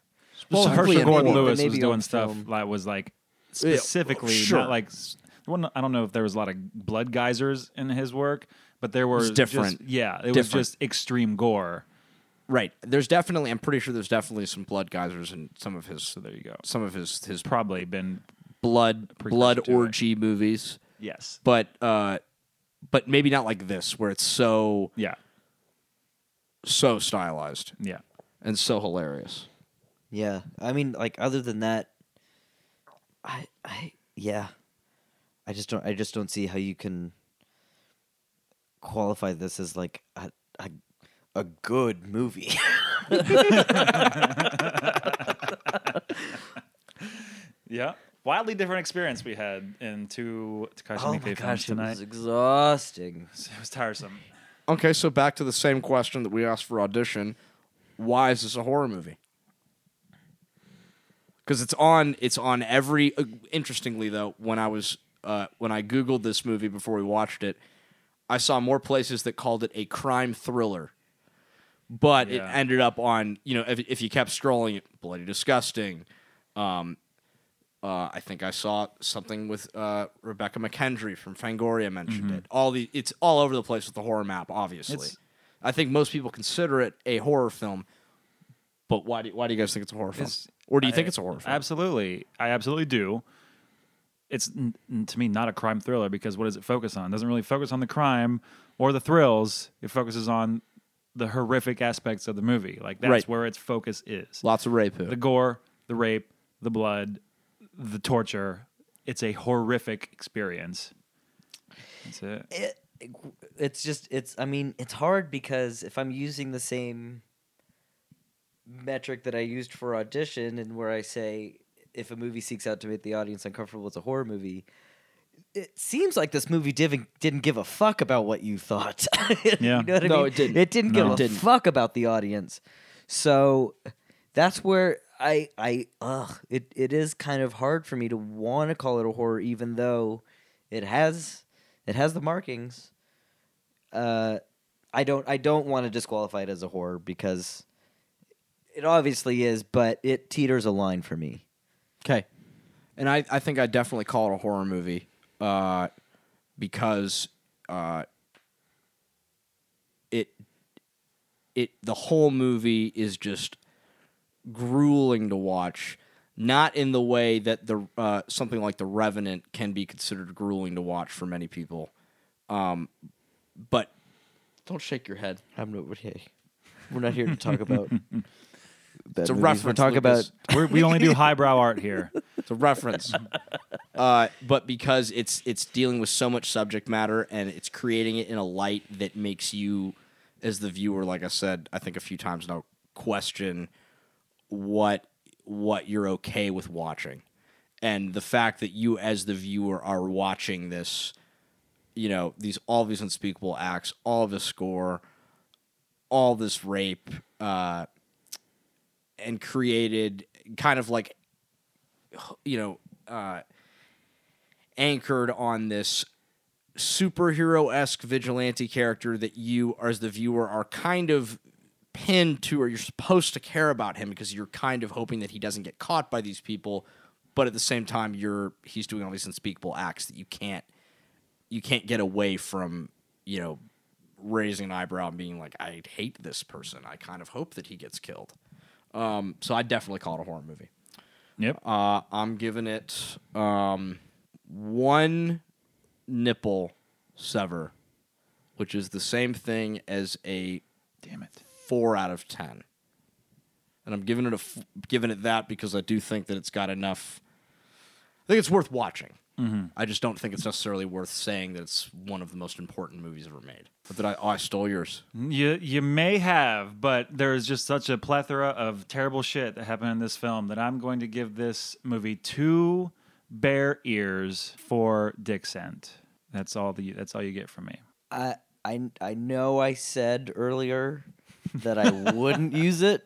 Speaker 3: Well,
Speaker 6: Specifically
Speaker 3: Herschel
Speaker 6: in
Speaker 3: Gordon
Speaker 6: horror.
Speaker 3: Lewis
Speaker 4: Maybe
Speaker 3: was
Speaker 4: on
Speaker 3: doing stuff
Speaker 4: film.
Speaker 3: that was like specifically
Speaker 6: sure.
Speaker 3: not like. s- there wasn't- I don't know if there was a lot of blood geysers in his work, but there were just-
Speaker 6: different.
Speaker 3: yeah, it was
Speaker 6: Different.
Speaker 3: just extreme gore.
Speaker 6: Right. There's definitely. I'm pretty sure there's definitely some blood geysers in some of his. So there
Speaker 3: you go.
Speaker 6: Some of his his
Speaker 3: Probably been
Speaker 6: blood blood
Speaker 3: to it.
Speaker 6: orgy movies,
Speaker 3: yes,
Speaker 6: but uh, but maybe not like this where it's so
Speaker 3: yeah,
Speaker 6: so stylized
Speaker 3: yeah.
Speaker 6: and so hilarious.
Speaker 4: Yeah, I mean, like other than that, I, I, yeah, I just don't, I just don't see how you can qualify this as like a a, a good movie.
Speaker 3: Yeah. Wildly different experience we had in two Takashi
Speaker 4: oh my
Speaker 3: Miike films
Speaker 4: gosh, it
Speaker 3: tonight.
Speaker 4: was exhausting.
Speaker 3: it was tiresome.
Speaker 6: Okay, so back to the same question that we asked for audition. Why is this a horror movie? Because it's on it's on every. Uh, interestingly, though, when I was uh, when I googled this movie before we watched it, I saw more places that called it a crime thriller, but
Speaker 3: Yeah.
Speaker 6: it ended up on you know if, if you kept scrolling, bloody disgusting. Um, uh, I think I saw something with uh, Rebecca McKendry from Fangoria mentioned it. All the it's all over the place with the horror map. Obviously,
Speaker 3: Mm-hmm. It's-
Speaker 6: I think most people consider it a horror film. But why do why do you guys think it's a horror film?
Speaker 3: It's-
Speaker 6: Or do you think
Speaker 3: I-
Speaker 6: it's a horror film?
Speaker 3: Absolutely, I absolutely do. It's n- n- to me not a crime thriller because what does it focus on? It doesn't really focus on the crime or the thrills. It focuses on the horrific aspects of the movie. Like that's
Speaker 6: Right.
Speaker 3: where its focus is.
Speaker 6: Lots of rape.
Speaker 3: The gore, the rape, the blood, the torture. It's a horrific experience. That's it.
Speaker 4: it, it's just it's i mean it's hard because if i'm using the same metric that i used for audition and where i say if a movie seeks out to make the audience uncomfortable it's a horror movie it seems like this movie didn't didn't give a fuck about what you thought.
Speaker 3: Yeah.
Speaker 4: you know what I
Speaker 6: No,
Speaker 4: mean?
Speaker 6: it didn't.
Speaker 4: It didn't give
Speaker 3: No.
Speaker 4: a fuck about the audience. So that's where I I ugh it, it is kind of hard for me to want to call it a horror, even though it has it has the markings. Uh, I don't I don't want to disqualify it as a horror because it obviously is, but it teeters a line for me.
Speaker 6: Okay. And I, I think I definitely call it a horror movie uh, because uh, it it the whole movie is just grueling to watch. Not in the way that the uh, something like The Revenant can be considered grueling to watch for many people, um, but don't shake your head.
Speaker 4: I'm not We're not here to talk about.
Speaker 6: It's
Speaker 4: movies.
Speaker 6: a reference.
Speaker 4: We're talking
Speaker 6: Lucas.
Speaker 4: about
Speaker 3: We're, we only do highbrow art here.
Speaker 6: It's a reference. uh, but because it's it's dealing with so much subject matter and it's creating it in a light that makes you, as the viewer, like I said, I think a few times now, question what what you're okay with watching. And the fact that you as the viewer are watching this, you know, these all these unspeakable acts, all this score, all this rape, uh, and created kind of like you know, uh, anchored on this superhero esque vigilante character that you, as the viewer, are kind of pinned to, or you're supposed to care about him because you're kind of hoping that he doesn't get caught by these people, but at the same time, you're he's doing all these unspeakable acts that you can't you can't get away from, you know, raising an eyebrow and being like, I hate this person. I kind of hope that he gets killed. Um, so I definitely call it a horror movie.
Speaker 3: Yep.
Speaker 6: Uh, I'm giving it um, one nipple sever, which is the same thing as a
Speaker 3: Damn it.
Speaker 6: four out of ten. And I'm giving it a f- giving it that because I do think that it's got enough. I think it's worth watching.
Speaker 5: Mm-hmm.
Speaker 6: I just don't think it's necessarily worth saying that it's one of the most important movies ever made. But that I, oh, I stole yours.
Speaker 3: You you may have, but there is just such a plethora of terrible shit that happened in this film that I'm going to give this movie two bare ears for Dick Scent. That's all the that's all you get from me.
Speaker 4: I I I know I said earlier that I wouldn't use it,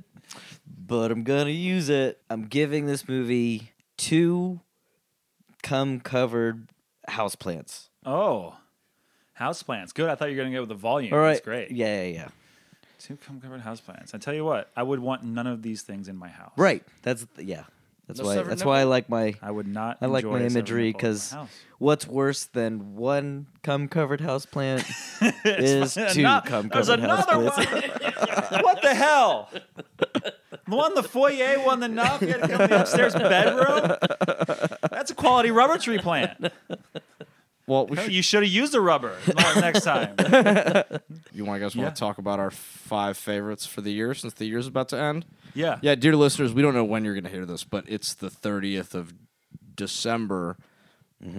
Speaker 4: but I'm gonna use it. I'm giving this movie two cum covered houseplants.
Speaker 3: Oh, houseplants. Good. I thought you were going to go with the volume.
Speaker 4: All right,
Speaker 3: That's great.
Speaker 4: Yeah, yeah, yeah.
Speaker 3: Two cum covered houseplants. I tell you what, I would want none of these things in my house.
Speaker 4: Right. That's yeah. That's
Speaker 6: No
Speaker 4: why.
Speaker 6: severed
Speaker 4: That's why I like my.
Speaker 3: I would not.
Speaker 4: I like
Speaker 3: enjoy
Speaker 4: my
Speaker 3: a seven
Speaker 4: imagery
Speaker 3: nipple in my
Speaker 4: because
Speaker 3: house.
Speaker 4: what's worse than one cum covered houseplant is two
Speaker 3: Ano-
Speaker 4: cum
Speaker 3: There's
Speaker 4: covered
Speaker 3: another
Speaker 4: houseplants.
Speaker 3: one. what the hell? The one in the foyer, one in the knob. You had to come to the upstairs bedroom. That's a quality rubber tree plant.
Speaker 6: Well, we should,
Speaker 3: You should have used a rubber next time.
Speaker 6: you want guys
Speaker 3: Yeah.
Speaker 6: want to talk about our five favorites for the year since the year's about to end?
Speaker 3: Yeah.
Speaker 6: Yeah, dear listeners, we don't know when you're going to hear this, but it's the 30th of December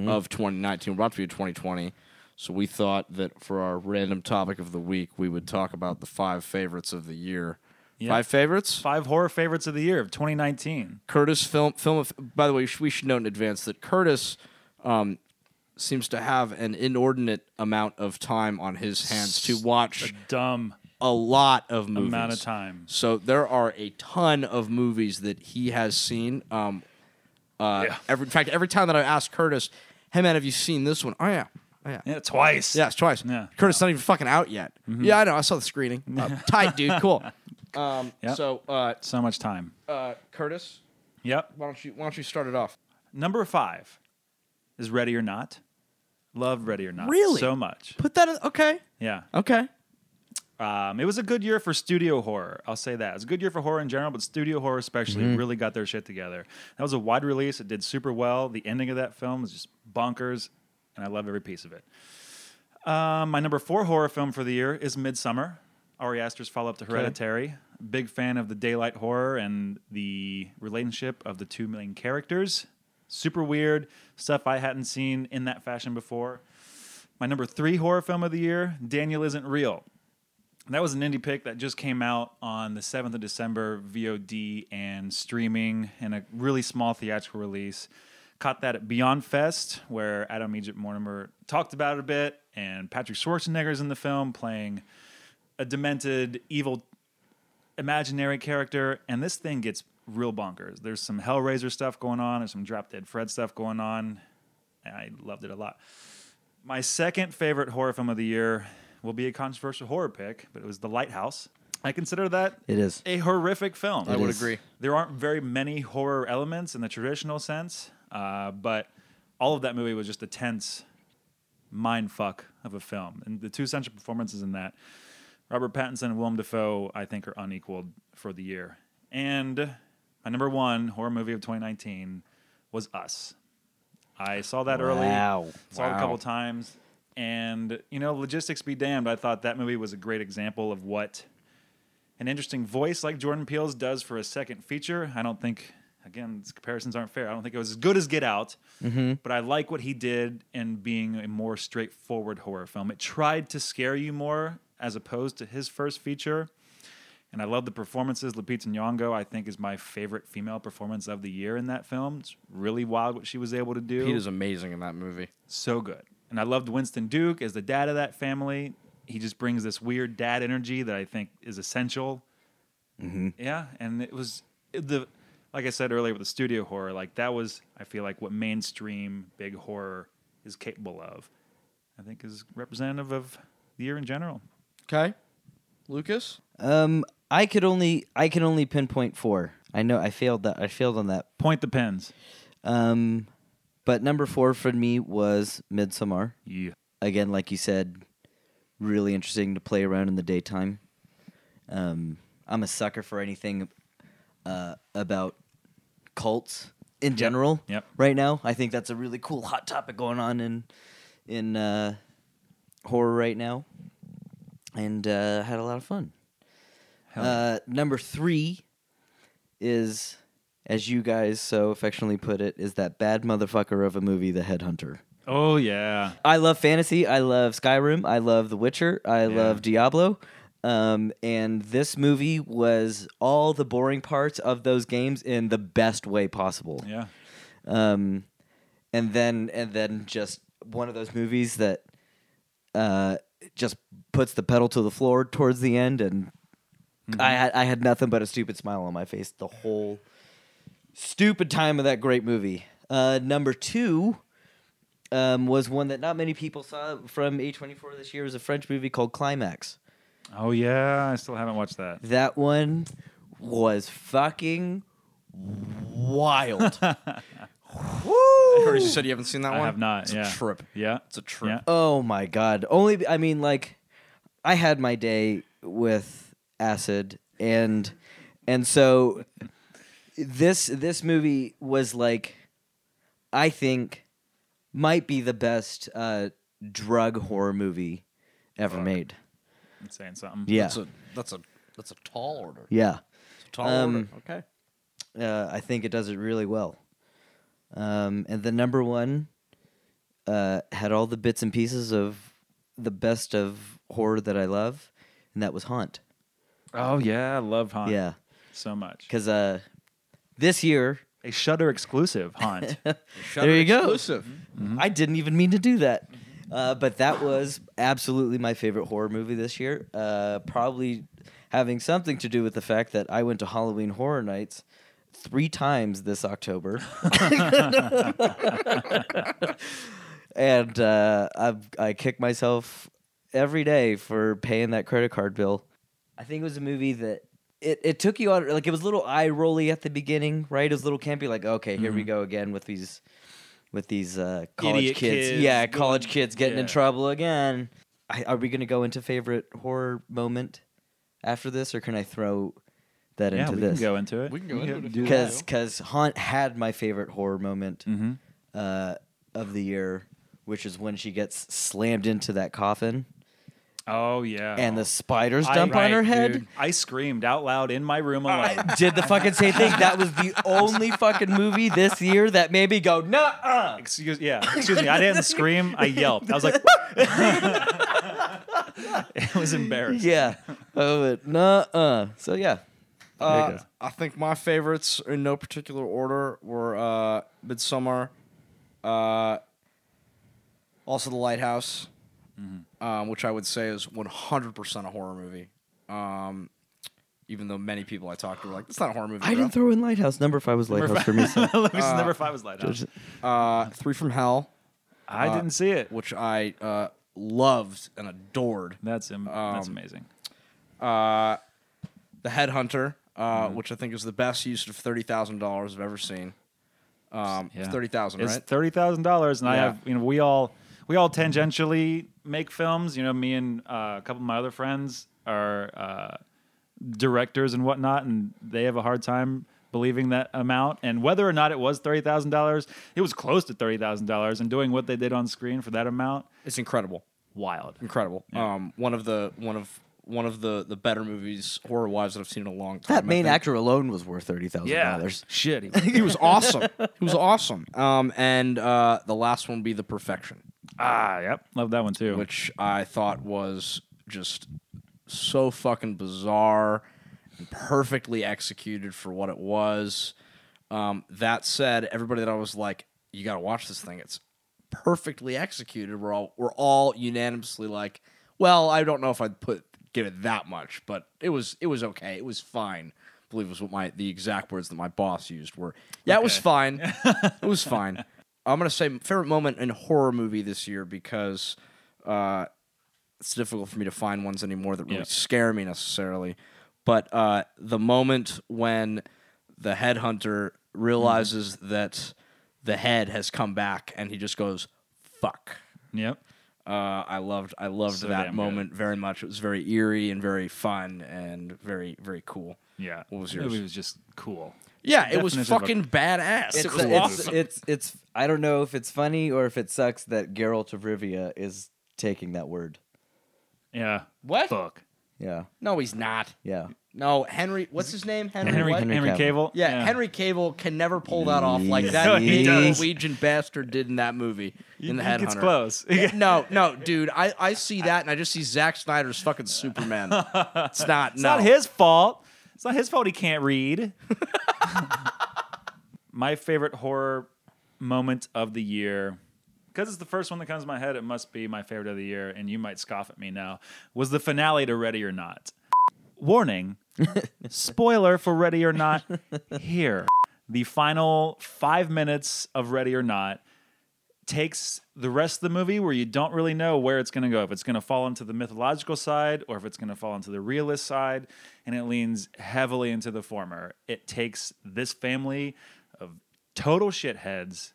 Speaker 6: of 2019. We're about to be in 2020. So we thought that for our random topic of the week, we would talk about the five favorites of the year.
Speaker 3: Yeah.
Speaker 6: Five favorites?
Speaker 3: Five horror favorites of the year of 2019.
Speaker 6: Curtis film film. of- By the way, we should- we should note in advance that Curtis um, seems to have an inordinate amount of time on his hands to watch
Speaker 3: Dumb
Speaker 6: a lot of movies.
Speaker 3: amount of time.
Speaker 6: So there are a ton of movies that he has seen. Um, uh, every, in fact, every time that I ask Curtis, "Hey man, have you seen this one?" Oh yeah, oh yeah,
Speaker 3: Yeah, twice.
Speaker 6: yeah, it's twice.
Speaker 3: Yeah. Mm-hmm.
Speaker 6: Curtis, it's not even fucking out yet. Yeah, I know. I saw the screening. Uh, tight, dude. Cool. Um,
Speaker 3: Yeah.
Speaker 6: So, uh,
Speaker 3: So much time.
Speaker 6: uh, Curtis,
Speaker 3: Yep.
Speaker 6: why don't you why don't you start it off?
Speaker 3: Number five is Ready or Not. Love Ready or Not.
Speaker 6: Really?
Speaker 3: So much.
Speaker 6: Put that in. Okay.
Speaker 3: Yeah.
Speaker 6: Okay.
Speaker 3: Um, it was a good year for studio horror. I'll say that. It's a good year for horror in general, but studio horror especially really got their shit together. That was a wide release. It did super well. The ending of that film was just bonkers, and I love every piece of it. Um, my number four horror film for the year is Midsummer, Ari Aster's follow-up to Hereditary. Big fan of the daylight horror and the relationship of the two main characters. Super weird stuff I hadn't seen in that fashion before. My number three horror film of the year, Daniel Isn't Real. That was an indie pick that just came out on the 7th of December, VOD and streaming, and a really small theatrical release. Caught that at Beyond Fest, where Adam Egypt Mortimer talked about it a bit, and Patrick Schwarzenegger's in the film playing a demented, evil, imaginary character, and this thing gets real bonkers. There's some Hellraiser stuff going on, there's some Drop Dead Fred stuff going on. and I loved it a lot. My second favorite horror film of the year will be a controversial horror pick, but it was The Lighthouse. I consider that
Speaker 4: It is.
Speaker 3: a horrific film.
Speaker 4: I would is. agree.
Speaker 3: There aren't very many horror elements in the traditional sense, uh, but all of that movie was just a tense mind fuck of a film. And the two central performances in that, Robert Pattinson and Willem Dafoe, I think are unequaled for the year. And my number one horror movie of 2019 was Us. I saw that
Speaker 4: Wow.
Speaker 3: early, saw it a couple times, and you know, logistics be damned. I thought that movie was a great example of what an interesting voice like Jordan Peele's does for a second feature. I don't think, again, these comparisons aren't fair. I don't think it was as good as Get Out, but I like what he did in being a more straightforward horror film. It tried to scare you more as opposed to his first feature. And I love the performances. Lupita Nyong'o, I think, is my favorite female performance of the year in that film. It's really wild what she was able to do
Speaker 6: Pete is amazing in that movie.
Speaker 3: so good. And I loved Winston Duke as the dad of that family. He just brings this weird dad energy that I think is essential.
Speaker 6: Mm-hmm.
Speaker 3: Yeah, and it was the like I said earlier with the studio horror, like that was I feel like what mainstream big horror is capable of. I think is representative of the year in general.
Speaker 6: Okay, Lucas.
Speaker 4: Um, I could only I can only pinpoint four. I know I failed that. I failed on that.
Speaker 3: Point the pins.
Speaker 4: Um, but number four for me was Midsommar.
Speaker 3: Yeah.
Speaker 4: Again, like you said, really interesting to play around in the daytime. Um, I'm a sucker for anything uh, about cults in general.
Speaker 3: Yep.
Speaker 4: Right now, I think that's a really cool hot topic going on in in uh, horror right now, and uh, had a lot of fun. Uh, number three is, as you guys so affectionately put it, is that bad motherfucker of a movie, The Headhunter.
Speaker 3: Oh yeah.
Speaker 4: I love fantasy. I love Skyrim. I love The Witcher. I love Diablo. Um, and this movie was all the boring parts of those games in the best way possible.
Speaker 3: Yeah.
Speaker 4: Um, and then and then just one of those movies that uh, just puts the pedal to the floor towards the end, and I had I had nothing but a stupid smile on my face the whole stupid time of that great movie. Uh, number two um, was one that not many people saw from A24 this year. It was a French movie called Climax.
Speaker 3: Oh yeah. I still haven't watched that.
Speaker 4: That one was fucking wild.
Speaker 6: I heard you said you haven't seen that
Speaker 3: I
Speaker 6: one.
Speaker 3: have not.
Speaker 6: It's
Speaker 3: yeah.
Speaker 6: a trip.
Speaker 3: Yeah.
Speaker 6: It's a trip.
Speaker 3: Yeah.
Speaker 4: Oh my god! Only be- I mean, like, I had my day with acid, and and so this this movie was like, I think, might be the best uh, drug horror movie ever made.
Speaker 3: It's saying something.
Speaker 4: Yeah,
Speaker 6: That's a that's a that's a tall order.
Speaker 4: yeah.
Speaker 6: Tall
Speaker 4: Um,
Speaker 6: order. Okay.
Speaker 4: Uh, I think it does it really well. Um, and the number one uh, had all the bits and pieces of the best of horror that I love, and that was Haunt.
Speaker 3: Oh yeah. I love Haunt.
Speaker 4: Yeah.
Speaker 3: So much.
Speaker 4: because uh, this year
Speaker 3: A Shutter exclusive Haunt.
Speaker 4: there you go.
Speaker 6: Exclusive.
Speaker 4: I didn't even mean to do that, uh, but that was absolutely my favorite horror movie this year. Uh, probably having something to do with the fact that I went to Halloween Horror Nights three times this October, and uh, I've, I kick myself every day for paying that credit card bill. I think it was a movie that it, it took you on like it was a little eye rolly at the beginning, right? It was a little campy, like okay, here we go again with these with these uh, college
Speaker 3: Mm-hmm. Idiot
Speaker 4: kids.
Speaker 3: kids
Speaker 4: yeah,
Speaker 3: going-
Speaker 4: college kids getting in
Speaker 3: yeah.
Speaker 4: trouble again. I, are we gonna go into favorite horror moment after this, or can I throw that
Speaker 3: yeah,
Speaker 4: into
Speaker 3: we
Speaker 4: this?
Speaker 3: can go into it.
Speaker 6: We can go into it if you want.
Speaker 4: because because Haunt had my favorite horror moment uh, of the year, which is when she gets slammed into that coffin
Speaker 3: Oh yeah.
Speaker 4: and the spiders
Speaker 3: I-
Speaker 4: jump on
Speaker 3: right,
Speaker 4: her head.
Speaker 3: dude. I screamed out loud in my room alone.
Speaker 4: I did the fucking same thing. That was the only fucking movie this year that made me go, nah.
Speaker 3: excuse yeah, excuse me. I didn't scream. I yelped. I was like, it was embarrassing.
Speaker 4: Yeah. Oh, it, nuh-uh. So yeah.
Speaker 6: Uh, I think my favorites in no particular order were uh, Midsummer, Uh, also, The Lighthouse, um, which I would say is 100% a horror movie. Um, even though many people I talked to were like, it's not a horror movie.
Speaker 4: I
Speaker 6: bro."
Speaker 4: didn't throw in Lighthouse. Number five was Lighthouse for me. so-
Speaker 3: Lucy's number five was Lighthouse.
Speaker 6: uh, Three from Hell,
Speaker 3: I
Speaker 4: uh,
Speaker 3: didn't see it.
Speaker 6: which I uh, loved and adored.
Speaker 3: That's am- that's
Speaker 4: um,
Speaker 3: amazing.
Speaker 6: The Headhunter, uh, which I think is the best use of thirty thousand dollars I've ever seen. Um,
Speaker 3: Yeah.
Speaker 6: thirty thousand,
Speaker 3: It's
Speaker 6: right?
Speaker 3: thirty thousand dollars, and I
Speaker 6: Yeah.
Speaker 3: have you know we all we all tangentially make films. You know, me and uh, a couple of my other friends are uh, directors and whatnot, and they have a hard time believing that amount. And whether or not it was thirty thousand dollars, it was close to thirty thousand dollars, and doing what they did on screen for that amount,
Speaker 6: it's incredible,
Speaker 3: wild.
Speaker 6: incredible. Um, one of the one of one of the the better movies horror wise that I've seen in a long time.
Speaker 4: that
Speaker 6: I
Speaker 4: main
Speaker 6: think.
Speaker 4: actor alone was worth thirty thousand
Speaker 3: Yeah,
Speaker 4: dollars.
Speaker 3: shit. he-
Speaker 6: he was awesome. He was awesome. Um, and uh, the last one would be The Perfection,
Speaker 3: ah, yep, love that one too.
Speaker 6: which I thought was just so fucking bizarre and perfectly executed for what it was. Um, that said, everybody that I was like, you got to watch this thing. It's perfectly executed. We're all we're all unanimously like, well, I don't know if I'd put give it that much, but it was it was okay. It was fine. I believe was what my the exact words that my boss used were. Yeah, it was fine. it was fine. I'm gonna say favorite moment in horror movie this year because uh, it's difficult for me to find ones anymore that really
Speaker 3: Yeah.
Speaker 6: scare me necessarily. But uh, the moment when the headhunter realizes
Speaker 3: Mm-hmm.
Speaker 6: that the head has come back and he just goes, fuck.
Speaker 3: yep.
Speaker 6: Uh, I loved I loved
Speaker 3: So damn
Speaker 6: that
Speaker 3: good.
Speaker 6: moment very much. It was very eerie and very fun and very very cool.
Speaker 3: Yeah.
Speaker 6: What was
Speaker 3: It
Speaker 6: yours?
Speaker 3: was just cool.
Speaker 6: Yeah, it was
Speaker 3: Definition of a-
Speaker 6: fucking badass.
Speaker 4: It's,
Speaker 6: it was
Speaker 4: it's,
Speaker 6: awesome.
Speaker 4: it's it's I don't know if it's funny or if it sucks that Geralt of Rivia is taking that word.
Speaker 3: Yeah.
Speaker 6: What?
Speaker 3: Fuck.
Speaker 4: Yeah,
Speaker 6: no, he's not.
Speaker 4: yeah.
Speaker 6: No, Henry. What's his name? Henry.
Speaker 3: Henry,
Speaker 6: what?
Speaker 3: Henry,
Speaker 4: Henry
Speaker 3: Cavill.
Speaker 4: Cavill.
Speaker 6: Yeah, Henry Cable can never pull that off like
Speaker 3: No,
Speaker 6: that
Speaker 3: he
Speaker 6: big
Speaker 3: does.
Speaker 6: Norwegian bastard did in that movie in the
Speaker 3: He gets
Speaker 6: Headhunter.
Speaker 3: close.
Speaker 6: no, no, dude. I, I see that and I just see Zack Snyder's fucking Superman. It's not.
Speaker 3: It's
Speaker 6: no.
Speaker 3: not his fault. It's not his fault he can't read. my favorite horror moment of the year, because it's the first one that comes to my head, it must be my favorite of the year, and you might scoff at me now, was the finale to Ready or Not. Warning spoiler for Ready or Not here. The final five minutes of Ready or Not takes the rest of the movie where you don't really know where it's going to go if it's going to fall into the mythological side or if it's going to fall into the realist side and it leans heavily into the former it takes this family of total shitheads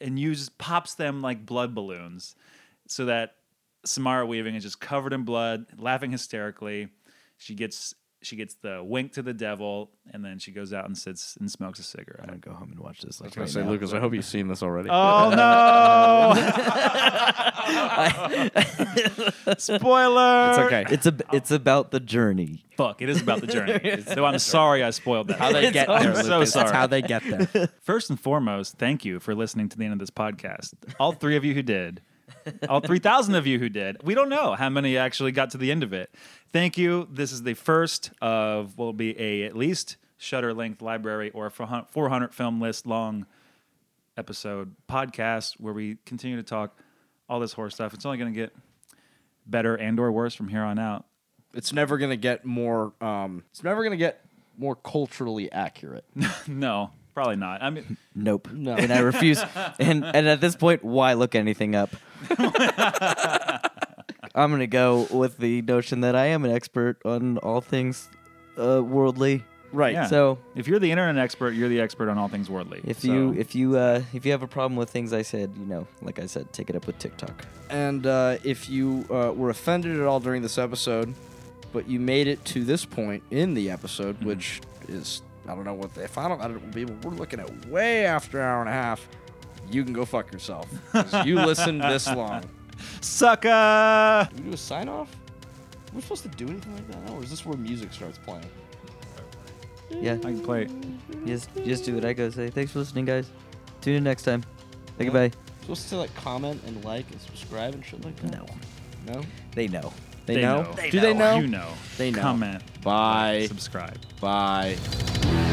Speaker 3: and uses pops them like blood balloons so that samara weaving is just covered in blood laughing hysterically she gets she gets the wink to the devil and then she goes out and sits and smokes a cigarette
Speaker 4: Go home and watch this. Like
Speaker 6: I
Speaker 4: right
Speaker 6: say,
Speaker 4: now.
Speaker 6: Lucas, I hope you've seen this already.
Speaker 3: Oh no! Spoiler.
Speaker 6: it's okay.
Speaker 4: It's a it's about the journey.
Speaker 3: Fuck. It is about the journey. so I'm sorry I spoiled that. How they get I'm so sorry.
Speaker 6: they get there.
Speaker 3: First and foremost, thank you for listening to the end of this podcast. All three of you who did, all 3,000 of you who did, we don't know how many actually got to the end of it. Thank you. This is the first of what will be a at least shutter length library or 400 film list long episode podcast where we continue to talk all this horror stuff. It's only going to get better and or worse from here on out.
Speaker 6: It's never gonna get more. Um, it's never gonna get more culturally accurate.
Speaker 3: No, probably not. I mean,
Speaker 4: Nope. No. And I refuse. and and at this point, why look anything up? I'm gonna go with the notion that I am an expert on all things uh, worldly.
Speaker 6: Right.
Speaker 3: yeah.
Speaker 4: So-
Speaker 3: if you're the internet expert, you're the expert on all things worldly.
Speaker 4: If
Speaker 3: So-
Speaker 4: you if you uh, if you have a problem with things I said, you know, like I said, take it up with TikTok.
Speaker 6: And uh, if you uh, were offended at all during this episode, but you made it to this point in the episode,
Speaker 3: Mm-hmm.
Speaker 6: which is I don't know what the, if I don't I don't be we're looking at way after hour and a half. You can go fuck yourself 'cause you listened this long.
Speaker 3: sucker.
Speaker 6: Can we do a sign off? We're supposed to do anything like that, now, or is this where music starts playing?
Speaker 4: Yeah.
Speaker 3: I can play it.
Speaker 4: Just just do what I go say. Thanks for listening, guys. Tune in next time. Say goodbye.
Speaker 6: supposed to like comment and like and subscribe and shit like that?
Speaker 4: No.
Speaker 6: No.
Speaker 4: They know.
Speaker 6: They,
Speaker 3: They
Speaker 6: know?
Speaker 3: know. They
Speaker 6: Do they know?
Speaker 3: You know.
Speaker 6: They know.
Speaker 3: Comment.
Speaker 6: Bye.
Speaker 3: Subscribe.
Speaker 6: Bye.